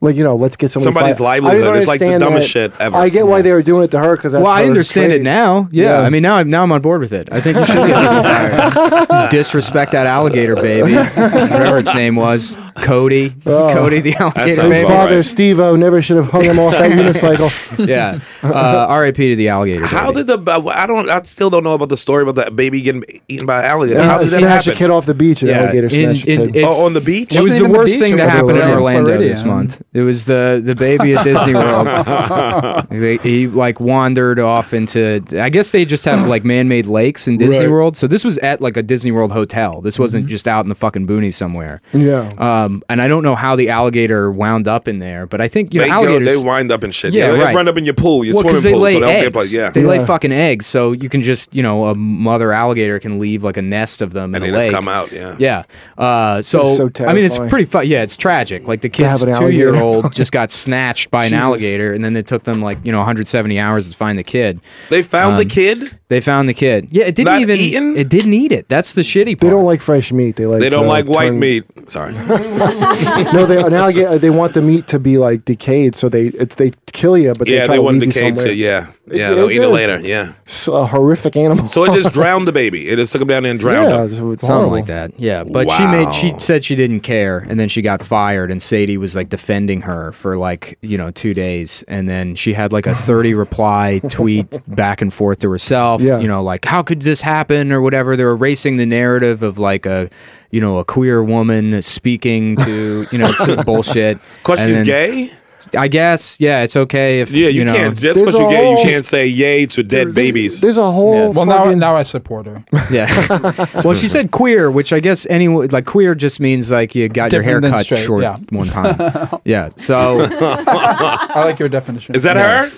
[SPEAKER 5] like you know, let's get someone
[SPEAKER 12] Somebody's
[SPEAKER 5] fired. I don't
[SPEAKER 12] livelihood. It's like the
[SPEAKER 5] understand
[SPEAKER 12] dumbest shit ever.
[SPEAKER 5] I get why they were doing it to her because that's
[SPEAKER 10] well, I
[SPEAKER 5] her
[SPEAKER 10] understand
[SPEAKER 5] trade.
[SPEAKER 10] it now. Yeah, I mean now I'm now I'm on board with it. I think you should get people fired. disrespect that alligator baby, whatever its name was, Cody, Cody the alligator
[SPEAKER 5] His
[SPEAKER 10] baby.
[SPEAKER 5] father, Steve O, never should have hung him off that unicycle.
[SPEAKER 10] yeah, uh, R.I.P. to the alligator.
[SPEAKER 12] How did the uh, I don't I still don't know about the story about that baby getting eaten by an alligator.
[SPEAKER 5] Yeah,
[SPEAKER 12] How did
[SPEAKER 5] he
[SPEAKER 12] that
[SPEAKER 5] snatched a
[SPEAKER 12] happen?
[SPEAKER 5] kid off the beach and an alligator snatched a kid.
[SPEAKER 10] it's-
[SPEAKER 12] Oh, on the beach?
[SPEAKER 10] It was
[SPEAKER 12] Wasn't
[SPEAKER 10] the
[SPEAKER 12] it the
[SPEAKER 10] worst
[SPEAKER 12] beach?
[SPEAKER 10] thing to
[SPEAKER 12] It was
[SPEAKER 10] happen in
[SPEAKER 12] Floridian.
[SPEAKER 10] Orlando this
[SPEAKER 12] Floridian.
[SPEAKER 10] month. It was the the baby at Disney World. They- he like wandered off into. I guess they just have like man made lakes in Disney
[SPEAKER 5] Right.
[SPEAKER 10] World. So this was at like a Disney World hotel. This wasn't just out in the fucking boonies somewhere.
[SPEAKER 5] Yeah.
[SPEAKER 10] Um, and I don't know how the alligator wound up in there, but I think you know
[SPEAKER 12] they, go-
[SPEAKER 10] alligators
[SPEAKER 12] they wind up in shit.
[SPEAKER 10] Yeah,
[SPEAKER 12] Yeah, they
[SPEAKER 10] right.
[SPEAKER 12] run up in your pool, your
[SPEAKER 10] Well, 'cause
[SPEAKER 12] swimming pool.
[SPEAKER 10] They lay
[SPEAKER 12] so
[SPEAKER 10] eggs.
[SPEAKER 12] don't get, like, yeah,
[SPEAKER 10] They lay fucking eggs, so you can just you know a mother alligator can leave like a nest of them,
[SPEAKER 12] And
[SPEAKER 10] in
[SPEAKER 12] they
[SPEAKER 10] a
[SPEAKER 12] just
[SPEAKER 10] lake.
[SPEAKER 12] come out, yeah.
[SPEAKER 10] yeah. Uh, so,
[SPEAKER 5] That's so
[SPEAKER 10] I mean, it's
[SPEAKER 5] terrifying.
[SPEAKER 10] pretty fun. Yeah, it's tragic. Like the
[SPEAKER 5] To have
[SPEAKER 10] kid's
[SPEAKER 5] an
[SPEAKER 10] two
[SPEAKER 5] alligator.
[SPEAKER 10] year old just got snatched by an
[SPEAKER 5] Jesus.
[SPEAKER 10] alligator, and then it took them like you know 170 hours to find the kid.
[SPEAKER 12] They found the
[SPEAKER 10] Um,
[SPEAKER 12] kid. e-
[SPEAKER 10] They They found the kid. Yeah, it didn't
[SPEAKER 5] Not
[SPEAKER 10] even.
[SPEAKER 5] eaten?
[SPEAKER 10] It didn't eat it. That's the shitty
[SPEAKER 5] They don't like fresh meat. They like
[SPEAKER 2] They don't
[SPEAKER 5] uh,
[SPEAKER 2] like white
[SPEAKER 5] tongue-
[SPEAKER 2] meat. Sorry.
[SPEAKER 5] no, they now get, they want the meat to be like decayed, so they it's they kill you, but
[SPEAKER 2] yeah,
[SPEAKER 5] they, try
[SPEAKER 2] they
[SPEAKER 5] to
[SPEAKER 2] want
[SPEAKER 5] leave
[SPEAKER 2] the
[SPEAKER 5] you
[SPEAKER 2] cage.
[SPEAKER 5] somewhere.
[SPEAKER 2] to- Yeah,
[SPEAKER 5] It's-
[SPEAKER 2] yeah, they'll
[SPEAKER 5] it's
[SPEAKER 2] eat it
[SPEAKER 5] good.
[SPEAKER 2] later. Yeah.
[SPEAKER 5] It's a horrific animal.
[SPEAKER 2] So it just drowned the baby. It just took him down there and drowned
[SPEAKER 5] Yeah,
[SPEAKER 2] him.
[SPEAKER 5] it's- it's
[SPEAKER 10] Something like that. Yeah, but she
[SPEAKER 2] Wow.
[SPEAKER 10] made she said she didn't care, and then she got fired, and Sadie was like defending her for like you know two days, and then she had like a thirty reply tweet back and forth to herself.
[SPEAKER 17] Yeah.
[SPEAKER 10] you know, like how could this happen or whatever. They're erasing the narrative of like a you know a queer woman speaking to you know it's just bullshit.
[SPEAKER 2] 'Cause
[SPEAKER 10] And
[SPEAKER 2] she's
[SPEAKER 10] then-
[SPEAKER 2] gay?
[SPEAKER 10] I guess yeah, it's okay if
[SPEAKER 2] Yeah, you,
[SPEAKER 10] know,
[SPEAKER 2] can't. Just because you gay, you can't say yay to dead babies.
[SPEAKER 5] There's a whole.
[SPEAKER 9] Well, now, now I support her.
[SPEAKER 10] Yeah. well, she said queer, which I guess anyone like queer just means like you got your
[SPEAKER 9] Different
[SPEAKER 10] hair
[SPEAKER 9] than
[SPEAKER 10] cut
[SPEAKER 9] straight,
[SPEAKER 10] short
[SPEAKER 9] yeah.
[SPEAKER 10] one time. yeah. So
[SPEAKER 9] I like your definition.
[SPEAKER 10] Yeah.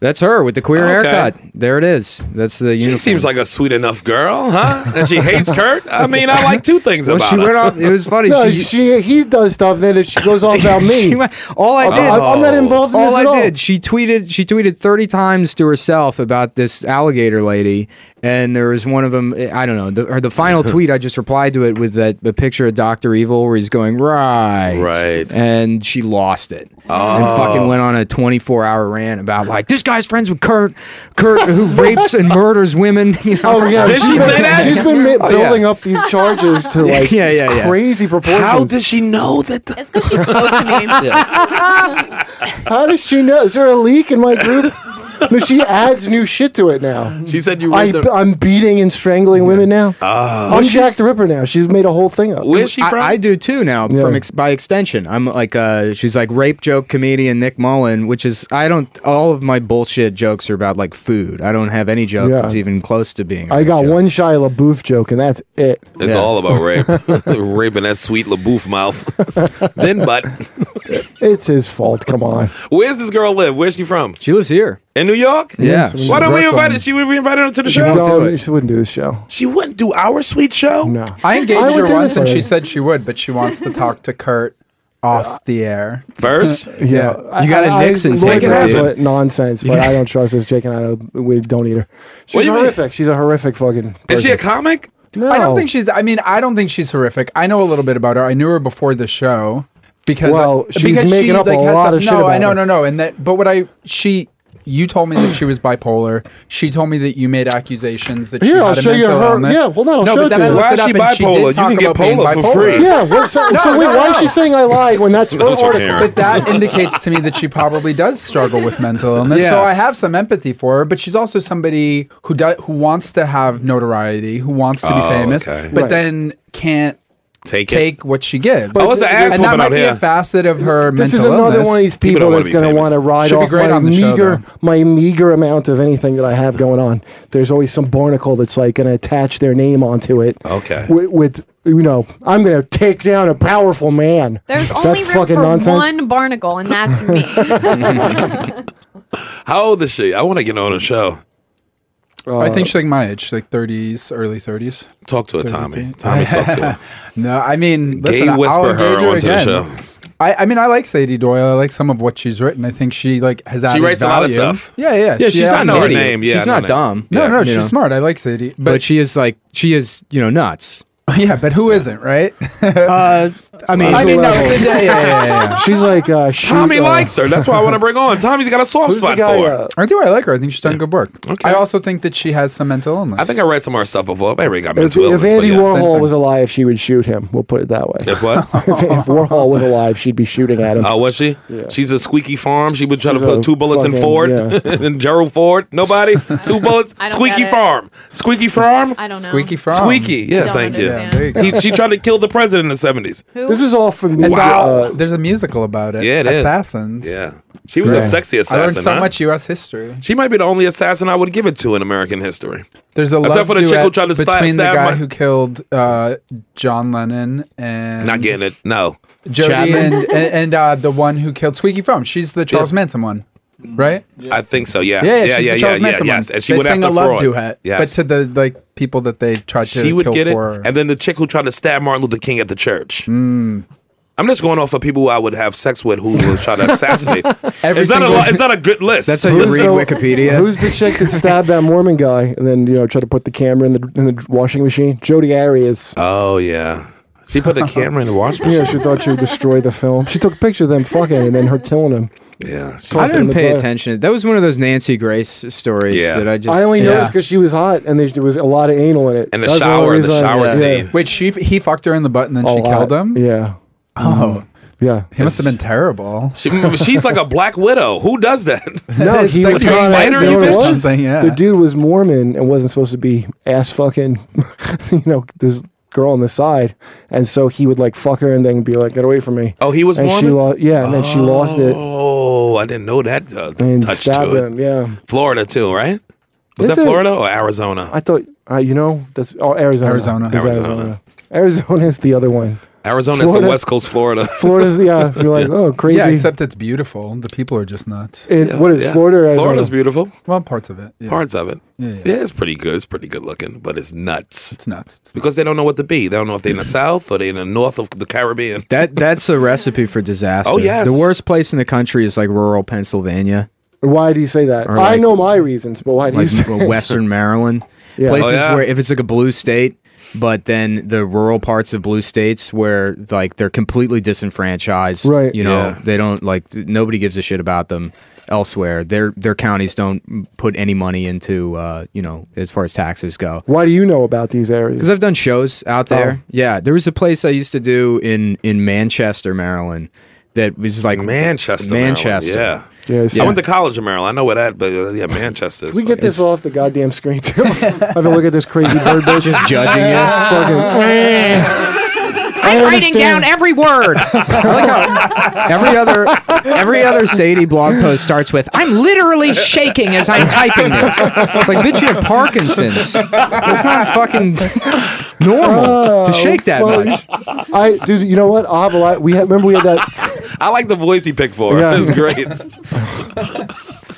[SPEAKER 10] That's her with the queer
[SPEAKER 2] Okay.
[SPEAKER 10] haircut. There it is. That's the
[SPEAKER 2] She
[SPEAKER 10] uniform.
[SPEAKER 2] seems like a sweet enough girl, huh? And she hates Kurt. I mean, I like two things
[SPEAKER 10] Well,
[SPEAKER 2] about
[SPEAKER 10] she
[SPEAKER 2] her.
[SPEAKER 10] went off- it was funny,
[SPEAKER 5] No, she, he does stuff. Then if she goes on about me,
[SPEAKER 10] She went- all I
[SPEAKER 5] I'm-
[SPEAKER 10] did.
[SPEAKER 5] I'm, I'm not involved in
[SPEAKER 10] all
[SPEAKER 5] this at
[SPEAKER 10] I
[SPEAKER 5] all.
[SPEAKER 10] did. She tweeted. She tweeted thirty times to herself about this alligator lady, and there was one of them. I don't know. The, or the final tweet, I just replied to it with that a picture of Doctor Evil where he's going right, right, and she lost it and
[SPEAKER 17] Oh.
[SPEAKER 10] fucking went on a twenty-four hour rant about like this guy's friends with Kurt, Kurt who rapes and murders women. You know?
[SPEAKER 5] Oh yeah, she's been, She's been ma-
[SPEAKER 10] Oh, yeah.
[SPEAKER 5] building up these charges to like
[SPEAKER 10] Yeah, yeah, yeah.
[SPEAKER 5] crazy proportions.
[SPEAKER 10] How does she
[SPEAKER 2] know that? The-
[SPEAKER 5] it's because she spoke to me. How does she know? Is there a leak in my group? No, she adds new shit to it now.
[SPEAKER 2] She said you were
[SPEAKER 5] I,
[SPEAKER 2] the-
[SPEAKER 5] I'm beating and strangling women now.
[SPEAKER 10] Oh,
[SPEAKER 2] Ah.
[SPEAKER 5] I'm Jack the Ripper now. She's made a whole thing up.
[SPEAKER 10] I- I, do too now. From ex- by extension, I'm like uh, she's like rape joke comedian Nick Mullen, which is I don't. All of my bullshit jokes are about like food. I don't have any joke
[SPEAKER 5] Yeah.
[SPEAKER 10] that's even close to being.
[SPEAKER 5] I got one Shia LaBeouf joke, and that's it.
[SPEAKER 2] It's all about rape, raping that sweet LaBouffe mouth. then butt.
[SPEAKER 5] It's his fault. Come on.
[SPEAKER 2] Where's this girl live? Where's she from?
[SPEAKER 10] She lives here
[SPEAKER 2] in New York.
[SPEAKER 5] Yeah. Yeah.
[SPEAKER 2] Why don't we invite her?
[SPEAKER 5] Brooklyn.
[SPEAKER 2] She would be invited her to the
[SPEAKER 5] She,
[SPEAKER 2] show.
[SPEAKER 5] don't- she wouldn't do this show.
[SPEAKER 2] She wouldn't do our sweet show. No.
[SPEAKER 9] I engaged
[SPEAKER 5] I would
[SPEAKER 9] her
[SPEAKER 5] do
[SPEAKER 9] once,
[SPEAKER 5] this
[SPEAKER 9] and
[SPEAKER 5] way.
[SPEAKER 9] she said she would, but she wants to talk to Kurt off the air
[SPEAKER 2] First?
[SPEAKER 5] Yeah,
[SPEAKER 9] you got a Nixon's
[SPEAKER 5] Lloyd
[SPEAKER 9] paper,
[SPEAKER 5] Rose
[SPEAKER 9] dude.
[SPEAKER 5] went nonsense, but I don't trust this Jake and I. We don't eat her. She's
[SPEAKER 9] do you mean?
[SPEAKER 5] horrific. She's a horrific fucking.
[SPEAKER 2] Is she a comic?
[SPEAKER 5] No.
[SPEAKER 9] I don't think she's. I mean, I don't think she's horrific. I know a little bit about her. I knew her before the show because
[SPEAKER 5] Well, she's
[SPEAKER 9] because
[SPEAKER 5] making up a
[SPEAKER 9] has
[SPEAKER 5] lot
[SPEAKER 9] the-
[SPEAKER 5] of shit
[SPEAKER 9] No, I
[SPEAKER 5] about
[SPEAKER 9] know,
[SPEAKER 5] her.
[SPEAKER 9] no, no, and that. But what I she. You told me that she was bipolar. She told me that you made accusations that she
[SPEAKER 5] Here,
[SPEAKER 9] had
[SPEAKER 5] I'll
[SPEAKER 9] a
[SPEAKER 5] show you
[SPEAKER 9] mental
[SPEAKER 5] her-
[SPEAKER 9] illness.
[SPEAKER 5] yeah, well, no, I'll
[SPEAKER 9] no,
[SPEAKER 5] show
[SPEAKER 9] but
[SPEAKER 5] it
[SPEAKER 9] then
[SPEAKER 5] to
[SPEAKER 9] I
[SPEAKER 5] you.
[SPEAKER 9] looked
[SPEAKER 5] Why
[SPEAKER 9] it
[SPEAKER 5] is
[SPEAKER 9] up
[SPEAKER 5] she
[SPEAKER 9] and She
[SPEAKER 5] bipolar?
[SPEAKER 9] did
[SPEAKER 5] You
[SPEAKER 9] talk
[SPEAKER 5] can get
[SPEAKER 9] about being
[SPEAKER 5] Polar for
[SPEAKER 9] bipolar.
[SPEAKER 5] free. Yeah, well, so- so wait, why is she saying I lied when that's her Those are article? Karen.
[SPEAKER 9] But that indicates to me that she probably does struggle with mental illness.
[SPEAKER 5] Yeah.
[SPEAKER 9] So I have some empathy for her, but she's also somebody who do, who wants to have notoriety, who wants to be
[SPEAKER 2] Oh,
[SPEAKER 9] famous,
[SPEAKER 2] okay.
[SPEAKER 9] but
[SPEAKER 2] Right.
[SPEAKER 9] then can't
[SPEAKER 2] take
[SPEAKER 9] it. what she gives.
[SPEAKER 5] But Oh, it's an th- ass
[SPEAKER 9] and that
[SPEAKER 5] woman
[SPEAKER 9] might
[SPEAKER 5] out
[SPEAKER 9] be
[SPEAKER 5] here.
[SPEAKER 9] a facet of her
[SPEAKER 5] This
[SPEAKER 9] mental
[SPEAKER 5] is another
[SPEAKER 9] illness.
[SPEAKER 5] one of these people, that's going to want to ride
[SPEAKER 9] Should be
[SPEAKER 5] off
[SPEAKER 9] great
[SPEAKER 5] my
[SPEAKER 9] on the show,
[SPEAKER 5] meager, my meager amount of anything that I have going on. There's always some barnacle that's like going to attach their name onto it.
[SPEAKER 2] Okay.
[SPEAKER 5] With, with, you know, I'm going to take down a powerful man.
[SPEAKER 6] There's
[SPEAKER 5] That
[SPEAKER 6] only room
[SPEAKER 5] fucking
[SPEAKER 6] for
[SPEAKER 5] nonsense.
[SPEAKER 6] one barnacle, and that's me.
[SPEAKER 2] How old is she? I want to get her on a show. Uh,
[SPEAKER 9] I think she's like my age, she's like 30s, early 30s.
[SPEAKER 2] Talk to her, Tommy. Tommy, talk to her.
[SPEAKER 9] no, I mean,
[SPEAKER 2] Gay
[SPEAKER 9] listen, I'll
[SPEAKER 2] whisper
[SPEAKER 9] engage
[SPEAKER 2] her
[SPEAKER 9] her
[SPEAKER 2] onto the
[SPEAKER 9] again.
[SPEAKER 2] show.
[SPEAKER 9] I, I mean, I like Sadie Doyle. I like some of what she's written. I think she like has added
[SPEAKER 2] writes a lot of
[SPEAKER 9] value.
[SPEAKER 2] stuff.
[SPEAKER 9] Yeah, yeah.
[SPEAKER 10] Yeah, she's
[SPEAKER 9] adds
[SPEAKER 10] not an
[SPEAKER 9] value.
[SPEAKER 10] idiot. she's not dumb.
[SPEAKER 9] No, no,
[SPEAKER 10] You
[SPEAKER 9] she's
[SPEAKER 10] know?
[SPEAKER 9] smart. I like Sadie,
[SPEAKER 10] but,
[SPEAKER 9] but,
[SPEAKER 10] she is like she is you know nuts.
[SPEAKER 9] yeah, but who not right?
[SPEAKER 10] uh, I mean,
[SPEAKER 9] I mean, no, yeah, yeah, yeah, yeah.
[SPEAKER 5] She's like, uh, she,
[SPEAKER 2] Tommy
[SPEAKER 5] uh,
[SPEAKER 2] likes her. That's why I want to bring her on. Tommy's got a soft
[SPEAKER 9] Who's the
[SPEAKER 2] spot
[SPEAKER 9] guy,
[SPEAKER 2] for her.
[SPEAKER 9] uh, I do. I like her. I think she's done good work. I also think that she has some mental illness.
[SPEAKER 2] I think I read some of her stuff before. I already got
[SPEAKER 5] If,
[SPEAKER 2] mental
[SPEAKER 5] if
[SPEAKER 2] illness. but
[SPEAKER 5] Andy
[SPEAKER 2] yeah.
[SPEAKER 5] Warhol was alive, she would shoot him. We'll put it that way.
[SPEAKER 2] If what?
[SPEAKER 5] if, if Warhol was alive, she'd be shooting at him.
[SPEAKER 2] Oh, was she? She's a squeaky farm. She would try to
[SPEAKER 5] She's a
[SPEAKER 2] put two bullets in
[SPEAKER 5] fucking-
[SPEAKER 2] Ford
[SPEAKER 5] yeah.
[SPEAKER 2] and Gerald Ford. Nobody. two bullets.
[SPEAKER 5] I don't
[SPEAKER 2] Squeaky
[SPEAKER 5] get it.
[SPEAKER 2] farm. Squeaky farm. I
[SPEAKER 6] don't know.
[SPEAKER 9] Squeaky farm.
[SPEAKER 2] Squeaky. Yeah,
[SPEAKER 9] Don't
[SPEAKER 2] thank you.
[SPEAKER 9] understand. Yeah, there you
[SPEAKER 2] He-
[SPEAKER 9] go.
[SPEAKER 2] she tried to kill the president in the seventies.
[SPEAKER 5] This is all for me.
[SPEAKER 9] It's
[SPEAKER 5] uh,
[SPEAKER 9] all- there's a musical about it.
[SPEAKER 2] Yeah, it is.
[SPEAKER 9] Assassins.
[SPEAKER 2] Yeah. She was a
[SPEAKER 9] Right.
[SPEAKER 2] sexy assassin.
[SPEAKER 9] I learned so
[SPEAKER 2] huh?
[SPEAKER 9] much U.S. history.
[SPEAKER 2] She might be the only assassin I would give it to in American history.
[SPEAKER 9] There's a
[SPEAKER 2] Except
[SPEAKER 9] love
[SPEAKER 2] for the chick who
[SPEAKER 9] duet
[SPEAKER 2] tried to sta-
[SPEAKER 9] between the
[SPEAKER 2] stab
[SPEAKER 9] guy
[SPEAKER 2] my-
[SPEAKER 9] who killed uh, John Lennon and
[SPEAKER 2] Not getting it. No.
[SPEAKER 9] Jody and, and, and uh, the one who killed Squeaky Frome. She's the Charles Manson one, right?
[SPEAKER 2] I think so. Yeah.
[SPEAKER 9] yeah,
[SPEAKER 2] Yeah. Yeah.
[SPEAKER 9] she's
[SPEAKER 2] Yeah.
[SPEAKER 9] the
[SPEAKER 2] Yeah.
[SPEAKER 9] Charles Manson one.
[SPEAKER 2] yes. And she
[SPEAKER 9] they
[SPEAKER 2] would
[SPEAKER 9] sing
[SPEAKER 2] have
[SPEAKER 9] a
[SPEAKER 2] to
[SPEAKER 9] love
[SPEAKER 2] fraud.
[SPEAKER 9] duet,
[SPEAKER 2] Yes.
[SPEAKER 9] but to the like people that they tried to
[SPEAKER 2] she would
[SPEAKER 9] kill
[SPEAKER 2] get it.
[SPEAKER 9] for.
[SPEAKER 2] And then the chick who tried to stab Martin Luther King at the church.
[SPEAKER 9] Mm.
[SPEAKER 2] I'm just going off of people who I would have sex with who will try to assassinate.
[SPEAKER 5] Every
[SPEAKER 2] it's, not a,
[SPEAKER 5] single-
[SPEAKER 2] lo- it's not a good list.
[SPEAKER 5] Who's the- Who's the chick that stabbed that Mormon guy and then you know tried to put the camera in the in the washing machine? Jodi Arias.
[SPEAKER 2] Oh yeah, she put the camera in the wash machine.
[SPEAKER 5] Yeah, she thought she would destroy the film. She took a picture of them fucking and then her killing him.
[SPEAKER 2] Yeah,
[SPEAKER 10] I
[SPEAKER 5] Tossed him in
[SPEAKER 10] didn't
[SPEAKER 5] the
[SPEAKER 10] pay
[SPEAKER 5] fire.
[SPEAKER 10] attention. That was one of those Nancy Grace stories that I just.
[SPEAKER 5] I only
[SPEAKER 10] yeah.
[SPEAKER 5] noticed because she was hot and there there was a lot of anal in it. That was only reason I- yeah.
[SPEAKER 9] Wait, she he fucked her in the butt and then
[SPEAKER 5] A
[SPEAKER 9] she
[SPEAKER 5] lot.
[SPEAKER 9] killed him.
[SPEAKER 5] Yeah. Mm-hmm.
[SPEAKER 9] Oh,
[SPEAKER 5] yeah.
[SPEAKER 9] He must have been terrible.
[SPEAKER 2] She, she's like a black widow. Who does that?
[SPEAKER 5] No, he was
[SPEAKER 2] like Ghost
[SPEAKER 5] caught-
[SPEAKER 2] spider.
[SPEAKER 5] you know
[SPEAKER 2] you
[SPEAKER 5] what it
[SPEAKER 2] said?
[SPEAKER 5] was? The dude was Mormon and wasn't supposed to be ass fucking, you know, this girl on the side, and so he would like fuck her and then be like, "Get away from me."
[SPEAKER 2] Oh, he was
[SPEAKER 5] and She
[SPEAKER 2] Mormon?
[SPEAKER 5] lo- yeah, and then she lost it.
[SPEAKER 2] Oh, I didn't know that uh,
[SPEAKER 5] And
[SPEAKER 2] touch
[SPEAKER 5] stabbed
[SPEAKER 2] to it.
[SPEAKER 5] him, yeah.
[SPEAKER 2] Florida too, right? Was
[SPEAKER 5] It's
[SPEAKER 2] that
[SPEAKER 5] a-
[SPEAKER 2] Florida or Arizona?
[SPEAKER 5] I thought, uh, you know, that's oh, Arizona.
[SPEAKER 2] Arizona.
[SPEAKER 5] It's
[SPEAKER 2] Arizona.
[SPEAKER 5] Arizona. Arizona is the other one.
[SPEAKER 2] Arizona is the
[SPEAKER 5] Florida-
[SPEAKER 2] West Coast, Florida.
[SPEAKER 5] Florida's the uh, you're like, oh, crazy.
[SPEAKER 9] Yeah, except it's beautiful. The people are just nuts.
[SPEAKER 5] And what is Florida? Or Arizona?
[SPEAKER 2] Florida's beautiful.
[SPEAKER 9] Well, parts of it. yeah.
[SPEAKER 2] Parts of it.
[SPEAKER 9] Yeah,
[SPEAKER 2] Yeah,
[SPEAKER 9] yeah.
[SPEAKER 2] it's pretty good. It's pretty good looking, but it's nuts. It's
[SPEAKER 9] nuts.
[SPEAKER 2] because they don't know what to be. They don't know if they're in the South or they're in the North of the Caribbean.
[SPEAKER 10] That that's a recipe for disaster.
[SPEAKER 2] Oh, yes.
[SPEAKER 10] the worst place in the country is like rural Pennsylvania,
[SPEAKER 5] Why do you say that?
[SPEAKER 10] Or
[SPEAKER 5] I
[SPEAKER 10] like-
[SPEAKER 5] know my reasons, but why do
[SPEAKER 10] like
[SPEAKER 5] you say
[SPEAKER 10] Western Maryland,
[SPEAKER 5] Yeah.
[SPEAKER 10] places
[SPEAKER 5] Oh, yeah.
[SPEAKER 10] where if it's like a blue state, but then the rural parts of blue states where like they're completely disenfranchised.
[SPEAKER 5] Right.
[SPEAKER 10] You know,
[SPEAKER 5] Yeah.
[SPEAKER 10] they don't like th- nobody gives a shit about them elsewhere. Their their counties don't put any money into uh, you know as far as taxes go.
[SPEAKER 5] Why do you know about these areas?
[SPEAKER 10] Because I've done shows out
[SPEAKER 5] Oh.
[SPEAKER 10] there. Yeah, there was a place I used to do in in Manchester, Maryland, that was like
[SPEAKER 2] Manchester, Maryland,
[SPEAKER 10] Manchester.
[SPEAKER 2] yeah.
[SPEAKER 5] Yes.
[SPEAKER 2] I went to college in Maryland. I know where that, but uh, yeah, Manchester.
[SPEAKER 5] Can we get this off the goddamn screen too? Have a look at this crazy bird bitch. Just
[SPEAKER 10] judging you.
[SPEAKER 5] I
[SPEAKER 10] I'm writing
[SPEAKER 5] understand.
[SPEAKER 10] down every word. every other every other Sadie blog post starts with "I'm literally shaking as I'm typing this." It's like, bitch, you have Parkinson's. That's not fucking normal
[SPEAKER 5] Oh,
[SPEAKER 10] to shake that
[SPEAKER 5] fuck.
[SPEAKER 10] much.
[SPEAKER 5] I dude, you know what? I'll have a lot. We had, remember we had that.
[SPEAKER 2] I like the voice he picked for.
[SPEAKER 5] Yeah.
[SPEAKER 2] her. It's great.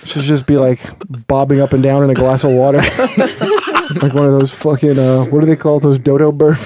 [SPEAKER 5] Should just be like bobbing up and down in a glass of water, like one of those fucking uh, what do they call those dodo bird?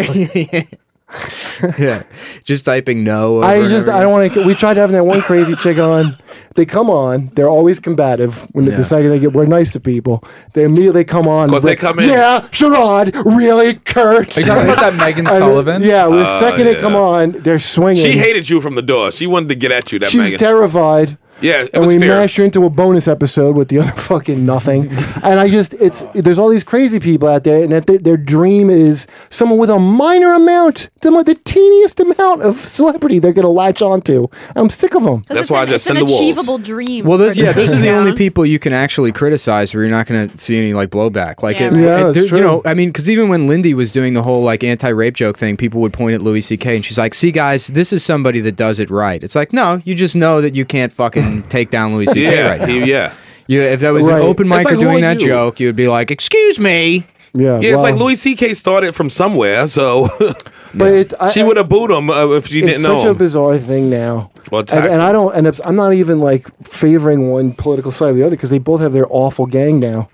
[SPEAKER 10] yeah, just typing no. Over
[SPEAKER 5] I
[SPEAKER 10] and
[SPEAKER 5] just
[SPEAKER 10] over
[SPEAKER 5] I don't want to. We tried having that one crazy chick on. They come on. They're always combative when they
[SPEAKER 10] Yeah.
[SPEAKER 5] decide they get we're nice to people. They immediately come on.
[SPEAKER 2] 'Cause they
[SPEAKER 5] like,
[SPEAKER 2] come in.
[SPEAKER 5] Yeah, Sherrod, really, Kurt.
[SPEAKER 2] Are you talking about that
[SPEAKER 9] Megan
[SPEAKER 5] And,
[SPEAKER 9] Sullivan?
[SPEAKER 5] Yeah, the
[SPEAKER 2] Oh,
[SPEAKER 5] second they
[SPEAKER 2] yeah.
[SPEAKER 5] come on, they're swinging.
[SPEAKER 2] She hated you from the door. She wanted to get at you. That
[SPEAKER 5] She was
[SPEAKER 2] Megan.
[SPEAKER 5] terrified.
[SPEAKER 2] Yeah, it
[SPEAKER 5] and
[SPEAKER 2] was
[SPEAKER 5] we
[SPEAKER 2] fair.
[SPEAKER 5] mashed her into a bonus episode with the other fucking nothing. and I just, it's there's all these crazy people out there, and that their, their dream is someone with a minor amount, the, mo- the teeniest amount of celebrity they're gonna latch onto. I'm sick of them.
[SPEAKER 2] That's why I just
[SPEAKER 6] It's an
[SPEAKER 2] send the wolves.
[SPEAKER 6] achievable dream.
[SPEAKER 10] Well, those
[SPEAKER 6] for
[SPEAKER 10] yeah, those are the
[SPEAKER 6] takedown.
[SPEAKER 10] only people you can actually criticize where you're not going to see any like blowback. Like,
[SPEAKER 6] Yeah,
[SPEAKER 10] it,
[SPEAKER 6] right. Yeah,
[SPEAKER 10] it-
[SPEAKER 6] that's
[SPEAKER 10] there-
[SPEAKER 6] true.
[SPEAKER 10] you know, I mean, because even when Lindy was doing the whole like anti-rape joke thing, people would point at Louis C.K. and she's like, "See, guys, this is somebody that does it right." It's like, no, you just know that you can't fucking take down Louis C.K.
[SPEAKER 2] Yeah,
[SPEAKER 10] right now.
[SPEAKER 2] he- yeah.
[SPEAKER 10] You, if that was
[SPEAKER 2] Right.
[SPEAKER 10] an open
[SPEAKER 2] It's
[SPEAKER 10] mic
[SPEAKER 2] like, who
[SPEAKER 10] doing
[SPEAKER 2] are
[SPEAKER 10] that
[SPEAKER 2] you?
[SPEAKER 10] joke, you would be like, "Excuse me."
[SPEAKER 5] Yeah,
[SPEAKER 2] Yeah, it's like Louis C.K. started from somewhere, so
[SPEAKER 5] but it, I-
[SPEAKER 2] she would have booed him uh, if she
[SPEAKER 5] it's
[SPEAKER 2] didn't
[SPEAKER 5] such
[SPEAKER 2] know
[SPEAKER 5] a
[SPEAKER 2] him.
[SPEAKER 5] bizarre thing now.
[SPEAKER 2] Well,
[SPEAKER 5] and, and I don't, and it's, I'm not even like favoring one political side or the other because they both have their awful gang now.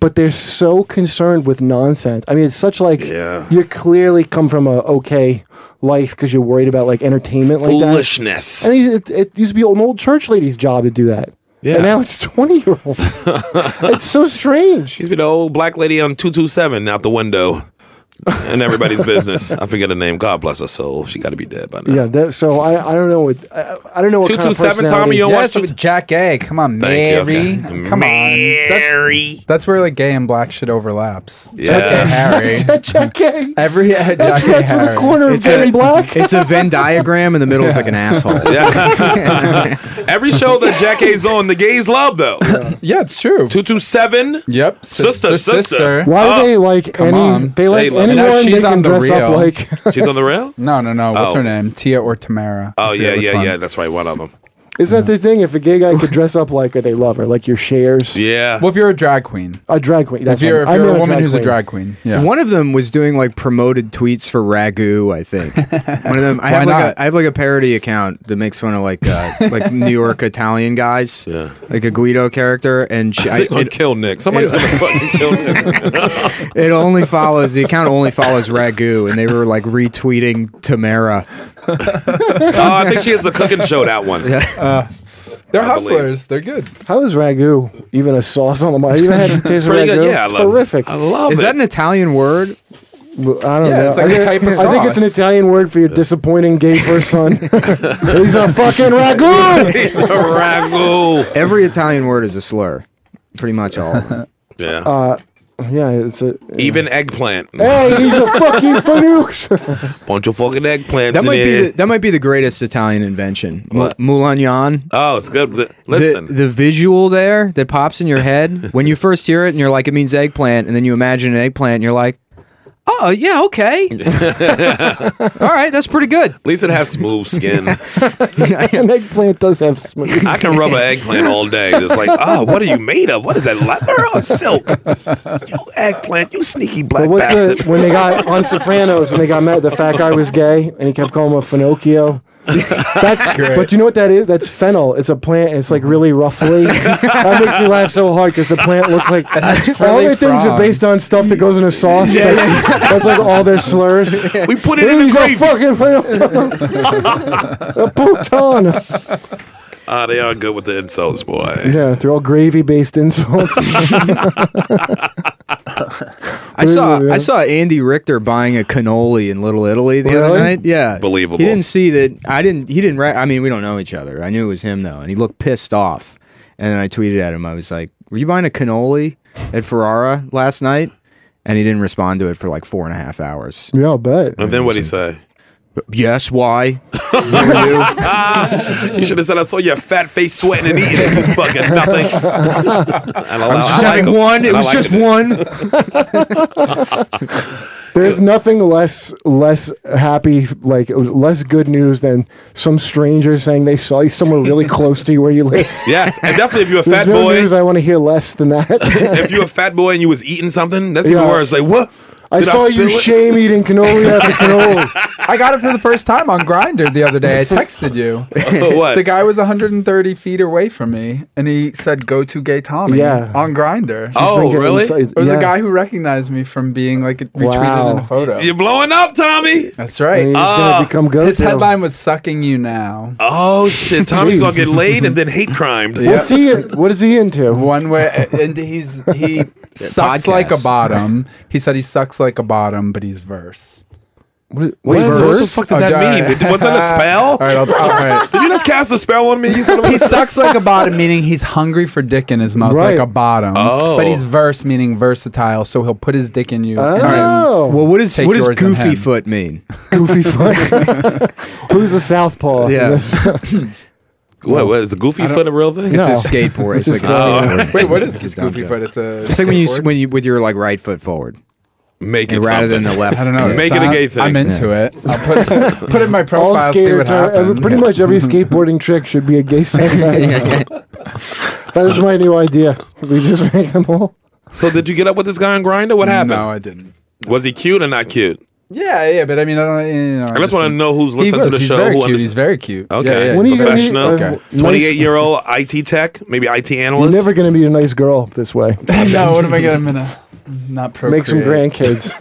[SPEAKER 5] But they're so concerned with nonsense. I mean, it's such like you clearly come from a okay life because you're worried about like entertainment like that.
[SPEAKER 2] Foolishness.
[SPEAKER 5] And it, it, it used to be an old church lady's job to do that.
[SPEAKER 2] Yeah.
[SPEAKER 5] And now it's 20 year olds. it's so strange.
[SPEAKER 2] Mm. She's been the old black lady on 227 out the window and everybody's business. I forget her name. God bless her soul. She got to be dead by now.
[SPEAKER 5] yeah. That, so I, I don't know what, I, I don't know what kind of personality-
[SPEAKER 9] Yes, with Jack A. Come on,
[SPEAKER 2] Thank you,
[SPEAKER 9] Mary.
[SPEAKER 2] okay.
[SPEAKER 9] Come on. Mary. That's, that's where like gay and black shit overlaps.
[SPEAKER 2] Yeah.
[SPEAKER 9] Jack A. Harry.
[SPEAKER 5] Jack A.
[SPEAKER 9] Every Jack
[SPEAKER 5] That's-
[SPEAKER 9] A.
[SPEAKER 5] that's where the
[SPEAKER 9] Harry.
[SPEAKER 5] corner of gay and black.
[SPEAKER 10] It's a Venn diagram, and the middle is like an asshole.
[SPEAKER 2] Yeah. Every show that Jack A's on, the gays love though.
[SPEAKER 9] Yeah, it's true.
[SPEAKER 2] Two two seven.
[SPEAKER 9] Yep.
[SPEAKER 2] Sister, sister.
[SPEAKER 5] Why do
[SPEAKER 2] Oh.
[SPEAKER 5] they like
[SPEAKER 9] come
[SPEAKER 5] any?
[SPEAKER 9] on.
[SPEAKER 5] They like
[SPEAKER 9] They love it.
[SPEAKER 5] anyone
[SPEAKER 9] Now
[SPEAKER 5] they
[SPEAKER 9] she's
[SPEAKER 5] can
[SPEAKER 9] on the
[SPEAKER 5] dress up
[SPEAKER 9] reel.
[SPEAKER 5] like.
[SPEAKER 2] She's on the rail?
[SPEAKER 9] No, no, no. What's
[SPEAKER 2] Oh.
[SPEAKER 9] her name? Tia or Tamara?
[SPEAKER 2] Oh yeah,
[SPEAKER 9] which
[SPEAKER 2] yeah,
[SPEAKER 9] one.
[SPEAKER 2] yeah. That's right. One of them.
[SPEAKER 5] Isn't that the thing? If a gay guy could dress up like her, they love her. Like your shares.
[SPEAKER 18] Yeah.
[SPEAKER 9] Well, if you're a drag queen,
[SPEAKER 5] A drag queen.
[SPEAKER 9] if
[SPEAKER 5] That's
[SPEAKER 9] you're, if
[SPEAKER 5] what I mean. I
[SPEAKER 9] you're
[SPEAKER 5] meant
[SPEAKER 9] a woman who's a drag queen, yeah.
[SPEAKER 10] One of them was doing like promoted tweets for Ragu, I think. One of them. I
[SPEAKER 9] Why
[SPEAKER 10] have
[SPEAKER 9] not?
[SPEAKER 10] like a, I have like a parody account that makes fun of like uh, like New York Italian guys, yeah. like a Guido character, and she,
[SPEAKER 2] I think gonna
[SPEAKER 10] it-
[SPEAKER 2] kill Nick. Somebody's
[SPEAKER 10] it-
[SPEAKER 2] gonna fucking kill Nick.
[SPEAKER 10] it only follows the account only follows Ragu, and they were like retweeting Tamara.
[SPEAKER 2] oh, I think she has a cooking show. That one.
[SPEAKER 9] Uh, they're
[SPEAKER 2] I believe.
[SPEAKER 9] hustlers. They're good.
[SPEAKER 5] How is ragu even a sauce on the mind? You ever had a taste of ragu? it's horrific.
[SPEAKER 10] Is that an Italian word?
[SPEAKER 5] Well, I don't
[SPEAKER 10] Yeah,
[SPEAKER 5] know.
[SPEAKER 10] it's like
[SPEAKER 5] I,
[SPEAKER 10] a
[SPEAKER 5] think-
[SPEAKER 10] type of
[SPEAKER 5] I think it's an
[SPEAKER 10] sauce.
[SPEAKER 5] Italian word for your disappointing gay first son. He's a fucking ragu.
[SPEAKER 2] ragu.
[SPEAKER 10] Every Italian word is a slur, pretty much all. Of them.
[SPEAKER 2] Yeah.
[SPEAKER 5] Uh, yeah, it's a.
[SPEAKER 2] Even eggplant.
[SPEAKER 5] Hey, he's a fucking fanooks.
[SPEAKER 2] Bunch of fucking eggplants
[SPEAKER 10] That
[SPEAKER 2] in
[SPEAKER 10] might be
[SPEAKER 2] here.
[SPEAKER 10] the, that might be the greatest Italian invention. Mu- Moulin
[SPEAKER 2] oh, it's good. Li- Listen.
[SPEAKER 10] the, the visual there that pops in your head when you first hear it, and you're like, it means eggplant, and then you imagine an eggplant, and you're like, oh yeah, okay, all right, that's pretty good.
[SPEAKER 2] At least it has smooth skin.
[SPEAKER 5] An eggplant does have smooth.
[SPEAKER 2] I can rub an eggplant all day. Just like, oh, what are you made of? What is that, leather or silk? You eggplant, you sneaky black
[SPEAKER 5] But what's
[SPEAKER 2] bastard.
[SPEAKER 5] the, when they got on Sopranos when they got mad the fat guy was gay and he kept calling him a finocchio. That's
[SPEAKER 16] Great.
[SPEAKER 5] but you know what that is? That's fennel. It's a plant. and It's like really ruffly. that makes me laugh so hard because the plant looks like all
[SPEAKER 16] really
[SPEAKER 5] their things are based on stuff that goes in a sauce.
[SPEAKER 16] Yeah.
[SPEAKER 5] That's, that's like all their slurs.
[SPEAKER 16] We put
[SPEAKER 2] it in the
[SPEAKER 5] He's a
[SPEAKER 2] gravy.
[SPEAKER 5] fucking a puton.
[SPEAKER 2] Ah, they are good with the insults, boy.
[SPEAKER 5] Yeah, they're all gravy based insults.
[SPEAKER 10] I saw
[SPEAKER 5] Yeah.
[SPEAKER 10] I saw Andy Richter buying a cannoli in Little Italy the other
[SPEAKER 5] Really?
[SPEAKER 10] night. Yeah,
[SPEAKER 2] Believable.
[SPEAKER 10] He didn't see that. I didn't. He didn't. Re- I mean, we don't know each other. I knew it was him though, and he looked pissed off. And then I tweeted at him. I was like, "Were you buying a cannoli at Ferrara last night?" And he didn't respond to it for like four and a half hours.
[SPEAKER 5] Yeah, I'll bet.
[SPEAKER 2] And then what'd he say?
[SPEAKER 10] Yes, why?
[SPEAKER 2] You should have said, I saw your fat face sweating and eating it. You fucking nothing. And I,
[SPEAKER 10] I was just having one. It was just
[SPEAKER 5] one. There's nothing less less happy, like less good news than some stranger saying they saw you somewhere really close to you where you live.
[SPEAKER 2] Yes, and definitely if you're a
[SPEAKER 5] There's
[SPEAKER 2] fat
[SPEAKER 5] no
[SPEAKER 2] boy,
[SPEAKER 5] news I want to hear less than that.
[SPEAKER 2] if you're a fat boy and you was eating something, that's even
[SPEAKER 5] Yeah.
[SPEAKER 2] worse. Like, what?
[SPEAKER 5] I
[SPEAKER 2] Did
[SPEAKER 5] saw you
[SPEAKER 2] spill it?
[SPEAKER 5] shame eating cannoli after cannoli.
[SPEAKER 9] I got it for the first time on Grinder the other day. I texted you.
[SPEAKER 2] Oh, what?
[SPEAKER 9] The guy was 130 feet away from me, and he said, "Go to Gay Tommy."
[SPEAKER 5] Yeah.
[SPEAKER 9] On Grinder.
[SPEAKER 2] He's Oh, been getting really?
[SPEAKER 9] There
[SPEAKER 2] inside-
[SPEAKER 9] was
[SPEAKER 2] yeah.
[SPEAKER 9] a guy who recognized me from being like retweeted in a photo.
[SPEAKER 2] You're blowing up, Tommy.
[SPEAKER 9] That's right.
[SPEAKER 2] He's gonna Ah. become
[SPEAKER 9] His
[SPEAKER 2] go-to.
[SPEAKER 9] headline was "Sucking You Now."
[SPEAKER 2] Oh shit! Tommy's gonna get laid and then hate crimed.
[SPEAKER 5] What's he? What is he into?
[SPEAKER 9] One way, uh, and he's he sucks
[SPEAKER 5] Podcast.
[SPEAKER 9] like a bottom. He said he sucks like a bottom, but he's verse. Oh,
[SPEAKER 5] What,
[SPEAKER 2] What is verse? What the fuck did that mean? Did- was that a spell?
[SPEAKER 9] All right, I'll, all right.
[SPEAKER 2] Did you just cast a spell on me? You son of a-
[SPEAKER 9] he sucks like a bottom, meaning he's hungry for dick in his mouth, like
[SPEAKER 10] Right.
[SPEAKER 9] a bottom.
[SPEAKER 10] Oh.
[SPEAKER 9] But he's verse, meaning versatile, so he'll put his dick in you. and
[SPEAKER 10] Well, what is
[SPEAKER 9] take
[SPEAKER 10] what does
[SPEAKER 9] yours and
[SPEAKER 10] goofy
[SPEAKER 9] hem.
[SPEAKER 10] foot mean?
[SPEAKER 5] Goofy foot. Who's a southpaw?
[SPEAKER 10] Yeah.
[SPEAKER 2] What, what is a goofy
[SPEAKER 10] I don't-
[SPEAKER 2] foot a real thing? Oh.
[SPEAKER 10] It's a skateboard. It's, like a skateboard.
[SPEAKER 9] Wait, what is
[SPEAKER 10] Just
[SPEAKER 9] goofy
[SPEAKER 10] dumb
[SPEAKER 9] foot?
[SPEAKER 10] joke.
[SPEAKER 9] It's a
[SPEAKER 10] It's like when you
[SPEAKER 9] skateboard?
[SPEAKER 10] when you with your like right foot forward.
[SPEAKER 2] Make
[SPEAKER 9] it
[SPEAKER 10] rather than the
[SPEAKER 9] something.
[SPEAKER 10] left.
[SPEAKER 9] I don't know.
[SPEAKER 2] Make it a gay thing.
[SPEAKER 9] I'm into it. I'll put, put it in my
[SPEAKER 5] All
[SPEAKER 9] profile, see
[SPEAKER 5] skater
[SPEAKER 9] what
[SPEAKER 5] term,
[SPEAKER 9] happens.
[SPEAKER 5] every, pretty much every skateboarding trick should be a gay sex act. that is my new idea. We just make them all.
[SPEAKER 2] So did you get up with this guy on Grinder? What happened?
[SPEAKER 9] No, I didn't.
[SPEAKER 2] Was he cute or not cute?
[SPEAKER 9] Yeah, yeah, but I mean, I don't. You know,
[SPEAKER 2] I just want to
[SPEAKER 9] think-
[SPEAKER 2] know who's
[SPEAKER 9] He
[SPEAKER 2] listening to
[SPEAKER 9] was.
[SPEAKER 2] the
[SPEAKER 9] He's
[SPEAKER 2] show.
[SPEAKER 9] Very
[SPEAKER 2] who
[SPEAKER 9] cute.
[SPEAKER 2] understands-
[SPEAKER 9] He's very cute.
[SPEAKER 2] Okay.
[SPEAKER 9] Yeah, yeah, he's
[SPEAKER 2] professional.
[SPEAKER 9] very cute. Okay.
[SPEAKER 2] 28 year old IT tech, maybe IT
[SPEAKER 5] You're
[SPEAKER 2] analyst.
[SPEAKER 5] uh, never going to meet a nice girl this way.
[SPEAKER 9] no, what am I gonna? I'm gonna not procreate.
[SPEAKER 5] Make some grandkids.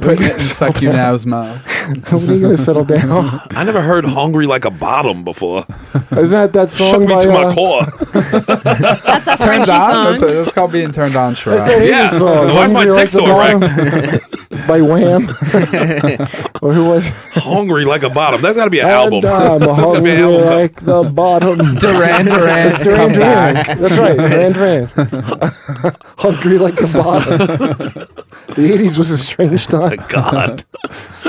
[SPEAKER 9] Put it in suck you now's mouth.
[SPEAKER 5] when are you going to settle down?
[SPEAKER 2] I never heard hungry like a bottom before.
[SPEAKER 5] Is that that song
[SPEAKER 2] Shook me
[SPEAKER 5] by?
[SPEAKER 2] to my
[SPEAKER 5] uh,
[SPEAKER 2] core.
[SPEAKER 9] turned
[SPEAKER 5] Frenchie
[SPEAKER 9] on.
[SPEAKER 5] song.
[SPEAKER 9] That's, a, that's called being turned on. Sure.
[SPEAKER 5] That's that
[SPEAKER 2] Yeah.
[SPEAKER 5] Hades song.
[SPEAKER 2] Why is my
[SPEAKER 5] Hungry
[SPEAKER 2] dick
[SPEAKER 5] Like the
[SPEAKER 2] so
[SPEAKER 5] Bottom by Wham. or who was?
[SPEAKER 2] hungry like a bottom. That's got to be an album.
[SPEAKER 5] And I'm
[SPEAKER 2] That's gotta be
[SPEAKER 5] hungry
[SPEAKER 2] an album.
[SPEAKER 5] like the bottom.
[SPEAKER 9] Duran Duran,
[SPEAKER 5] It's Duran
[SPEAKER 9] come
[SPEAKER 5] Duran.
[SPEAKER 9] back.
[SPEAKER 5] That's right. Duran Duran. hungry like the bottom. the '80s was a strange time.
[SPEAKER 2] God.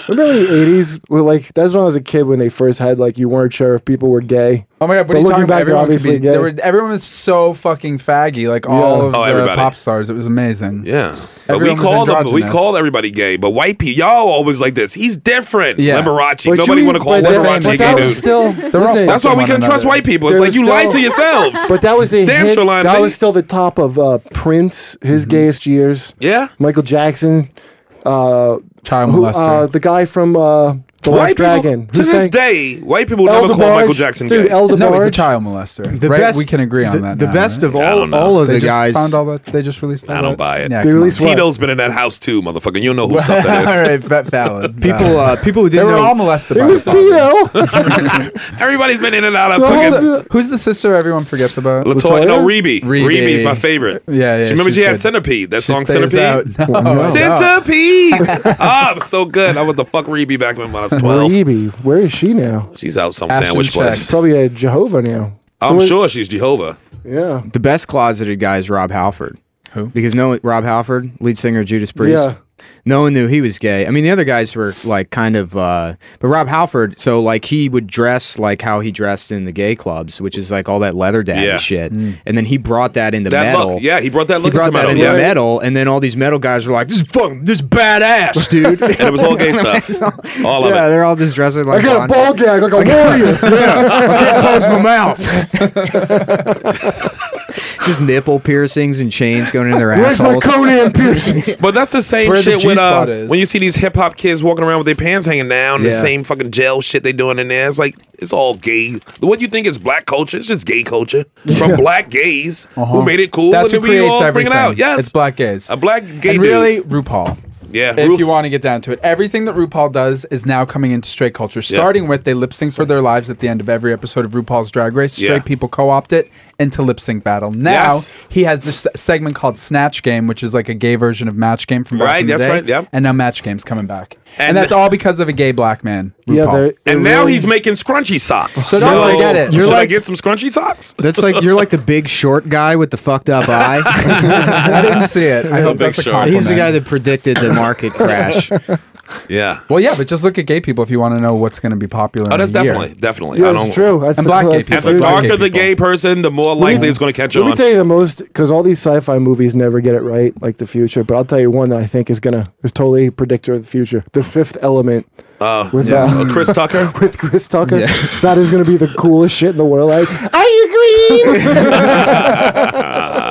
[SPEAKER 5] Remember in the eighties? Well, like that's when I was a kid when they first had like you weren't sure if people were gay.
[SPEAKER 9] Oh my god! What
[SPEAKER 5] But
[SPEAKER 9] are you
[SPEAKER 5] looking back,
[SPEAKER 9] talking about?
[SPEAKER 5] they're
[SPEAKER 9] Everyone, could
[SPEAKER 5] obviously
[SPEAKER 9] be,
[SPEAKER 5] gay.
[SPEAKER 9] there were, everyone was so fucking faggy. Like all of
[SPEAKER 2] Oh,
[SPEAKER 9] the
[SPEAKER 2] everybody.
[SPEAKER 9] pop stars, it was amazing.
[SPEAKER 2] Yeah, but we
[SPEAKER 9] Everyone was
[SPEAKER 2] call them we
[SPEAKER 9] androgynous.
[SPEAKER 2] call everybody gay, but white people y'all always like this. He's different.
[SPEAKER 9] Yeah.
[SPEAKER 2] Liberace.
[SPEAKER 9] But
[SPEAKER 2] Nobody
[SPEAKER 9] you-
[SPEAKER 2] want to call
[SPEAKER 9] but that-
[SPEAKER 2] Liberace
[SPEAKER 9] but
[SPEAKER 2] gay
[SPEAKER 9] that
[SPEAKER 2] dude.
[SPEAKER 9] was still- They're all listen,
[SPEAKER 2] that's why we
[SPEAKER 9] fucking
[SPEAKER 2] couldn't trust
[SPEAKER 9] one
[SPEAKER 2] white people. It's
[SPEAKER 5] There
[SPEAKER 2] like
[SPEAKER 5] was
[SPEAKER 2] you lied to
[SPEAKER 5] still-
[SPEAKER 2] yourselves.
[SPEAKER 5] But that was the
[SPEAKER 2] damn
[SPEAKER 5] hit-
[SPEAKER 2] sure lying.
[SPEAKER 5] that
[SPEAKER 2] bitch.
[SPEAKER 5] was still the top of uh, Prince, his gayest years.
[SPEAKER 2] Yeah.
[SPEAKER 5] Michael Jackson, uh,
[SPEAKER 9] child
[SPEAKER 5] who,
[SPEAKER 2] molester.
[SPEAKER 5] uh, the guy from uh, The Last
[SPEAKER 2] White people-
[SPEAKER 5] Dragon.
[SPEAKER 2] To
[SPEAKER 5] who
[SPEAKER 2] this
[SPEAKER 5] sang-
[SPEAKER 2] day, white people never call
[SPEAKER 5] Eldebarge.
[SPEAKER 2] Michael Jackson
[SPEAKER 5] Dude,
[SPEAKER 2] gay.
[SPEAKER 5] Eldebarge.
[SPEAKER 9] No, he's a child molester.
[SPEAKER 5] The
[SPEAKER 9] right?
[SPEAKER 5] best-
[SPEAKER 9] we can agree on
[SPEAKER 5] the-
[SPEAKER 9] that.
[SPEAKER 5] the
[SPEAKER 9] now,
[SPEAKER 5] best
[SPEAKER 9] right?
[SPEAKER 5] of all- I don't know. all of
[SPEAKER 9] They
[SPEAKER 5] the
[SPEAKER 9] just
[SPEAKER 5] guys-
[SPEAKER 9] found all that. They just released. All
[SPEAKER 2] I don't buy it.
[SPEAKER 9] Yeah, They come released on. what?
[SPEAKER 2] Tito's been in that house too, motherfucker. You know who stuff that is.
[SPEAKER 9] all right, fat Fallon.
[SPEAKER 10] People, uh, people who
[SPEAKER 9] They
[SPEAKER 10] didn't
[SPEAKER 9] were
[SPEAKER 10] know-
[SPEAKER 9] all molested.
[SPEAKER 10] It
[SPEAKER 9] by
[SPEAKER 10] was
[SPEAKER 9] his father.
[SPEAKER 2] Everybody's been in and out of
[SPEAKER 9] Well,
[SPEAKER 2] fucking.
[SPEAKER 9] hold on. Who's the sister everyone forgets about?
[SPEAKER 2] Latoya? No, Rebe. Rebe's my favorite.
[SPEAKER 9] Yeah, yeah.
[SPEAKER 2] She remember
[SPEAKER 9] she's
[SPEAKER 2] she had
[SPEAKER 9] good.
[SPEAKER 2] Centipede. That
[SPEAKER 9] She
[SPEAKER 2] song
[SPEAKER 9] stays
[SPEAKER 2] Centipede.
[SPEAKER 9] out. No, no.
[SPEAKER 2] Centipede. Ah, I'm so good. I was the fuck Rebe back when I was twelve.
[SPEAKER 5] Maribi, where is she now?
[SPEAKER 2] She's out some
[SPEAKER 10] Ashton
[SPEAKER 2] sandwich
[SPEAKER 10] Check.
[SPEAKER 2] place.
[SPEAKER 5] Probably a Jehovah now.
[SPEAKER 2] I'm sure she's Jehovah.
[SPEAKER 5] Yeah.
[SPEAKER 10] The best closeted guy is Rob Halford. Who? Because no, Rob Halford, lead singer of Judas Priest.
[SPEAKER 5] Yeah.
[SPEAKER 10] No one knew he was gay. I mean, the other guys were like kind of, uh, but Rob Halford, so like he would dress like how he dressed in the gay clubs, which is like all that leather daddy
[SPEAKER 2] Yeah.
[SPEAKER 10] shit.
[SPEAKER 9] Mm.
[SPEAKER 10] And then he brought that into
[SPEAKER 2] That
[SPEAKER 10] metal.
[SPEAKER 2] look. Yeah, he brought that
[SPEAKER 10] He
[SPEAKER 2] look
[SPEAKER 10] brought
[SPEAKER 2] into
[SPEAKER 10] that
[SPEAKER 2] metal.
[SPEAKER 10] into
[SPEAKER 2] yes.
[SPEAKER 10] metal, and then all these metal guys were like, "This is fucking, this is badass, dude."
[SPEAKER 2] And it was all gay stuff.
[SPEAKER 10] It's
[SPEAKER 2] All of
[SPEAKER 10] yeah, they're all just dressing
[SPEAKER 5] I
[SPEAKER 10] like.
[SPEAKER 5] got a
[SPEAKER 10] Bon-
[SPEAKER 5] ball gag like a warrior.
[SPEAKER 10] I can't close my mouth. just nipple piercings and chains going in their
[SPEAKER 5] Where's my
[SPEAKER 10] assholes.
[SPEAKER 5] Conan piercings?
[SPEAKER 2] But that's the same
[SPEAKER 10] where the
[SPEAKER 2] shit with
[SPEAKER 10] G-spot
[SPEAKER 2] uh,
[SPEAKER 10] is.
[SPEAKER 2] when you see these hip hop kids walking around with their pants hanging down, the
[SPEAKER 10] Yeah.
[SPEAKER 2] same fucking gel shit they doing in there. It's like it's all gay. What you think is black culture? It's just gay culture from black gays who made it cool
[SPEAKER 9] Uh-huh. That's
[SPEAKER 2] and
[SPEAKER 9] who
[SPEAKER 2] then we
[SPEAKER 9] creates
[SPEAKER 2] all
[SPEAKER 9] everything.
[SPEAKER 2] bring it out. Yes,
[SPEAKER 9] it's black gays.
[SPEAKER 2] a black gay
[SPEAKER 9] and
[SPEAKER 2] dude.
[SPEAKER 9] really, RuPaul.
[SPEAKER 2] Yeah,
[SPEAKER 9] If you want to get down to it, everything that RuPaul does is now coming into straight culture.
[SPEAKER 2] Yeah.
[SPEAKER 9] Starting with they lip sync for their lives at the end of every episode of RuPaul's Drag Race. Straight
[SPEAKER 2] Yeah.
[SPEAKER 9] people co opt it into lip sync battle. Now
[SPEAKER 2] Yes.
[SPEAKER 9] he has this segment called Snatch Game, which is like a gay version of Match Game from back
[SPEAKER 2] Right,
[SPEAKER 9] in the
[SPEAKER 2] that's
[SPEAKER 9] day,
[SPEAKER 2] right, yeah.
[SPEAKER 9] And now Match Game's coming back, and,
[SPEAKER 2] And-
[SPEAKER 9] that's all because of a gay black man. RuPaul.
[SPEAKER 2] and now he's making scrunchy socks.
[SPEAKER 9] So don't forget it.
[SPEAKER 2] You're
[SPEAKER 9] You're
[SPEAKER 2] should I
[SPEAKER 9] like-
[SPEAKER 2] get some scrunchy socks?
[SPEAKER 10] That's like you're like the big short guy with the fucked up eye.
[SPEAKER 9] I didn't see it. I hope that's a compliment.
[SPEAKER 10] He's the guy that predicted the market crash.
[SPEAKER 2] Yeah.
[SPEAKER 9] Well, yeah, but just look at gay people if you want to know what's going to be popular.
[SPEAKER 2] Oh, that's
[SPEAKER 9] in a year.
[SPEAKER 2] definitely definitely. I don't.
[SPEAKER 9] and black gay people.
[SPEAKER 2] And the darker the gay person, the more likely it's going to catch
[SPEAKER 5] Let
[SPEAKER 2] on.
[SPEAKER 5] me tell you the most because all these sci-fi movies never get it right, like the future. But I'll tell you one that I think is gonna is totally a predictor of the future. The Fifth Element.
[SPEAKER 2] Uh,
[SPEAKER 5] With,
[SPEAKER 2] yeah.
[SPEAKER 5] uh,
[SPEAKER 2] Uh, Chris Tucker.
[SPEAKER 5] with Chris Tucker,
[SPEAKER 2] Yeah.
[SPEAKER 5] that is gonna be the coolest shit in the world. Like, are you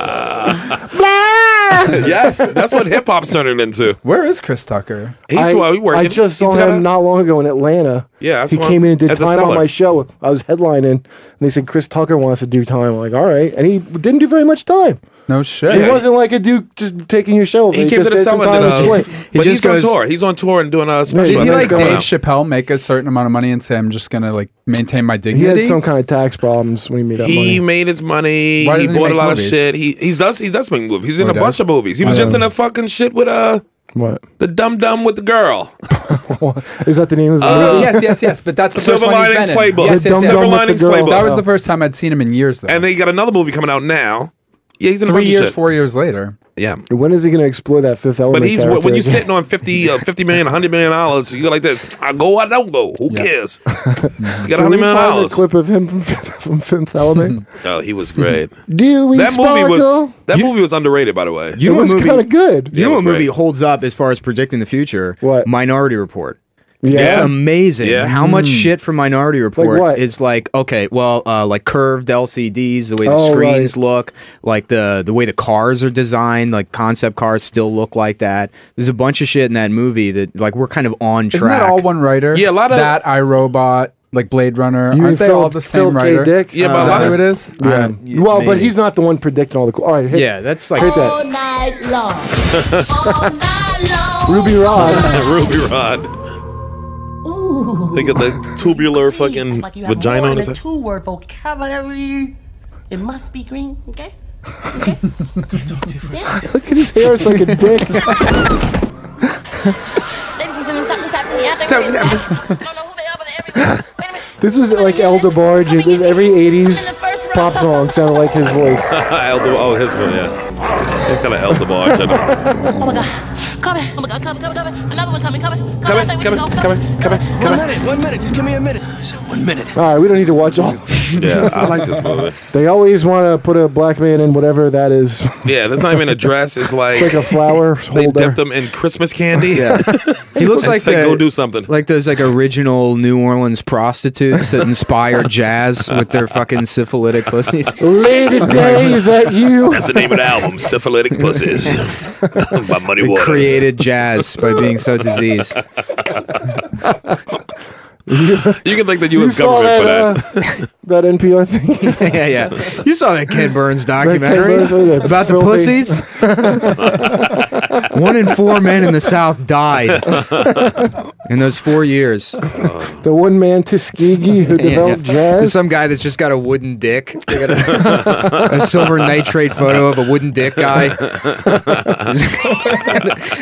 [SPEAKER 5] green?
[SPEAKER 2] yes, that's what hip hop's turning into.
[SPEAKER 9] Where is Chris Tucker?
[SPEAKER 2] He's
[SPEAKER 5] I,
[SPEAKER 2] well, he working.
[SPEAKER 5] I just
[SPEAKER 2] He's
[SPEAKER 5] saw
[SPEAKER 2] got
[SPEAKER 5] him
[SPEAKER 2] a-
[SPEAKER 5] not long ago in Atlanta.
[SPEAKER 2] Yeah, that's
[SPEAKER 5] he
[SPEAKER 2] the
[SPEAKER 5] came
[SPEAKER 2] one
[SPEAKER 5] in and did
[SPEAKER 2] at the
[SPEAKER 5] time on
[SPEAKER 2] cellar.
[SPEAKER 5] my show. I was headlining, and they said Chris Tucker wants to do time. I'm like, all right, and he didn't do very much time.
[SPEAKER 9] No shit.
[SPEAKER 5] It wasn't like a dude just taking your show.
[SPEAKER 2] He,
[SPEAKER 5] He,
[SPEAKER 2] came
[SPEAKER 5] just
[SPEAKER 2] to
[SPEAKER 5] did
[SPEAKER 2] the
[SPEAKER 5] some
[SPEAKER 2] cellar.
[SPEAKER 5] time
[SPEAKER 2] And,
[SPEAKER 5] and
[SPEAKER 2] did, uh,
[SPEAKER 5] split.
[SPEAKER 2] he but he's on tour. He's on tour and doing a
[SPEAKER 9] Did
[SPEAKER 2] special.
[SPEAKER 9] he like
[SPEAKER 2] I think it's going
[SPEAKER 9] Dave
[SPEAKER 2] out.
[SPEAKER 9] Chappelle make a certain amount of money and say, "I'm just gonna like maintain my
[SPEAKER 5] He
[SPEAKER 9] dignity"?
[SPEAKER 5] had some kind of tax problems when he made that
[SPEAKER 2] He
[SPEAKER 5] money.
[SPEAKER 2] made his money.
[SPEAKER 9] Why
[SPEAKER 2] he
[SPEAKER 9] doesn't he
[SPEAKER 2] bought a
[SPEAKER 9] make
[SPEAKER 2] lot
[SPEAKER 9] movies?
[SPEAKER 2] of shit. He he's does he does make movies. He's
[SPEAKER 9] Oh,
[SPEAKER 2] in
[SPEAKER 9] he
[SPEAKER 2] a bunch
[SPEAKER 9] does?
[SPEAKER 2] of movies. He was
[SPEAKER 5] I
[SPEAKER 2] just in
[SPEAKER 5] don't-
[SPEAKER 2] a fucking shit with uh
[SPEAKER 5] What
[SPEAKER 2] the dumb dumb with the girl.
[SPEAKER 5] is that? The name of the
[SPEAKER 2] Uh,
[SPEAKER 5] movie?
[SPEAKER 9] yes, yes, yes. But that's the
[SPEAKER 2] Silver
[SPEAKER 9] first one
[SPEAKER 2] Linings
[SPEAKER 9] he's been in.
[SPEAKER 2] Playbook.
[SPEAKER 9] Yes,
[SPEAKER 5] The Dumb
[SPEAKER 9] yes, yes.
[SPEAKER 5] Dumb
[SPEAKER 9] Silver
[SPEAKER 5] with
[SPEAKER 9] Linings
[SPEAKER 5] the Girl.
[SPEAKER 9] Playbook. That was the first time I'd seen him in years, though.
[SPEAKER 2] And they got another movie coming out now. Yeah, he's in a
[SPEAKER 9] Three
[SPEAKER 2] bunch
[SPEAKER 9] years,
[SPEAKER 2] of shit.
[SPEAKER 9] four years later.
[SPEAKER 2] Yeah.
[SPEAKER 5] When is he going to explore that fifth element?
[SPEAKER 2] But he's
[SPEAKER 5] character
[SPEAKER 2] when you're
[SPEAKER 5] again?
[SPEAKER 2] sitting on 50, uh, 50 million, 100 million dollars, you're like this. I go, I don't go. Who cares? you got a
[SPEAKER 5] Can we
[SPEAKER 2] hundred million
[SPEAKER 5] find a
[SPEAKER 2] dollars.
[SPEAKER 5] clip of him from Fifth, from Fifth Element?
[SPEAKER 2] Oh, he was great.
[SPEAKER 5] Do we
[SPEAKER 2] that movie was
[SPEAKER 5] sparkle?
[SPEAKER 2] that movie was underrated, by the way.
[SPEAKER 10] You know
[SPEAKER 5] it was
[SPEAKER 10] what movie-
[SPEAKER 5] kind of good.
[SPEAKER 10] You know what movie holds up as far as predicting the future? What? Minority Report.
[SPEAKER 5] Yeah.
[SPEAKER 10] It's amazing
[SPEAKER 5] Yeah.
[SPEAKER 10] how much
[SPEAKER 5] Mm.
[SPEAKER 10] shit from Minority Report
[SPEAKER 5] what?
[SPEAKER 10] is like, okay, well, uh, like curved LCDs, the way the
[SPEAKER 5] Oh, right.
[SPEAKER 10] screens look, like the the way the cars are designed, like concept cars still look like that. There's a bunch of shit in that movie that like we're kind of on track.
[SPEAKER 9] Isn't that all one writer?
[SPEAKER 10] Yeah, a lot of-
[SPEAKER 9] that iRobot, like Blade Runner.
[SPEAKER 10] You mean
[SPEAKER 9] aren't they
[SPEAKER 10] Phil-
[SPEAKER 9] all the same
[SPEAKER 10] Phil K.
[SPEAKER 9] writer?
[SPEAKER 10] Dick?
[SPEAKER 5] Yeah,
[SPEAKER 9] Yeah,
[SPEAKER 5] but
[SPEAKER 9] is
[SPEAKER 5] a lot
[SPEAKER 9] that
[SPEAKER 5] of-
[SPEAKER 9] who it is?
[SPEAKER 5] Yeah. well, but
[SPEAKER 10] maybe.
[SPEAKER 5] he's not the one predicting all the cool. All right, hit,
[SPEAKER 10] Yeah, that's like-
[SPEAKER 5] hit that.
[SPEAKER 17] night long.
[SPEAKER 5] Ruby Rod.
[SPEAKER 2] Ruby Rod. Think of the tubular fucking
[SPEAKER 17] Like you have
[SPEAKER 2] vagina
[SPEAKER 17] more
[SPEAKER 2] on
[SPEAKER 17] than
[SPEAKER 2] his
[SPEAKER 17] a
[SPEAKER 2] head.
[SPEAKER 17] two-word vocabulary. It must be green, okay?
[SPEAKER 5] Look at his hair; it's like a dick.
[SPEAKER 17] Ladies and gentlemen, something's happening. Yeah,
[SPEAKER 5] Something's
[SPEAKER 17] they're-
[SPEAKER 5] This was like Eldebarge. It was every '80s pop song sounded like his voice.
[SPEAKER 2] Elder, oh, his one, yeah. They kind of elder bar.
[SPEAKER 17] Oh my god. Coming. Oh my God, coming, coming, coming. Another one coming, coming. Coming,
[SPEAKER 5] Coming,
[SPEAKER 17] I say we
[SPEAKER 5] coming,
[SPEAKER 17] go,
[SPEAKER 5] coming, coming,
[SPEAKER 17] One minute, one minute. Just give me a minute.
[SPEAKER 5] One minute. All right, we don't need to watch all.
[SPEAKER 2] Yeah, I like this movie.
[SPEAKER 5] They always want to put a black man in whatever that is.
[SPEAKER 2] Yeah, that's not even a dress. It's like
[SPEAKER 5] It's like a flower
[SPEAKER 2] they
[SPEAKER 5] holder.
[SPEAKER 2] dipped him in Christmas candy.
[SPEAKER 10] Yeah. He looks
[SPEAKER 2] And
[SPEAKER 10] like
[SPEAKER 2] said,
[SPEAKER 10] the-
[SPEAKER 2] go do something.
[SPEAKER 10] Like those like original New Orleans prostitutes that inspire jazz with their fucking syphilitic pussies.
[SPEAKER 5] Lady Day, is that you?
[SPEAKER 2] That's the name of the album, Syphilitic Pussies by Muddy
[SPEAKER 10] They
[SPEAKER 2] Waters.
[SPEAKER 10] created jazz by being so diseased.
[SPEAKER 2] you can thank the U.S.
[SPEAKER 5] saw
[SPEAKER 2] government
[SPEAKER 5] that,
[SPEAKER 2] for that.
[SPEAKER 5] uh, that NPR thing.
[SPEAKER 10] yeah, yeah. You saw that Ken Burns
[SPEAKER 5] Ken
[SPEAKER 10] documentary
[SPEAKER 5] Burns, what is it,
[SPEAKER 10] about the
[SPEAKER 5] filthy-
[SPEAKER 10] pussies. One in four men in the South died in those four years.
[SPEAKER 2] Oh,
[SPEAKER 5] the one man Tuskegee who
[SPEAKER 10] Yeah,
[SPEAKER 5] developed
[SPEAKER 10] yeah. There's
[SPEAKER 5] jazz.
[SPEAKER 10] some guy that's just got a wooden dick. They got a, a silver nitrate photo of a wooden dick guy.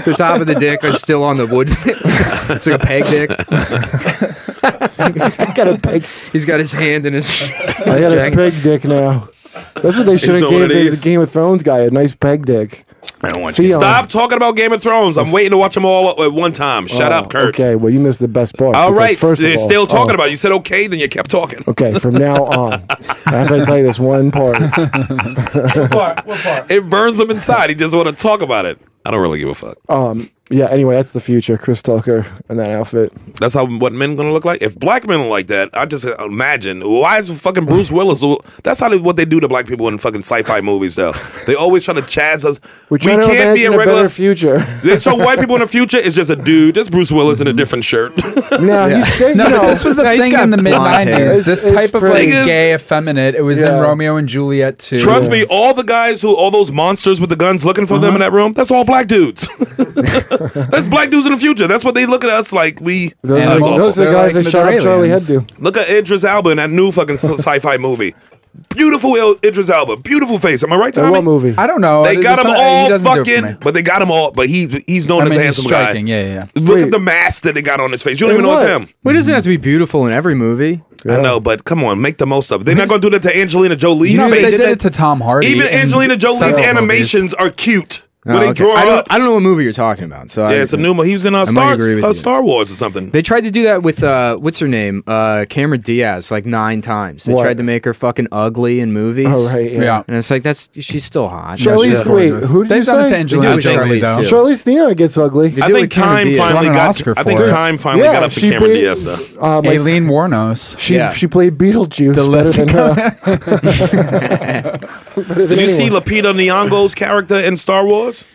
[SPEAKER 10] the top of the dick is still on the wood. it's like a peg dick.
[SPEAKER 5] got a peg.
[SPEAKER 10] He's got his hand in his.
[SPEAKER 5] I got a peg dick now. That's what they
[SPEAKER 2] He's
[SPEAKER 5] should have
[SPEAKER 2] doing
[SPEAKER 5] gave
[SPEAKER 2] it
[SPEAKER 5] the,
[SPEAKER 2] easy.
[SPEAKER 5] the Game of Thrones guy a nice peg dick.
[SPEAKER 2] I don't want
[SPEAKER 5] you.
[SPEAKER 2] Stop talking about Game of Thrones. I'm waiting to watch them all at one time. Shut
[SPEAKER 5] Oh,
[SPEAKER 2] up, Kurt.
[SPEAKER 5] Okay, well you missed the best part.
[SPEAKER 2] All
[SPEAKER 5] because
[SPEAKER 2] right,
[SPEAKER 5] first of
[SPEAKER 2] they're
[SPEAKER 5] all-
[SPEAKER 2] still talking
[SPEAKER 5] oh,
[SPEAKER 2] about it. You said okay, then you kept talking.
[SPEAKER 5] Okay, from now on, I have to tell you this one part.
[SPEAKER 2] It burns him inside. He just want to talk about it. I don't really give a fuck.
[SPEAKER 5] Um, yeah. Anyway, that's the future. Chris Tucker and that outfit.
[SPEAKER 2] That's how what men gonna look like. If black men are like that, I just uh, imagine why is fucking Bruce Willis? That's how they, what they do to black people in fucking sci-fi movies. Though they always trying to chaz us.
[SPEAKER 5] We're trying to imagine a better future.
[SPEAKER 2] They show white people in the future is just a dude. That's Bruce Willis in a different shirt.
[SPEAKER 5] No, he's gay,
[SPEAKER 9] No,
[SPEAKER 5] you
[SPEAKER 9] but
[SPEAKER 5] know.
[SPEAKER 9] this was the thing in the mid '90s. This type of like
[SPEAKER 2] pretty- Niggas-
[SPEAKER 9] gay effeminate. It was
[SPEAKER 2] Yeah.
[SPEAKER 9] in Romeo and Juliet too.
[SPEAKER 2] Trust me, all the guys who all those monsters with the guns looking for
[SPEAKER 5] Uh-huh.
[SPEAKER 2] them in that room. That's all black dudes. that's black dudes in the future. That's what they look at us like we.
[SPEAKER 5] Those are-
[SPEAKER 2] us
[SPEAKER 5] those are
[SPEAKER 2] awful.
[SPEAKER 5] the guys They're like that shot up Charlie aliens. Hebdo.
[SPEAKER 2] Look at Idris Elba in that new fucking sci-fi movie. Beautiful Il- Idris Elba, beautiful face. Am I right,
[SPEAKER 5] In
[SPEAKER 2] Tommy?
[SPEAKER 5] what movie? I
[SPEAKER 9] don't know.
[SPEAKER 2] They
[SPEAKER 9] It-
[SPEAKER 2] got
[SPEAKER 9] it's
[SPEAKER 2] him
[SPEAKER 9] not- he
[SPEAKER 2] all
[SPEAKER 9] doesn't do it for me.
[SPEAKER 2] fucking, but they got him all. But he's he's known
[SPEAKER 9] I
[SPEAKER 2] as
[SPEAKER 9] mean,
[SPEAKER 2] a
[SPEAKER 9] he's
[SPEAKER 2] handsome
[SPEAKER 9] striking,
[SPEAKER 2] guy.
[SPEAKER 9] yeah, yeah.
[SPEAKER 2] Look at the mask that they got on his face. You don't even know it's him.
[SPEAKER 10] Well, it doesn't have to be beautiful in every movie.
[SPEAKER 2] I know, but come on, make the most of it. They're not going to do that to Angelina Jolie's
[SPEAKER 10] No, but
[SPEAKER 2] face.
[SPEAKER 10] they did it to Tom Hardy
[SPEAKER 2] Even
[SPEAKER 10] in
[SPEAKER 2] Angelina Jolie's
[SPEAKER 10] several
[SPEAKER 2] animations are cute.
[SPEAKER 10] Oh,
[SPEAKER 2] When they
[SPEAKER 10] okay.
[SPEAKER 2] draw
[SPEAKER 10] I
[SPEAKER 2] her
[SPEAKER 10] don't,
[SPEAKER 2] up.
[SPEAKER 10] I don't know what movie you're talking about. So I-
[SPEAKER 2] yeah, it's a new one. He was in uh,
[SPEAKER 10] I might
[SPEAKER 2] Star,
[SPEAKER 10] agree with
[SPEAKER 2] uh,
[SPEAKER 10] you.
[SPEAKER 2] Star Wars or something.
[SPEAKER 10] They tried to do that with uh, what's her name, uh, Cameron Diaz, like nine times. They
[SPEAKER 2] What?
[SPEAKER 10] tried to make her fucking ugly in movies.
[SPEAKER 5] Oh, right, yeah. Yeah.
[SPEAKER 10] And it's like that's she's still hot.
[SPEAKER 5] Charlize, wait, who did you say? Charlize Theron gets ugly.
[SPEAKER 10] They I do think with Cameron time Diaz. finally
[SPEAKER 9] Won an
[SPEAKER 10] got-
[SPEAKER 9] Oscar
[SPEAKER 10] I think
[SPEAKER 9] for it.
[SPEAKER 10] time finally
[SPEAKER 5] got up to she Cameron played, Diaz, though. uh, my-
[SPEAKER 9] Aileen Warnos.
[SPEAKER 5] She she played Beetlejuice
[SPEAKER 9] The
[SPEAKER 5] better than her.
[SPEAKER 2] Did you see Lapita Nyong'o's character in Star Wars?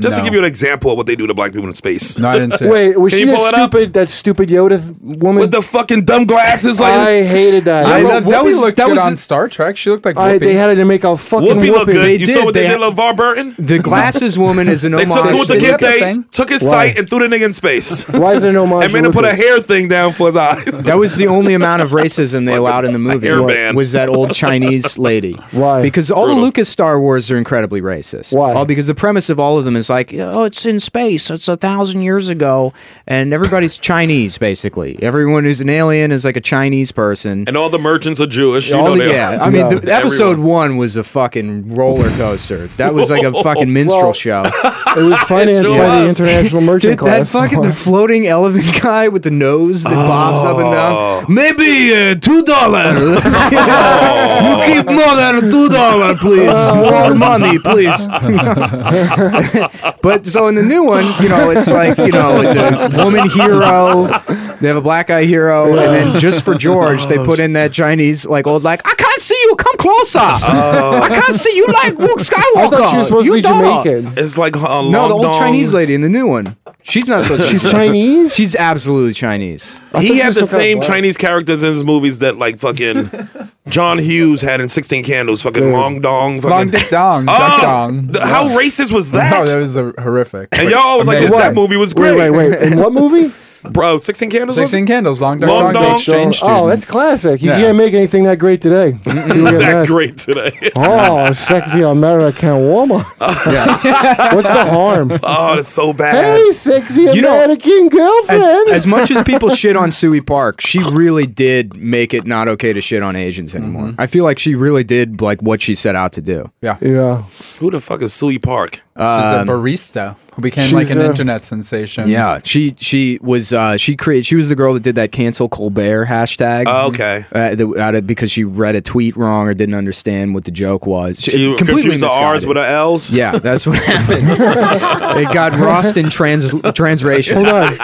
[SPEAKER 2] Just
[SPEAKER 5] No.
[SPEAKER 2] to give you an example of what they do to black people in space.
[SPEAKER 9] No, I didn't
[SPEAKER 5] Wait, was
[SPEAKER 2] Can
[SPEAKER 5] she
[SPEAKER 2] you
[SPEAKER 5] a
[SPEAKER 2] pull it up?
[SPEAKER 5] stupid that stupid Yoda th- woman
[SPEAKER 2] with the fucking dumb glasses? Like
[SPEAKER 5] I hated that.
[SPEAKER 9] I, that,
[SPEAKER 5] Whoopi
[SPEAKER 9] was
[SPEAKER 5] looked
[SPEAKER 9] that
[SPEAKER 5] good
[SPEAKER 9] was on Star Trek. She looked like
[SPEAKER 5] I,
[SPEAKER 9] Whoopi.
[SPEAKER 5] they had to make a fucking
[SPEAKER 2] Whoopi
[SPEAKER 5] whoopee.
[SPEAKER 2] looked good. you saw what they, did to LeVar Burton?
[SPEAKER 10] The glasses woman is an
[SPEAKER 2] They took
[SPEAKER 10] homage.
[SPEAKER 2] who with the
[SPEAKER 10] Did you
[SPEAKER 2] kid
[SPEAKER 10] get that
[SPEAKER 2] they
[SPEAKER 10] thing?
[SPEAKER 2] took his
[SPEAKER 10] Why?
[SPEAKER 2] sight and threw the nigga in space. Why
[SPEAKER 5] is there no
[SPEAKER 2] And made him put a
[SPEAKER 10] Lucas?
[SPEAKER 2] hair thing down for his eyes.
[SPEAKER 10] That was the only amount of racism they allowed in the movie.
[SPEAKER 2] hair band.
[SPEAKER 10] Was that old Chinese lady?
[SPEAKER 5] Why?
[SPEAKER 10] Because all the Lucas Star Wars are incredibly racist. Why? All because the premise of all of them is like, oh, it's in space. It's a thousand years ago, and everybody's Chinese basically. Everyone who's an alien is like a Chinese person.
[SPEAKER 2] And all the merchants are Jewish. You
[SPEAKER 10] All
[SPEAKER 2] know
[SPEAKER 10] the-
[SPEAKER 2] that.
[SPEAKER 10] yeah, I mean, the, episode one was a fucking roller coaster. That was like a fucking minstrel
[SPEAKER 5] Well,
[SPEAKER 10] show.
[SPEAKER 5] It was financed
[SPEAKER 10] sure
[SPEAKER 5] by the
[SPEAKER 10] was.
[SPEAKER 5] international merchant
[SPEAKER 10] Dude,
[SPEAKER 5] class.
[SPEAKER 10] that fucking the floating elephant guy with the nose that bobs up and
[SPEAKER 2] Oh.
[SPEAKER 10] down. Maybe uh, two dollar. you keep
[SPEAKER 2] Oh.
[SPEAKER 10] more than two dollar, please. More money, please. but so in the new one, you know, it's like you know, it's a woman hero. They have a black guy hero, and then just for George, they put in that Chinese like old like. I can't see you. Come closer. I can't see you like Luke Skywalker.
[SPEAKER 5] Oh. I thought she was supposed
[SPEAKER 10] you
[SPEAKER 5] to be
[SPEAKER 10] dollar."
[SPEAKER 5] Jamaican.
[SPEAKER 2] It's like uh,
[SPEAKER 10] No,
[SPEAKER 2] Long
[SPEAKER 10] the old
[SPEAKER 2] Dong.
[SPEAKER 10] Chinese lady in the new one. She's not supposed to be
[SPEAKER 5] She's Chinese?
[SPEAKER 10] She's absolutely Chinese.
[SPEAKER 2] He had the same Chinese characters in his movies that like fucking John Hughes had in Sixteen Candles. Fucking Long Dong. Fucking
[SPEAKER 9] Long Dick Dong.
[SPEAKER 2] Oh,
[SPEAKER 9] Duck Dong.
[SPEAKER 2] th- how racist was that?
[SPEAKER 9] No, that was uh, horrific.
[SPEAKER 2] And y'all always like,
[SPEAKER 9] Amazing.
[SPEAKER 2] this, that movie was
[SPEAKER 5] Wait,
[SPEAKER 2] great.
[SPEAKER 5] wait, wait. In what movie?
[SPEAKER 2] Bro, Sixteen Candles. was it?
[SPEAKER 9] 16 Candles, Long Dong,
[SPEAKER 2] Long
[SPEAKER 9] Long
[SPEAKER 2] Dong.
[SPEAKER 9] Dong, Exchange
[SPEAKER 5] Oh,
[SPEAKER 9] Student.
[SPEAKER 5] that's classic. You
[SPEAKER 9] Yeah.
[SPEAKER 5] can't make anything that great today. People get
[SPEAKER 2] that
[SPEAKER 5] mad.
[SPEAKER 2] great today.
[SPEAKER 5] Oh, sexy American woman. What's the harm?
[SPEAKER 2] Oh, that's so bad.
[SPEAKER 5] Hey, sexy
[SPEAKER 10] You know,
[SPEAKER 5] American girlfriend.
[SPEAKER 10] As, as much as people shit on Sui Park, she really did make it not okay to shit on Asians anymore. I feel like she really did like what she set out to do.
[SPEAKER 9] Yeah.
[SPEAKER 5] Yeah.
[SPEAKER 2] Who the fuck is Sui Park?
[SPEAKER 9] She's a
[SPEAKER 10] Um,
[SPEAKER 9] barista who became
[SPEAKER 10] she's
[SPEAKER 9] like an
[SPEAKER 10] a-
[SPEAKER 9] internet sensation.
[SPEAKER 10] Yeah, she she was uh, she created she was the girl that did that cancel Colbert hashtag.
[SPEAKER 9] Oh, okay.
[SPEAKER 10] uh, the, out of, because she read a tweet wrong or didn't understand what the joke was.
[SPEAKER 2] She confused the R's
[SPEAKER 10] misguided.
[SPEAKER 2] with the L's.
[SPEAKER 10] Yeah, that's what happened. it got lost in trans transration.
[SPEAKER 5] Hold on.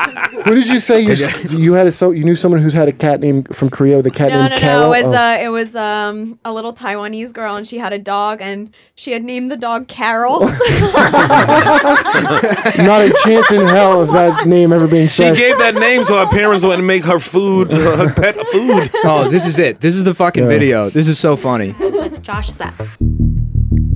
[SPEAKER 5] Who did you say you s- you had a so you knew someone who's had a cat named from Korea with a cat
[SPEAKER 6] No,
[SPEAKER 5] named
[SPEAKER 6] no,
[SPEAKER 5] Carol?
[SPEAKER 6] no. It was,
[SPEAKER 5] Oh.
[SPEAKER 6] uh, it was um, a little Taiwanese girl, and she had a dog, and she had named the dog Carol. uh,
[SPEAKER 5] Not a chance in hell of that name ever being
[SPEAKER 2] She
[SPEAKER 5] said.
[SPEAKER 2] gave that name so her parents wouldn't make her food, her pet food.
[SPEAKER 10] Oh, this is it. This is the fucking
[SPEAKER 2] Yeah.
[SPEAKER 10] video. This is so funny.
[SPEAKER 19] Josh Zapp.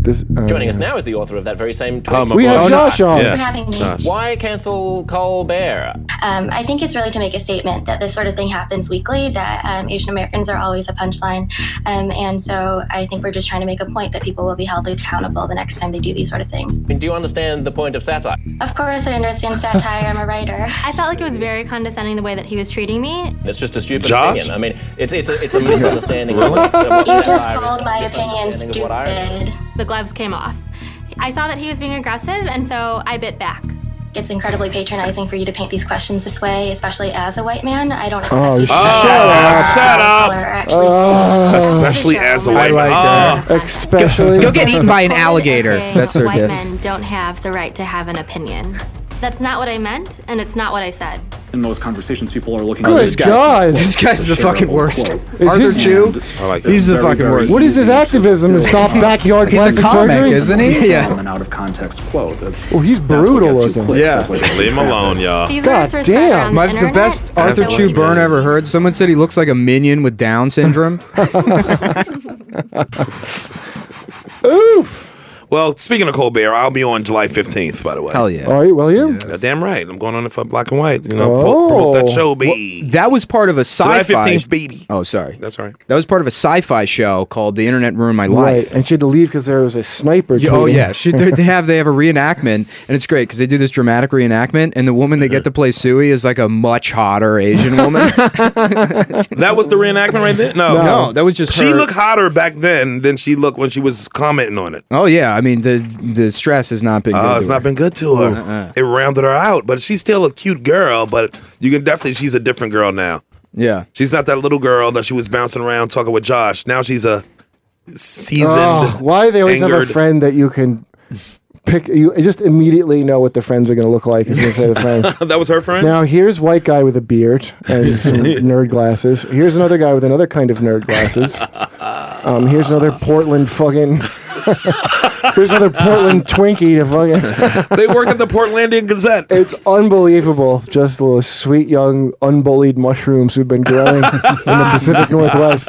[SPEAKER 5] This, uh,
[SPEAKER 14] Joining us now is the author of that very same tweet.
[SPEAKER 5] my We God. have Josh on. Yeah.
[SPEAKER 19] Having me. Oh, Josh.
[SPEAKER 14] Why cancel Colbert?
[SPEAKER 19] Um, I think it's really to make a statement that this sort of thing happens weekly, that um, Asian Americans are always a punchline. Um, and so I think we're just trying to make a point that people will be held accountable the next time they do these sort of things.
[SPEAKER 14] I mean, do you understand the point of satire?
[SPEAKER 19] Of course, I understand satire. I'm a writer. I felt like it was very condescending the way that he was treating me.
[SPEAKER 14] It's just a stupid
[SPEAKER 2] Josh?
[SPEAKER 14] opinion. I mean, it's it's a, it's a misunderstanding.
[SPEAKER 19] Really?
[SPEAKER 14] of what
[SPEAKER 19] He just
[SPEAKER 14] satire is.
[SPEAKER 19] called my
[SPEAKER 14] Just
[SPEAKER 19] opinion
[SPEAKER 14] understanding of what I-
[SPEAKER 19] stupid. The gloves came off. I saw that he was being aggressive, and so I bit back. It's incredibly patronizing for you to paint these questions this way, especially as a white man. I don't.
[SPEAKER 5] Oh, shut
[SPEAKER 2] up. Shut up.
[SPEAKER 5] Oh.
[SPEAKER 2] Especially as a
[SPEAKER 5] I
[SPEAKER 2] white
[SPEAKER 5] like
[SPEAKER 2] man.
[SPEAKER 5] that. Especially.
[SPEAKER 10] Go get eaten by an alligator.
[SPEAKER 19] saying
[SPEAKER 10] That's their
[SPEAKER 19] white
[SPEAKER 10] gift.
[SPEAKER 19] men don't have the right to have an opinion. That's not what I meant, and it's not what I said.
[SPEAKER 20] In most conversations, people are looking.
[SPEAKER 5] Good God.
[SPEAKER 10] This guy's the fucking worst.
[SPEAKER 5] Is
[SPEAKER 10] Arthur
[SPEAKER 5] his-
[SPEAKER 10] Chu.
[SPEAKER 20] I like
[SPEAKER 10] He's the
[SPEAKER 20] that. Very,
[SPEAKER 10] fucking
[SPEAKER 20] very
[SPEAKER 10] worst.
[SPEAKER 5] What is his activism to stop backyard
[SPEAKER 20] He's a
[SPEAKER 5] plastic Oh,
[SPEAKER 20] comic,
[SPEAKER 5] surgeries?
[SPEAKER 20] isn't he?
[SPEAKER 5] Yeah.
[SPEAKER 20] An out of context quote. That's
[SPEAKER 5] Well, he's brutal looking.
[SPEAKER 2] Leave him alone, y'all.
[SPEAKER 19] These
[SPEAKER 5] God
[SPEAKER 19] words were spread
[SPEAKER 5] damn.
[SPEAKER 19] around
[SPEAKER 10] My,
[SPEAKER 19] the
[SPEAKER 10] the
[SPEAKER 19] internet.
[SPEAKER 10] best Arthur Chu burn I ever heard. Someone said he looks like a minion with Down syndrome.
[SPEAKER 5] Oof.
[SPEAKER 2] Well, speaking of Colbert, I'll be on July 15th, by the way. Hell
[SPEAKER 10] yeah.
[SPEAKER 5] All right, William.
[SPEAKER 2] Damn right. I'm going on it for Black and White. You know, pro- promote that
[SPEAKER 5] Oh.
[SPEAKER 2] show, baby.
[SPEAKER 10] Well, that was part of a
[SPEAKER 2] July
[SPEAKER 10] sci-fi.
[SPEAKER 2] 15th, baby.
[SPEAKER 10] Oh, sorry.
[SPEAKER 2] That's all right.
[SPEAKER 10] That was part of a sci-fi show called "The Internet Ruined My Life."
[SPEAKER 5] Right, and she had to leave because there was a sniper.
[SPEAKER 10] Yeah, oh
[SPEAKER 5] tweeting.
[SPEAKER 10] yeah, she, they they have they have a reenactment, and it's great because they do this dramatic reenactment, and the woman they get to play Sui is like a much hotter Asian woman.
[SPEAKER 2] That was the reenactment right there? No.
[SPEAKER 10] No. No, that was just
[SPEAKER 2] She
[SPEAKER 10] her-
[SPEAKER 2] looked hotter back then than she looked when she was commenting on it.
[SPEAKER 10] oh yeah, I mean the the stress has not been.
[SPEAKER 2] Oh,
[SPEAKER 10] good
[SPEAKER 2] it's
[SPEAKER 10] to her.
[SPEAKER 2] not been good to her.
[SPEAKER 10] Uh-uh.
[SPEAKER 2] It rounded her out, but she's still a cute girl. But you can definitely, she's a different girl now.
[SPEAKER 10] Yeah.
[SPEAKER 2] She's not that little girl that she was bouncing around talking with Josh. Now she's a seasoned.
[SPEAKER 5] Oh, why they always have a
[SPEAKER 2] angered-
[SPEAKER 5] friend that you can pick? You just immediately know what the friends are going to look like. Is going to say the friends.
[SPEAKER 2] that was her friend.
[SPEAKER 5] Now here's white guy with a beard and some nerd glasses. Here's another guy with another kind of nerd glasses. Um, here's another Portland fucking. here's another Portland Twinkie to fucking.
[SPEAKER 2] they work at the Portlandia Gazette.
[SPEAKER 5] It's unbelievable. Just little sweet young unbullied mushrooms who've been growing in the Pacific Northwest.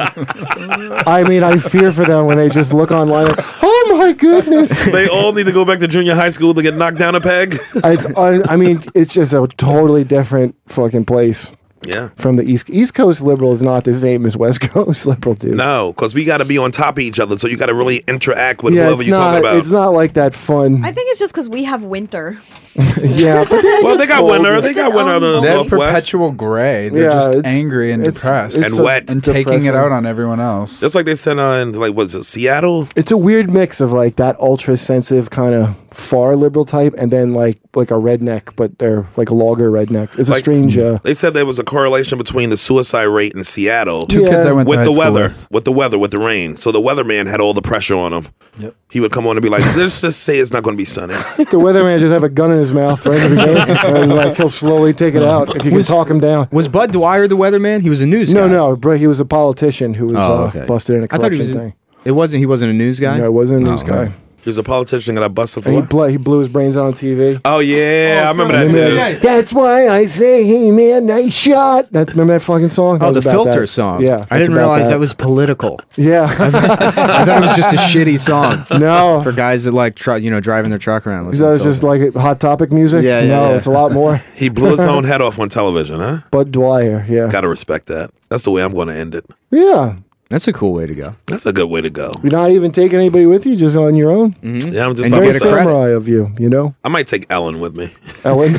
[SPEAKER 5] I mean, I fear for them when they just look online. Like, oh my goodness!
[SPEAKER 2] they all need to go back to junior high school to get knocked down a peg.
[SPEAKER 5] It's un- I mean, it's just a totally different fucking place.
[SPEAKER 2] Yeah.
[SPEAKER 5] From the East East Coast liberal is not the same as West Coast liberal, dude.
[SPEAKER 2] No, because we got to be on top of each other. So you got to really interact with
[SPEAKER 5] yeah,
[SPEAKER 2] whoever
[SPEAKER 5] it's
[SPEAKER 2] you're
[SPEAKER 5] not.
[SPEAKER 2] talking about.
[SPEAKER 5] It's not like that fun.
[SPEAKER 6] I think it's just because we have winter.
[SPEAKER 5] yeah. but then
[SPEAKER 2] Well,
[SPEAKER 5] it's
[SPEAKER 2] they got
[SPEAKER 5] cold.
[SPEAKER 2] winter. They got winter
[SPEAKER 9] They
[SPEAKER 2] in the
[SPEAKER 9] have
[SPEAKER 2] Northwest.
[SPEAKER 9] perpetual gray. They're
[SPEAKER 5] Yeah,
[SPEAKER 9] just
[SPEAKER 5] it's-
[SPEAKER 9] angry and
[SPEAKER 5] it's-
[SPEAKER 9] depressed
[SPEAKER 5] it's And so wet.
[SPEAKER 9] and taking
[SPEAKER 5] depressing.
[SPEAKER 9] it out on everyone else.
[SPEAKER 2] That's like they sent on like what's it Seattle?
[SPEAKER 5] It's a weird mix of like that ultra sensitive kind of far liberal type, and then like like a redneck, but they're like logger rednecks. It's a
[SPEAKER 2] Like-
[SPEAKER 5] strange. Uh,
[SPEAKER 2] They said there was a correlation between the suicide rate in Seattle
[SPEAKER 5] Two kids I went to
[SPEAKER 2] with
[SPEAKER 5] high
[SPEAKER 2] the
[SPEAKER 5] school
[SPEAKER 2] weather,
[SPEAKER 5] with.
[SPEAKER 2] with the weather, with the rain. So the weatherman had all the pressure on him.
[SPEAKER 9] Yep.
[SPEAKER 2] He would come on and be like, "Let's just say it's not going to be sunny."
[SPEAKER 5] the weatherman just have a gun in his mouth for every day, and like he'll slowly take it out if you can
[SPEAKER 10] Was-
[SPEAKER 5] talk him down.
[SPEAKER 10] Was Bud Dwyer the weatherman? He was a news.
[SPEAKER 5] No,
[SPEAKER 10] guy.
[SPEAKER 5] no, bro, he was a politician who was
[SPEAKER 10] Oh,
[SPEAKER 5] uh,
[SPEAKER 10] okay.
[SPEAKER 5] busted in a
[SPEAKER 10] I thought he
[SPEAKER 5] corruption
[SPEAKER 10] was a-
[SPEAKER 5] thing.
[SPEAKER 10] It wasn't. He wasn't a news guy. Oh,
[SPEAKER 5] No, it wasn't a news guy.
[SPEAKER 2] He was a politician that I busted for.
[SPEAKER 5] And he,
[SPEAKER 2] what?
[SPEAKER 5] ble- he blew his brains out on TV.
[SPEAKER 2] Oh yeah, I remember that.
[SPEAKER 5] Remember
[SPEAKER 2] dude.
[SPEAKER 5] that? That's why I say, "Hey man, nice shot." That, remember that fucking song? That
[SPEAKER 10] Oh,
[SPEAKER 5] was
[SPEAKER 10] the
[SPEAKER 5] about
[SPEAKER 10] filter
[SPEAKER 5] that.
[SPEAKER 10] song.
[SPEAKER 5] Yeah,
[SPEAKER 10] I
[SPEAKER 5] it's
[SPEAKER 10] didn't
[SPEAKER 5] about
[SPEAKER 10] realize that. was political.
[SPEAKER 5] Yeah,
[SPEAKER 10] I thought it was just a shitty song.
[SPEAKER 5] No,
[SPEAKER 10] for guys that like tru- you know driving their truck around.
[SPEAKER 5] that
[SPEAKER 10] listening
[SPEAKER 5] was
[SPEAKER 10] to
[SPEAKER 5] just
[SPEAKER 10] filter.
[SPEAKER 5] like hot topic music.
[SPEAKER 10] Yeah, yeah,
[SPEAKER 5] no,
[SPEAKER 10] yeah.
[SPEAKER 5] it's a lot more.
[SPEAKER 2] He blew his own head off on television, huh?
[SPEAKER 5] Bud Dwyer. Yeah,
[SPEAKER 2] Gotta respect that. That's the way I'm going to end it.
[SPEAKER 5] yeah.
[SPEAKER 10] That's a cool way to go.
[SPEAKER 2] That's a good way to go.
[SPEAKER 5] You're not even taking anybody with you, just on your own.
[SPEAKER 2] Yeah, I'm just
[SPEAKER 5] very
[SPEAKER 2] about to
[SPEAKER 5] samurai of you, you know,
[SPEAKER 2] I might take Ellen with me.
[SPEAKER 5] Ellen.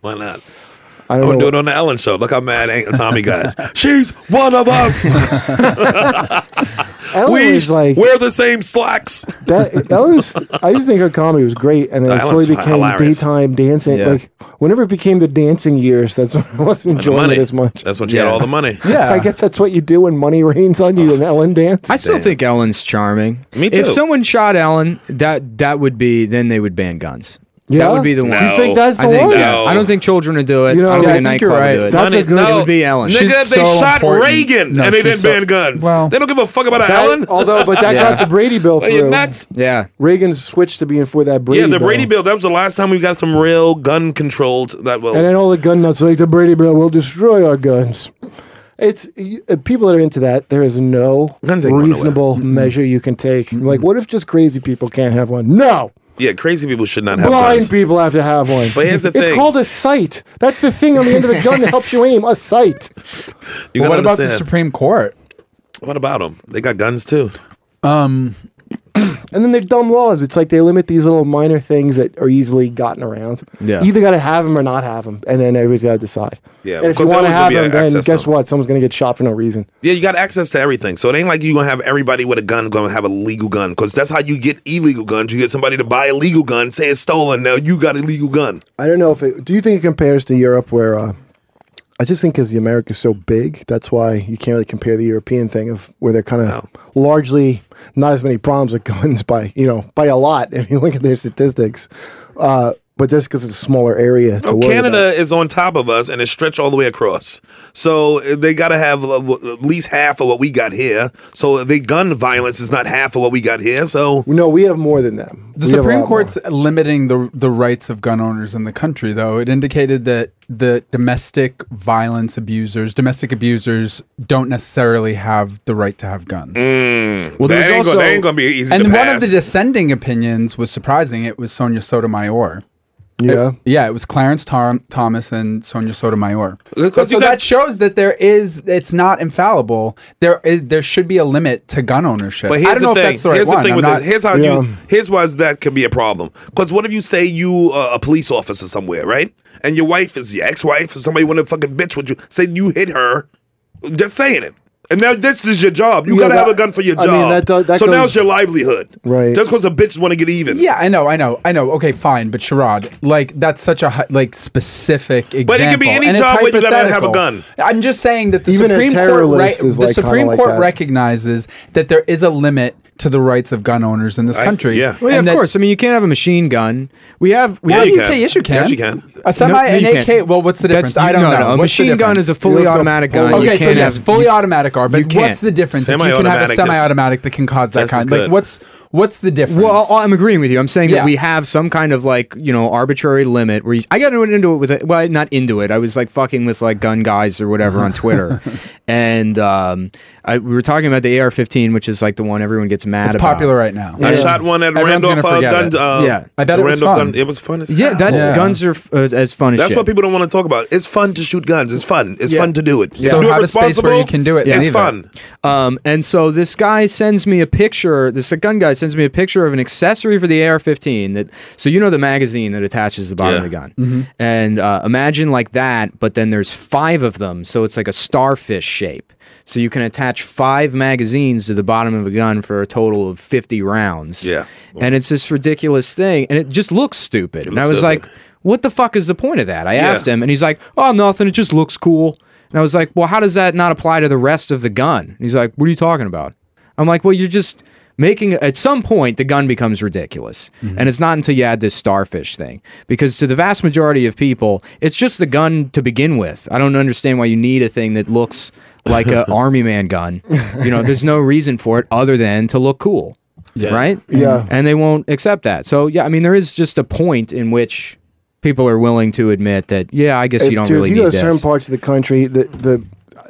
[SPEAKER 2] Why not?
[SPEAKER 5] I
[SPEAKER 2] I'm
[SPEAKER 5] don't
[SPEAKER 2] gonna do
[SPEAKER 5] know.
[SPEAKER 2] it on the Ellen show. Look how mad Aunt Tommy got. She's one of us.
[SPEAKER 5] Ellen
[SPEAKER 12] we
[SPEAKER 5] was like-
[SPEAKER 12] wear the same slacks.
[SPEAKER 5] That Ellen's, I used to think her comedy was great, and then it
[SPEAKER 12] Ellen's
[SPEAKER 5] slowly became
[SPEAKER 12] hilarious.
[SPEAKER 5] daytime dancing.
[SPEAKER 12] Yeah.
[SPEAKER 5] Like whenever it became the dancing years, that's when I wasn't
[SPEAKER 2] And the
[SPEAKER 5] enjoying it
[SPEAKER 2] money.
[SPEAKER 5] as much.
[SPEAKER 2] That's when you had all the money.
[SPEAKER 5] I guess that's what you do when money rains on you. An Ellen dance.
[SPEAKER 10] I still think Ellen's charming.
[SPEAKER 5] Me
[SPEAKER 10] If
[SPEAKER 5] too.
[SPEAKER 10] someone shot Ellen, that that would be then they would ban guns. That
[SPEAKER 5] Yeah?
[SPEAKER 10] would be the
[SPEAKER 5] You
[SPEAKER 10] one.
[SPEAKER 5] think that's
[SPEAKER 10] I
[SPEAKER 5] the
[SPEAKER 10] think
[SPEAKER 5] one?
[SPEAKER 10] that-
[SPEAKER 5] No.
[SPEAKER 10] I don't think children would do it.
[SPEAKER 5] You know,
[SPEAKER 10] I don't
[SPEAKER 5] yeah, I
[SPEAKER 10] think a
[SPEAKER 5] think you're
[SPEAKER 10] nightclub would
[SPEAKER 5] right.
[SPEAKER 10] do it.
[SPEAKER 5] That's a good-
[SPEAKER 10] It would be Ellen.
[SPEAKER 5] Nigga,
[SPEAKER 12] Nigga,
[SPEAKER 5] She's
[SPEAKER 12] they
[SPEAKER 5] so
[SPEAKER 12] shot
[SPEAKER 5] important.
[SPEAKER 12] Reagan
[SPEAKER 5] No,
[SPEAKER 12] and they
[SPEAKER 5] she's
[SPEAKER 12] didn't
[SPEAKER 5] so-
[SPEAKER 12] ban guns.
[SPEAKER 5] Well-
[SPEAKER 12] they don't give a fuck about
[SPEAKER 5] That-
[SPEAKER 12] Ellen.
[SPEAKER 5] Although, Oh, but that got the Brady bill
[SPEAKER 12] Are you
[SPEAKER 5] through.
[SPEAKER 12] nuts?
[SPEAKER 10] Yeah,
[SPEAKER 5] Reagan switched to being for that Brady.
[SPEAKER 12] yeah, the
[SPEAKER 5] bill.
[SPEAKER 12] Brady bill. That was the last time we got some real gun controlled. That well,
[SPEAKER 5] And then all the gun nuts are like the Brady bill will destroy our guns. It's y- uh, people that are into that. There is no reasonable measure you can take. Like, what if just crazy people can't have one? No,
[SPEAKER 2] Yeah, crazy people should not have
[SPEAKER 5] blind
[SPEAKER 2] guns.
[SPEAKER 5] people have to have one.
[SPEAKER 2] But here's the
[SPEAKER 5] it's
[SPEAKER 2] thing.
[SPEAKER 5] called a sight. That's the thing on the end of the gun that helps you aim. A sight.
[SPEAKER 2] You
[SPEAKER 9] But
[SPEAKER 2] gotta
[SPEAKER 9] what about the
[SPEAKER 2] understand.
[SPEAKER 9] Supreme Court?
[SPEAKER 2] What about them? They got guns too.
[SPEAKER 9] Um,
[SPEAKER 5] And then they're dumb laws. It's like they limit these little minor things that are easily gotten around.
[SPEAKER 2] Yeah.
[SPEAKER 5] You either got to have them or not have them, and then everybody's got to decide.
[SPEAKER 2] Yeah,
[SPEAKER 5] And if
[SPEAKER 2] because
[SPEAKER 5] you want to
[SPEAKER 2] there's gonna
[SPEAKER 5] have
[SPEAKER 2] be
[SPEAKER 5] them,
[SPEAKER 2] a
[SPEAKER 5] then
[SPEAKER 2] access
[SPEAKER 5] guess
[SPEAKER 2] to
[SPEAKER 5] what? Someone's gonna get shot for no reason.
[SPEAKER 2] Yeah, you got access to everything. So it ain't like you're gonna have everybody with a gun gonna have a legal gun. Cause that's how you get illegal guns. You get somebody to buy a legal gun, say it's stolen, now you got a legal gun.
[SPEAKER 5] I don't know if it. Do you think it compares to Europe, where uh, I just think because the America's so big, that's why you can't really compare the European thing of where they're kind of largely not as many problems with guns by you know by a lot if you look at their statistics. Uh, but just because it's a smaller area,
[SPEAKER 2] Oh,
[SPEAKER 5] to worry about.
[SPEAKER 2] Canada is on top of us and it's stretched all the way across. So uh, they got to have uh, w- at least half of what we got here. So the gun violence is not half of what we got here. So
[SPEAKER 5] No, we have more than them.
[SPEAKER 9] The
[SPEAKER 5] We have a
[SPEAKER 9] Supreme
[SPEAKER 5] lot
[SPEAKER 9] Court's limiting the the rights of gun owners in the country, though. It indicated that the domestic violence abusers, domestic abusers, don't necessarily have the right to have guns.
[SPEAKER 2] Mm,
[SPEAKER 12] well, they ain't, gonna, they ain't gonna be easy.
[SPEAKER 9] And
[SPEAKER 12] to
[SPEAKER 9] one of
[SPEAKER 12] pass.
[SPEAKER 9] the dissenting opinions was surprising. It was Sonia Sotomayor.
[SPEAKER 5] Yeah.
[SPEAKER 9] It, yeah, it was Clarence Tom- Thomas and Sonia Sotomayor.
[SPEAKER 12] Because
[SPEAKER 9] so that shows that there is, it's not infallible. There is, there should be a limit to gun ownership.
[SPEAKER 2] But here's
[SPEAKER 9] I don't
[SPEAKER 2] the
[SPEAKER 9] know
[SPEAKER 2] thing.
[SPEAKER 9] if that's the right
[SPEAKER 2] here's
[SPEAKER 9] one.
[SPEAKER 2] the thing
[SPEAKER 9] I'm
[SPEAKER 2] with
[SPEAKER 9] not-
[SPEAKER 2] it. Here's how you. Here's why that could be a problem. Because what if you say you uh, a police officer somewhere, right? And your wife is your ex-wife, or somebody want to fucking bitch with you. Say you hit her. Just saying it. And now this is your job. You
[SPEAKER 12] Yeah,
[SPEAKER 2] gotta have
[SPEAKER 12] that-
[SPEAKER 2] a gun for your
[SPEAKER 12] I
[SPEAKER 2] job.
[SPEAKER 12] mean, that does- that
[SPEAKER 2] so now
[SPEAKER 12] goes-
[SPEAKER 2] it's your livelihood.
[SPEAKER 5] Right.
[SPEAKER 2] Just because a bitch want to get even.
[SPEAKER 9] Yeah, I know, I know, I know. Okay, fine, but Sherrod, like that's such a hi- like specific example.
[SPEAKER 2] it could be any
[SPEAKER 9] and it's
[SPEAKER 2] job where you gotta have a
[SPEAKER 9] hypothetical.
[SPEAKER 2] gun.
[SPEAKER 9] I'm just saying that the
[SPEAKER 5] Even a
[SPEAKER 9] Supreme
[SPEAKER 5] terror
[SPEAKER 9] Court, re-
[SPEAKER 5] list is,
[SPEAKER 9] the
[SPEAKER 5] like, kinda
[SPEAKER 9] Supreme
[SPEAKER 5] like
[SPEAKER 9] Court
[SPEAKER 5] that.
[SPEAKER 9] recognizes that there is a limit to the rights of gun owners in this
[SPEAKER 10] I-
[SPEAKER 9] country.
[SPEAKER 10] yeah. Well, yeah, of course. I mean, you can't have a machine gun. We have. We
[SPEAKER 9] Well,
[SPEAKER 10] have
[SPEAKER 9] you can. Yes, you can. Yes, you can. A semi- an
[SPEAKER 10] you can't.
[SPEAKER 9] AK well, what's the
[SPEAKER 10] That's-
[SPEAKER 9] difference? I don't
[SPEAKER 10] no,
[SPEAKER 9] know.
[SPEAKER 10] no, A
[SPEAKER 9] What's the
[SPEAKER 10] machine gun
[SPEAKER 9] difference?
[SPEAKER 10] is a
[SPEAKER 9] You
[SPEAKER 10] fully
[SPEAKER 9] have to
[SPEAKER 10] automatic
[SPEAKER 9] pull
[SPEAKER 10] gun.
[SPEAKER 9] it.
[SPEAKER 10] You
[SPEAKER 9] Okay, so
[SPEAKER 10] can't
[SPEAKER 9] yes,
[SPEAKER 10] have-
[SPEAKER 9] fully
[SPEAKER 10] you-
[SPEAKER 9] automatic are, but
[SPEAKER 10] you can't.
[SPEAKER 9] what's the difference? If you can have a
[SPEAKER 10] Semi-automatic is-
[SPEAKER 9] semi-automatic that can cause that
[SPEAKER 10] Just as
[SPEAKER 9] kind. Like,
[SPEAKER 10] good.
[SPEAKER 9] what's what's the difference?
[SPEAKER 10] Well, I- I'm agreeing with you. I'm saying
[SPEAKER 9] Yeah.
[SPEAKER 10] that we have some kind of like you know arbitrary limit where you, I got into it with it. Well, not into it. I was like fucking with like gun guys or whatever on Twitter, and um, I, we were talking about the AR-15, which is like the one everyone gets mad
[SPEAKER 9] it's
[SPEAKER 10] about.
[SPEAKER 9] popular right now.
[SPEAKER 2] I shot one at
[SPEAKER 10] Everyone's
[SPEAKER 2] Randolph
[SPEAKER 10] gonna
[SPEAKER 2] uh,
[SPEAKER 10] forget
[SPEAKER 2] Gun.
[SPEAKER 10] it.
[SPEAKER 2] Uh,
[SPEAKER 10] Yeah. I bet it was
[SPEAKER 2] Randolph
[SPEAKER 10] fun.
[SPEAKER 2] Gun- It was fun. As
[SPEAKER 10] Yeah, that's
[SPEAKER 2] hell.
[SPEAKER 10] guns are f- uh, as fun as
[SPEAKER 2] That's
[SPEAKER 10] shit.
[SPEAKER 2] what people don't want to talk about. It's fun to shoot guns. It's fun. It's
[SPEAKER 10] Yeah.
[SPEAKER 2] fun to do it.
[SPEAKER 10] Yeah.
[SPEAKER 2] do it responsible. It's fun.
[SPEAKER 10] Um, and so this guy sends me a picture. This gun guy sends me a picture of an accessory for the AR-15. That so you know the magazine that attaches the bottom of the gun.
[SPEAKER 7] Mhm.
[SPEAKER 10] And uh, imagine like that, but then there's five of them, so it's like a starfish shape. So you can attach five magazines to the bottom of a gun for a total of 50 rounds. Yeah. And it's this ridiculous thing, and it just looks stupid. and I was
[SPEAKER 7] looks stupid.
[SPEAKER 10] like, what the fuck is the point of that? I
[SPEAKER 7] Yeah.
[SPEAKER 10] asked him, and he's like, oh, nothing. It just looks cool. And I was like, well, how does that not apply to the rest of the gun? And he's like, what are you talking about? I'm like, well, you're just making, at some point, the gun becomes ridiculous. And it's not until you add this starfish thing. Because to the vast majority of people, it's just the gun to begin with. I don't understand why you need a thing that looks like an army man gun. You know, there's no reason for it other than to look cool. Right?
[SPEAKER 5] Yeah.
[SPEAKER 10] And they won't accept that. So, yeah, I mean, there is just a point in which people are willing to admit that, yeah, I guess you don't
[SPEAKER 5] dude,
[SPEAKER 10] really
[SPEAKER 5] if you
[SPEAKER 10] need
[SPEAKER 5] go
[SPEAKER 10] this.
[SPEAKER 5] to certain parts of the country, the the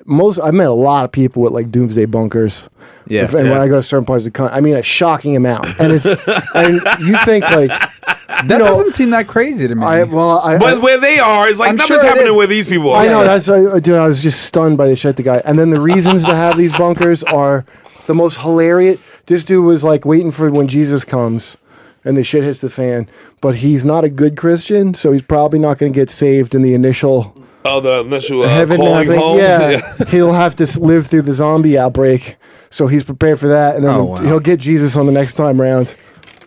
[SPEAKER 5] most I met a lot of people with like doomsday bunkers.
[SPEAKER 10] Yeah.
[SPEAKER 5] If- and when
[SPEAKER 10] Yeah.
[SPEAKER 5] I go to certain parts of the country, I mean a shocking amount, and it's and you think like that
[SPEAKER 9] doesn't seem that crazy to me.
[SPEAKER 5] I well, I,
[SPEAKER 2] But
[SPEAKER 5] I-
[SPEAKER 2] where they are, it's like
[SPEAKER 9] I'm
[SPEAKER 2] nothing's
[SPEAKER 9] sure it
[SPEAKER 2] happening
[SPEAKER 9] is.
[SPEAKER 2] where these people are.
[SPEAKER 5] I know that's I, dude. I was just stunned by the shit the guy. And then the reasons to have these bunkers are the most hilarious. This dude was like waiting for when Jesus comes. And the shit hits the fan, but he's not a good Christian, so he's probably not going to get saved in the initial
[SPEAKER 2] Oh, the unless you uh,
[SPEAKER 5] Heaven
[SPEAKER 2] call you
[SPEAKER 5] having-
[SPEAKER 2] home.
[SPEAKER 5] yeah, he'll have to s- live through the zombie outbreak, so he's prepared for that, and then
[SPEAKER 10] Oh,
[SPEAKER 5] he'll,
[SPEAKER 10] wow.
[SPEAKER 5] he'll get Jesus on the next time round.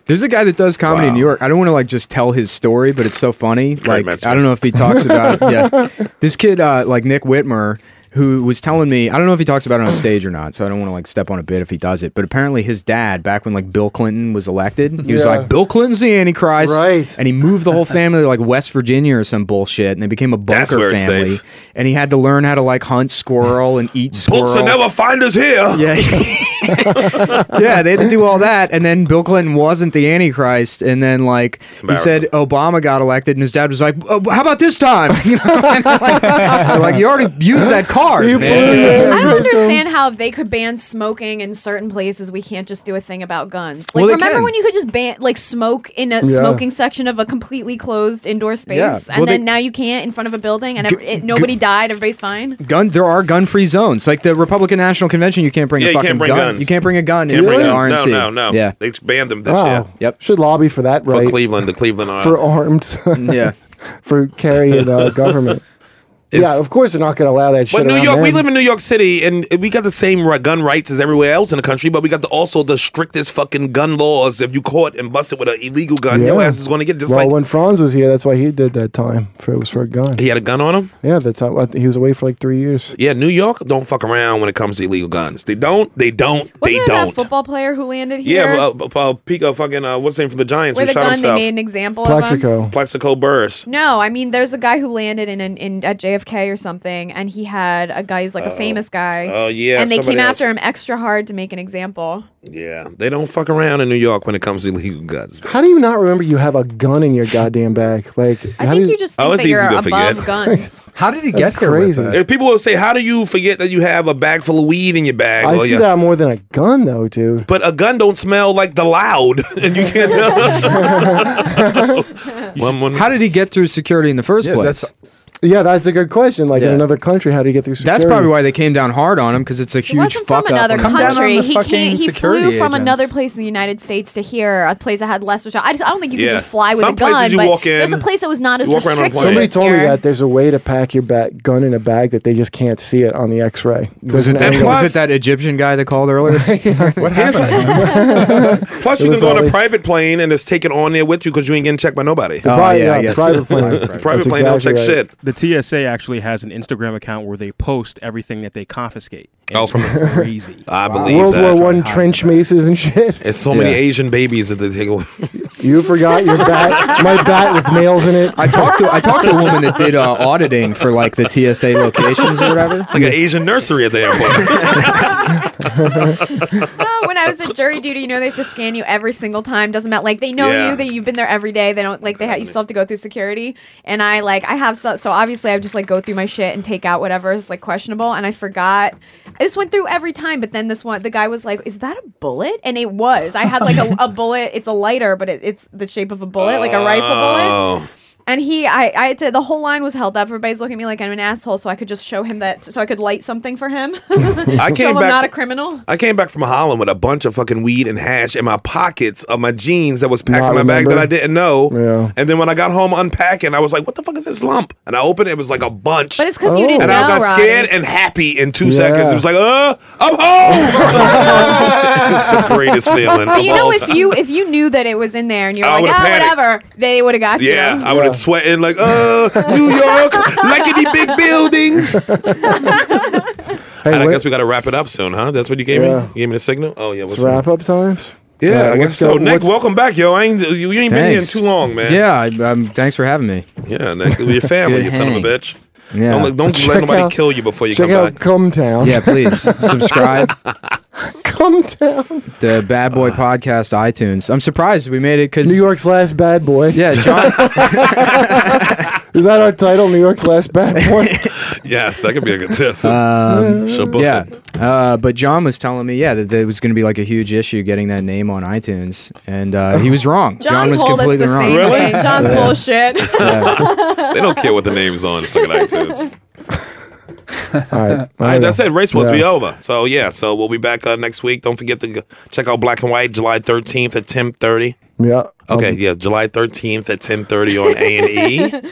[SPEAKER 10] There's a guy that does comedy in New York. I don't want to like just tell his story, but it's so funny. Like I don't know if he talks about yeah. This kid uh, like Nick Whitmer who was telling me I don't know if he talks about it on stage or not, so I don't want to like step on a bit if he does it. But apparently his dad back when like Bill Clinton was elected, he was
[SPEAKER 5] Yeah.
[SPEAKER 10] like Bill Clinton's the Antichrist. Right. And he moved the whole family to like West Virginia or some bullshit and they became a
[SPEAKER 2] That's
[SPEAKER 10] bunker
[SPEAKER 2] where it's
[SPEAKER 10] family.
[SPEAKER 2] safe.
[SPEAKER 10] And he had to learn how to like hunt squirrel and eat squirrel.
[SPEAKER 2] Books will never find us here.
[SPEAKER 10] Yeah. yeah, they had to do all that, and then Bill Clinton wasn't the Antichrist, and then like he said, Obama got elected, and his dad was like, oh, "How about this time?" You know, and, like, they're like, you already used that card.
[SPEAKER 5] You
[SPEAKER 10] man."
[SPEAKER 5] blew it.
[SPEAKER 6] I don't understand how if they could ban smoking in certain places, we can't just do a thing about guns. Like,
[SPEAKER 10] Well, they
[SPEAKER 6] remember
[SPEAKER 10] can.
[SPEAKER 6] when you could just ban like smoke in a
[SPEAKER 10] Yeah.
[SPEAKER 6] smoking section of a completely closed indoor space,
[SPEAKER 10] Yeah.
[SPEAKER 6] and
[SPEAKER 10] Well,
[SPEAKER 6] then
[SPEAKER 10] they-
[SPEAKER 6] now you can't in front of a building, and
[SPEAKER 10] G-
[SPEAKER 6] ev- it, nobody
[SPEAKER 10] g-
[SPEAKER 6] died, everybody's fine.
[SPEAKER 10] Gun. There are gun-free zones, like the Republican National Convention. You can't bring
[SPEAKER 2] Yeah,
[SPEAKER 10] a
[SPEAKER 2] you
[SPEAKER 10] fucking
[SPEAKER 2] can't bring
[SPEAKER 10] gun.
[SPEAKER 2] guns.
[SPEAKER 10] You can't bring a gun
[SPEAKER 2] Can't
[SPEAKER 10] into
[SPEAKER 2] bring
[SPEAKER 10] the
[SPEAKER 2] them.
[SPEAKER 10] RNC.
[SPEAKER 2] No, no, no.
[SPEAKER 10] Yeah.
[SPEAKER 2] They banned them this year
[SPEAKER 5] Wow.
[SPEAKER 10] Yep.
[SPEAKER 5] Should lobby for that,
[SPEAKER 2] for
[SPEAKER 5] right?
[SPEAKER 2] Cleveland. The Cleveland uh,
[SPEAKER 5] for armed.
[SPEAKER 10] yeah.
[SPEAKER 5] For carrying uh, government. yeah,
[SPEAKER 2] It's-
[SPEAKER 5] of course they're not going to allow that shit.
[SPEAKER 2] But New
[SPEAKER 5] around
[SPEAKER 2] York, we
[SPEAKER 5] them.
[SPEAKER 2] live in New York City, and we got the same ri- gun rights as everywhere else in the country. But we got the, also the strictest fucking gun laws. If you caught and busted with an illegal gun, your
[SPEAKER 5] Yeah.
[SPEAKER 2] ass is going to get just
[SPEAKER 5] well,
[SPEAKER 2] like
[SPEAKER 5] when Franz was here, that's why he did that time. For it was for a gun.
[SPEAKER 2] he had a gun on him.
[SPEAKER 5] Yeah, that's how I think he was away for like three years.
[SPEAKER 2] Yeah, New York don't fuck around when it comes to illegal guns. They don't. They don't.
[SPEAKER 6] Wasn't
[SPEAKER 2] they
[SPEAKER 6] there
[SPEAKER 2] don't.
[SPEAKER 6] that football player who landed here?
[SPEAKER 2] yeah, uh, uh, Pico fucking uh, what's the name from the Giants
[SPEAKER 6] with
[SPEAKER 2] who
[SPEAKER 6] a
[SPEAKER 2] shot
[SPEAKER 6] gun,
[SPEAKER 2] himself?
[SPEAKER 6] they made an example of him.
[SPEAKER 2] Plexico Burris.
[SPEAKER 6] No, I mean there's a guy who landed in an in at JFK or something, and he had a guy who's like a famous guy.
[SPEAKER 2] Oh, yeah,
[SPEAKER 6] and they came
[SPEAKER 2] somebody else.
[SPEAKER 6] after him extra hard to make an example.
[SPEAKER 2] Yeah, they don't fuck around in New York when it comes to illegal guns.
[SPEAKER 5] How do you not remember you have a gun in your goddamn bag? Like, I how do you
[SPEAKER 6] just
[SPEAKER 2] Oh, think it's that easy you're to above forget.
[SPEAKER 6] guns.
[SPEAKER 10] How did he
[SPEAKER 5] That's get there with crazy. that?
[SPEAKER 2] If people will say, "How do you forget that you have a bag full of weed in your bag?"
[SPEAKER 5] I
[SPEAKER 2] or
[SPEAKER 5] see
[SPEAKER 2] your-
[SPEAKER 5] that more than a gun, though, dude.
[SPEAKER 2] But a gun don't smell like the loud, and you can't tell.
[SPEAKER 10] How did he get through security in the first place?
[SPEAKER 5] Yeah, that's a good question. Like in
[SPEAKER 10] Yeah.
[SPEAKER 5] another country, how do you get through security?
[SPEAKER 10] That's probably why they came down hard on him because it's a huge
[SPEAKER 6] wasn't
[SPEAKER 10] fuck
[SPEAKER 6] from another
[SPEAKER 10] up.
[SPEAKER 6] country. He came. He flew from another place in the United States to here, a place that had less restriction. I just I don't think you
[SPEAKER 5] Yeah.
[SPEAKER 6] could just fly with
[SPEAKER 5] Some
[SPEAKER 6] a gun.
[SPEAKER 5] places you
[SPEAKER 6] but
[SPEAKER 5] walk
[SPEAKER 6] There's a
[SPEAKER 5] in,
[SPEAKER 6] place that was not as
[SPEAKER 5] you walk
[SPEAKER 2] around on a
[SPEAKER 6] restricted.
[SPEAKER 2] plane.
[SPEAKER 5] Somebody told me
[SPEAKER 6] here.
[SPEAKER 5] that there's a way to pack your ba- gun in a bag that they just can't see it on the X-ray. There's
[SPEAKER 10] Was
[SPEAKER 5] an
[SPEAKER 10] it, that,
[SPEAKER 5] angle.
[SPEAKER 10] was it that Egyptian guy that called earlier? what happened?
[SPEAKER 2] Plus,
[SPEAKER 5] It
[SPEAKER 2] you can
[SPEAKER 5] was
[SPEAKER 2] go on
[SPEAKER 5] all
[SPEAKER 2] a
[SPEAKER 5] like-
[SPEAKER 2] private plane, and it's taken on there with you because you ain't getting checked by nobody.
[SPEAKER 5] The pri- Oh, yeah, the private plane.
[SPEAKER 2] private plane don't check shit.
[SPEAKER 7] The TSA actually has an Instagram account where they post everything that they confiscate.
[SPEAKER 2] Oh, from
[SPEAKER 7] crazy.
[SPEAKER 5] Ah,
[SPEAKER 2] I believe
[SPEAKER 5] World
[SPEAKER 2] that.
[SPEAKER 5] War One trench maces and shit.
[SPEAKER 2] It's so many
[SPEAKER 5] Yeah.
[SPEAKER 2] Asian babies that they take away.
[SPEAKER 5] You forgot your bat, my bat with nails in it.
[SPEAKER 10] I talked to I talked to a woman that did uh, auditing for like the TSA locations or whatever.
[SPEAKER 2] It's like an Asian nursery at the airport.
[SPEAKER 6] No, when I was at jury duty, you know they have to scan you every single time. Doesn't matter. Like they know
[SPEAKER 2] Yeah.
[SPEAKER 6] you, that you've been there every day. They don't like they ha- you still have to go through security. And I like I have so, so obviously I just like go through my shit and take out whatever is like questionable. And I forgot. I just went through every time, but then this one the guy was like, "Is that a bullet?" And it was. I had like a, a bullet. It's a lighter, but it, it's the shape of a bullet, like a rifle bullet.
[SPEAKER 2] Oh.
[SPEAKER 6] And he, I, I had to, the whole line was held up. Everybody's looking at me like I'm an asshole, so I could just show him that, so I could light something for him. I
[SPEAKER 2] came
[SPEAKER 6] him
[SPEAKER 2] back-
[SPEAKER 6] I'm not a criminal.
[SPEAKER 2] I came back from Holland with a bunch of fucking weed and hash in my pockets of my jeans that was packed
[SPEAKER 5] Not
[SPEAKER 2] in my bag
[SPEAKER 5] remember.
[SPEAKER 2] that I didn't know.
[SPEAKER 5] Yeah.
[SPEAKER 2] And then when I got home unpacking, I was like, "What the fuck is this lump?" And I opened it. It was like a bunch.
[SPEAKER 6] But it's 'cause you didn't
[SPEAKER 2] And I
[SPEAKER 6] know,
[SPEAKER 2] got scared
[SPEAKER 6] Rodney.
[SPEAKER 2] and happy in two
[SPEAKER 5] Oh. Yeah.
[SPEAKER 2] seconds. It was like, "Uh, I'm home." it's the greatest feeling.
[SPEAKER 6] But
[SPEAKER 2] of
[SPEAKER 6] you know,
[SPEAKER 2] all
[SPEAKER 6] if
[SPEAKER 2] time.
[SPEAKER 6] you if you knew that it was in there and you're
[SPEAKER 2] I
[SPEAKER 6] like,
[SPEAKER 2] would've
[SPEAKER 6] ah,
[SPEAKER 2] panicked.
[SPEAKER 6] whatever, they would have got
[SPEAKER 2] Yeah,
[SPEAKER 6] you.
[SPEAKER 2] I would have sweating like, uh, New York, like any big buildings. and I
[SPEAKER 5] what-
[SPEAKER 2] guess we got to wrap it up soon, huh? That's what you gave me.
[SPEAKER 5] Yeah.
[SPEAKER 2] You gave me the signal. Oh yeah,
[SPEAKER 5] It's
[SPEAKER 2] what's
[SPEAKER 5] wrap up times.
[SPEAKER 2] Yeah,
[SPEAKER 5] Uh,
[SPEAKER 2] I
[SPEAKER 5] what's
[SPEAKER 2] guess so.
[SPEAKER 5] the-
[SPEAKER 2] Nick,
[SPEAKER 5] what's-
[SPEAKER 2] welcome back, yo. I ain't you, you ain't been here in
[SPEAKER 10] Thanks.
[SPEAKER 2] too long, man.
[SPEAKER 10] Yeah, I, um, thanks for having me.
[SPEAKER 2] Yeah, Nick, your family, you son of a bitch.
[SPEAKER 10] Yeah.
[SPEAKER 2] Don't, let- don't
[SPEAKER 5] Check
[SPEAKER 2] let nobody
[SPEAKER 5] out-
[SPEAKER 2] kill you before you
[SPEAKER 5] check
[SPEAKER 2] come
[SPEAKER 5] out
[SPEAKER 2] back.
[SPEAKER 5] Come Town.
[SPEAKER 10] Yeah, please subscribe
[SPEAKER 5] Come Town.
[SPEAKER 10] the Bad Boy Podcast iTunes. I'm surprised we made it because
[SPEAKER 5] Uh. New York's last bad boy.
[SPEAKER 10] Yeah, John.
[SPEAKER 5] Is that our title? New York's last bad boy.
[SPEAKER 2] Yes, that could be a good test.
[SPEAKER 10] Um,
[SPEAKER 2] Shabuffet.
[SPEAKER 10] yeah, uh, but John was telling me, yeah, that, that it was going to be like a huge issue getting that name on iTunes, and uh, he was wrong.
[SPEAKER 6] John,
[SPEAKER 10] was
[SPEAKER 6] told us
[SPEAKER 10] completely
[SPEAKER 6] the
[SPEAKER 10] wrong.
[SPEAKER 6] same thing. John's
[SPEAKER 10] Yeah.
[SPEAKER 6] full of shit.
[SPEAKER 2] they don't care what the name's on fucking iTunes.
[SPEAKER 5] All right.
[SPEAKER 2] All right, that's it. Race wars
[SPEAKER 5] Yeah.
[SPEAKER 2] be over. So yeah, so we'll be back uh, next week. Don't forget to g- check out Black and White July 13th at 10:30.
[SPEAKER 5] Yeah.
[SPEAKER 2] Okay, yeah, July 13th at 10:30 on A and E.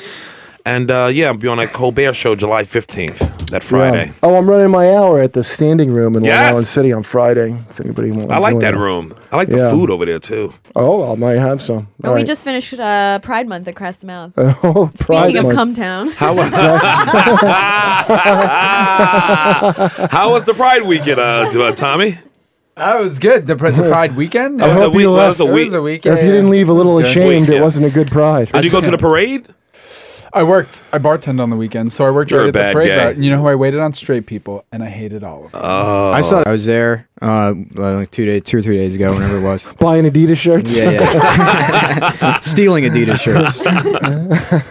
[SPEAKER 2] And uh, yeah, I'll be on a Colbert show July 15th, that Friday.
[SPEAKER 5] Yeah. Oh, I'm running my hour at the standing room in
[SPEAKER 2] Yes.
[SPEAKER 5] Long Island City on Friday. If anybody wants,
[SPEAKER 2] I like that room. I like the
[SPEAKER 5] Yeah.
[SPEAKER 2] food over there too.
[SPEAKER 5] Oh, I might have some.
[SPEAKER 6] And
[SPEAKER 5] All
[SPEAKER 6] we
[SPEAKER 5] right.
[SPEAKER 6] just finished uh, Pride Month at Crest Mouth.
[SPEAKER 5] oh, Pride
[SPEAKER 6] Speaking of
[SPEAKER 5] Month.
[SPEAKER 6] Come Town.
[SPEAKER 2] How was the Pride weekend, uh, uh, Tommy?
[SPEAKER 9] That was good. The, pr- the Pride weekend.
[SPEAKER 5] I
[SPEAKER 9] That was
[SPEAKER 5] hope
[SPEAKER 9] a
[SPEAKER 5] you
[SPEAKER 9] week-
[SPEAKER 5] left.
[SPEAKER 9] That was a week. That was a week.
[SPEAKER 5] If you didn't leave a little
[SPEAKER 9] It was good.
[SPEAKER 5] ashamed, it wasn't a good pride.
[SPEAKER 9] Did you go to the
[SPEAKER 2] parade?
[SPEAKER 9] I worked. I bartended on the weekend, so I worked
[SPEAKER 10] You're a
[SPEAKER 9] right at the
[SPEAKER 10] bad
[SPEAKER 9] parade
[SPEAKER 10] guy.
[SPEAKER 9] route. And you know who I waited on? Straight people, and I hated all of them.
[SPEAKER 10] Oh. I saw. I was there uh, like two days, two or three days ago, whenever it was.
[SPEAKER 5] Buying Adidas shirts.
[SPEAKER 10] Yeah, yeah. stealing Adidas shirts.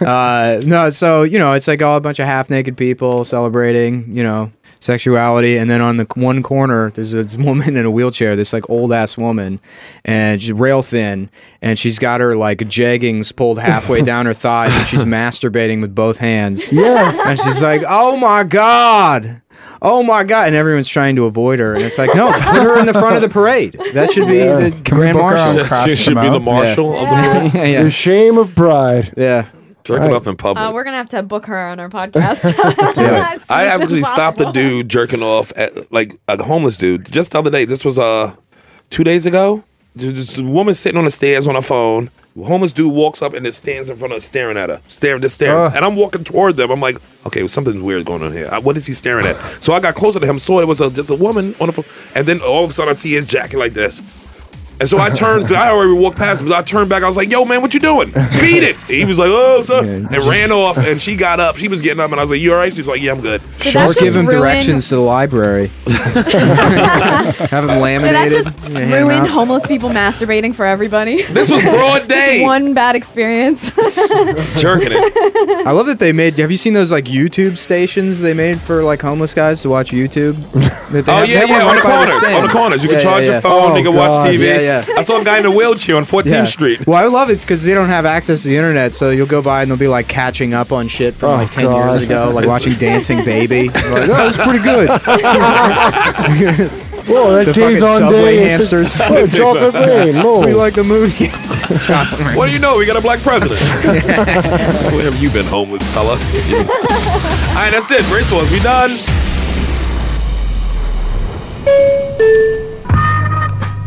[SPEAKER 10] uh, no, so you know, it's like all a bunch of half-naked people celebrating, you know, sexuality, and then on the c- one corner, there's a woman in a wheelchair, this like old-ass woman, and she's rail thin, and she's got her like jeggings pulled halfway down her thighs, and she's masturbating with both hands.
[SPEAKER 5] Yes.
[SPEAKER 10] and she's like, "Oh my god." Oh my God! And everyone's trying to avoid her, and it's like, no, put her in the front of the parade. That should be
[SPEAKER 5] Yeah.
[SPEAKER 10] the
[SPEAKER 5] Can we
[SPEAKER 10] grand
[SPEAKER 5] book her on
[SPEAKER 10] marshal.
[SPEAKER 5] Cross She the should be the Mouth? marshal
[SPEAKER 10] of the parade. yeah, yeah.
[SPEAKER 5] The shame of pride.
[SPEAKER 10] Yeah.
[SPEAKER 2] Jerking
[SPEAKER 5] Right.
[SPEAKER 2] off in public.
[SPEAKER 6] Uh, we're gonna have to book her on our podcast. As soon
[SPEAKER 2] I
[SPEAKER 6] as
[SPEAKER 2] actually stopped a
[SPEAKER 6] possible.
[SPEAKER 2] dude jerking off at like a homeless dude just the other day. This was uh two days ago. There's This woman sitting on the stairs on her phone. Homeless dude walks up and just stands in front of her, staring at her, staring, just staring.
[SPEAKER 12] Ugh.
[SPEAKER 2] And I'm walking toward them. I'm like, okay, well, something weird going on here. Uh, What is he staring at? So I got closer to him, saw it was a, just a woman on the phone. And then all of a sudden, I see his jacket like this. And so I turned. 'cause I already walked past him. But I turned back. I was like, "Yo, man, what you doing? Beat it!" He was like, "Oh, what's up?" and ran off. And she got up. She was getting up, and I was like, "You all right?" She's like, "Yeah, I'm good."
[SPEAKER 6] Did that
[SPEAKER 10] Or give
[SPEAKER 6] just
[SPEAKER 10] him
[SPEAKER 6] ruin-
[SPEAKER 10] directions to the library. Have
[SPEAKER 6] Did
[SPEAKER 10] him
[SPEAKER 6] that
[SPEAKER 10] laminated.
[SPEAKER 6] just
[SPEAKER 10] and hand 'em
[SPEAKER 6] ruin
[SPEAKER 10] out.
[SPEAKER 6] homeless people masturbating for everybody?
[SPEAKER 2] This was broad day.
[SPEAKER 6] one bad experience.
[SPEAKER 2] Jerking
[SPEAKER 10] it. I love that they made. Have you seen those like YouTube stations they made for like homeless guys to watch YouTube? That they
[SPEAKER 2] Oh
[SPEAKER 10] have- they
[SPEAKER 2] yeah,
[SPEAKER 10] have
[SPEAKER 2] yeah,
[SPEAKER 10] one right
[SPEAKER 2] on the
[SPEAKER 10] by
[SPEAKER 2] corners,
[SPEAKER 10] stand.
[SPEAKER 2] on the corners. You can
[SPEAKER 10] Yeah,
[SPEAKER 2] charge
[SPEAKER 10] yeah, yeah. Oh,
[SPEAKER 2] your phone. you can watch TV.
[SPEAKER 10] Yeah, yeah.
[SPEAKER 2] I saw a guy in a wheelchair on 14th
[SPEAKER 10] Yeah.
[SPEAKER 2] Street.
[SPEAKER 10] Well, I love it's because they don't have access to the internet, so you'll go by and they'll be like catching up on shit from
[SPEAKER 2] Oh,
[SPEAKER 10] like ten
[SPEAKER 2] God.
[SPEAKER 10] years ago, like watching Dancing Baby. You're Like, oh, that was pretty good.
[SPEAKER 5] Whoa, that
[SPEAKER 10] The
[SPEAKER 5] Jay's
[SPEAKER 10] fucking
[SPEAKER 5] on
[SPEAKER 10] Subway
[SPEAKER 5] day.
[SPEAKER 10] hamsters.
[SPEAKER 5] Oh, chocolate rain. Whoa.
[SPEAKER 10] We like the movie.
[SPEAKER 2] What do you know? We got a black president. Where have you been, homeless fella? All right, that's it. Race wars, we done.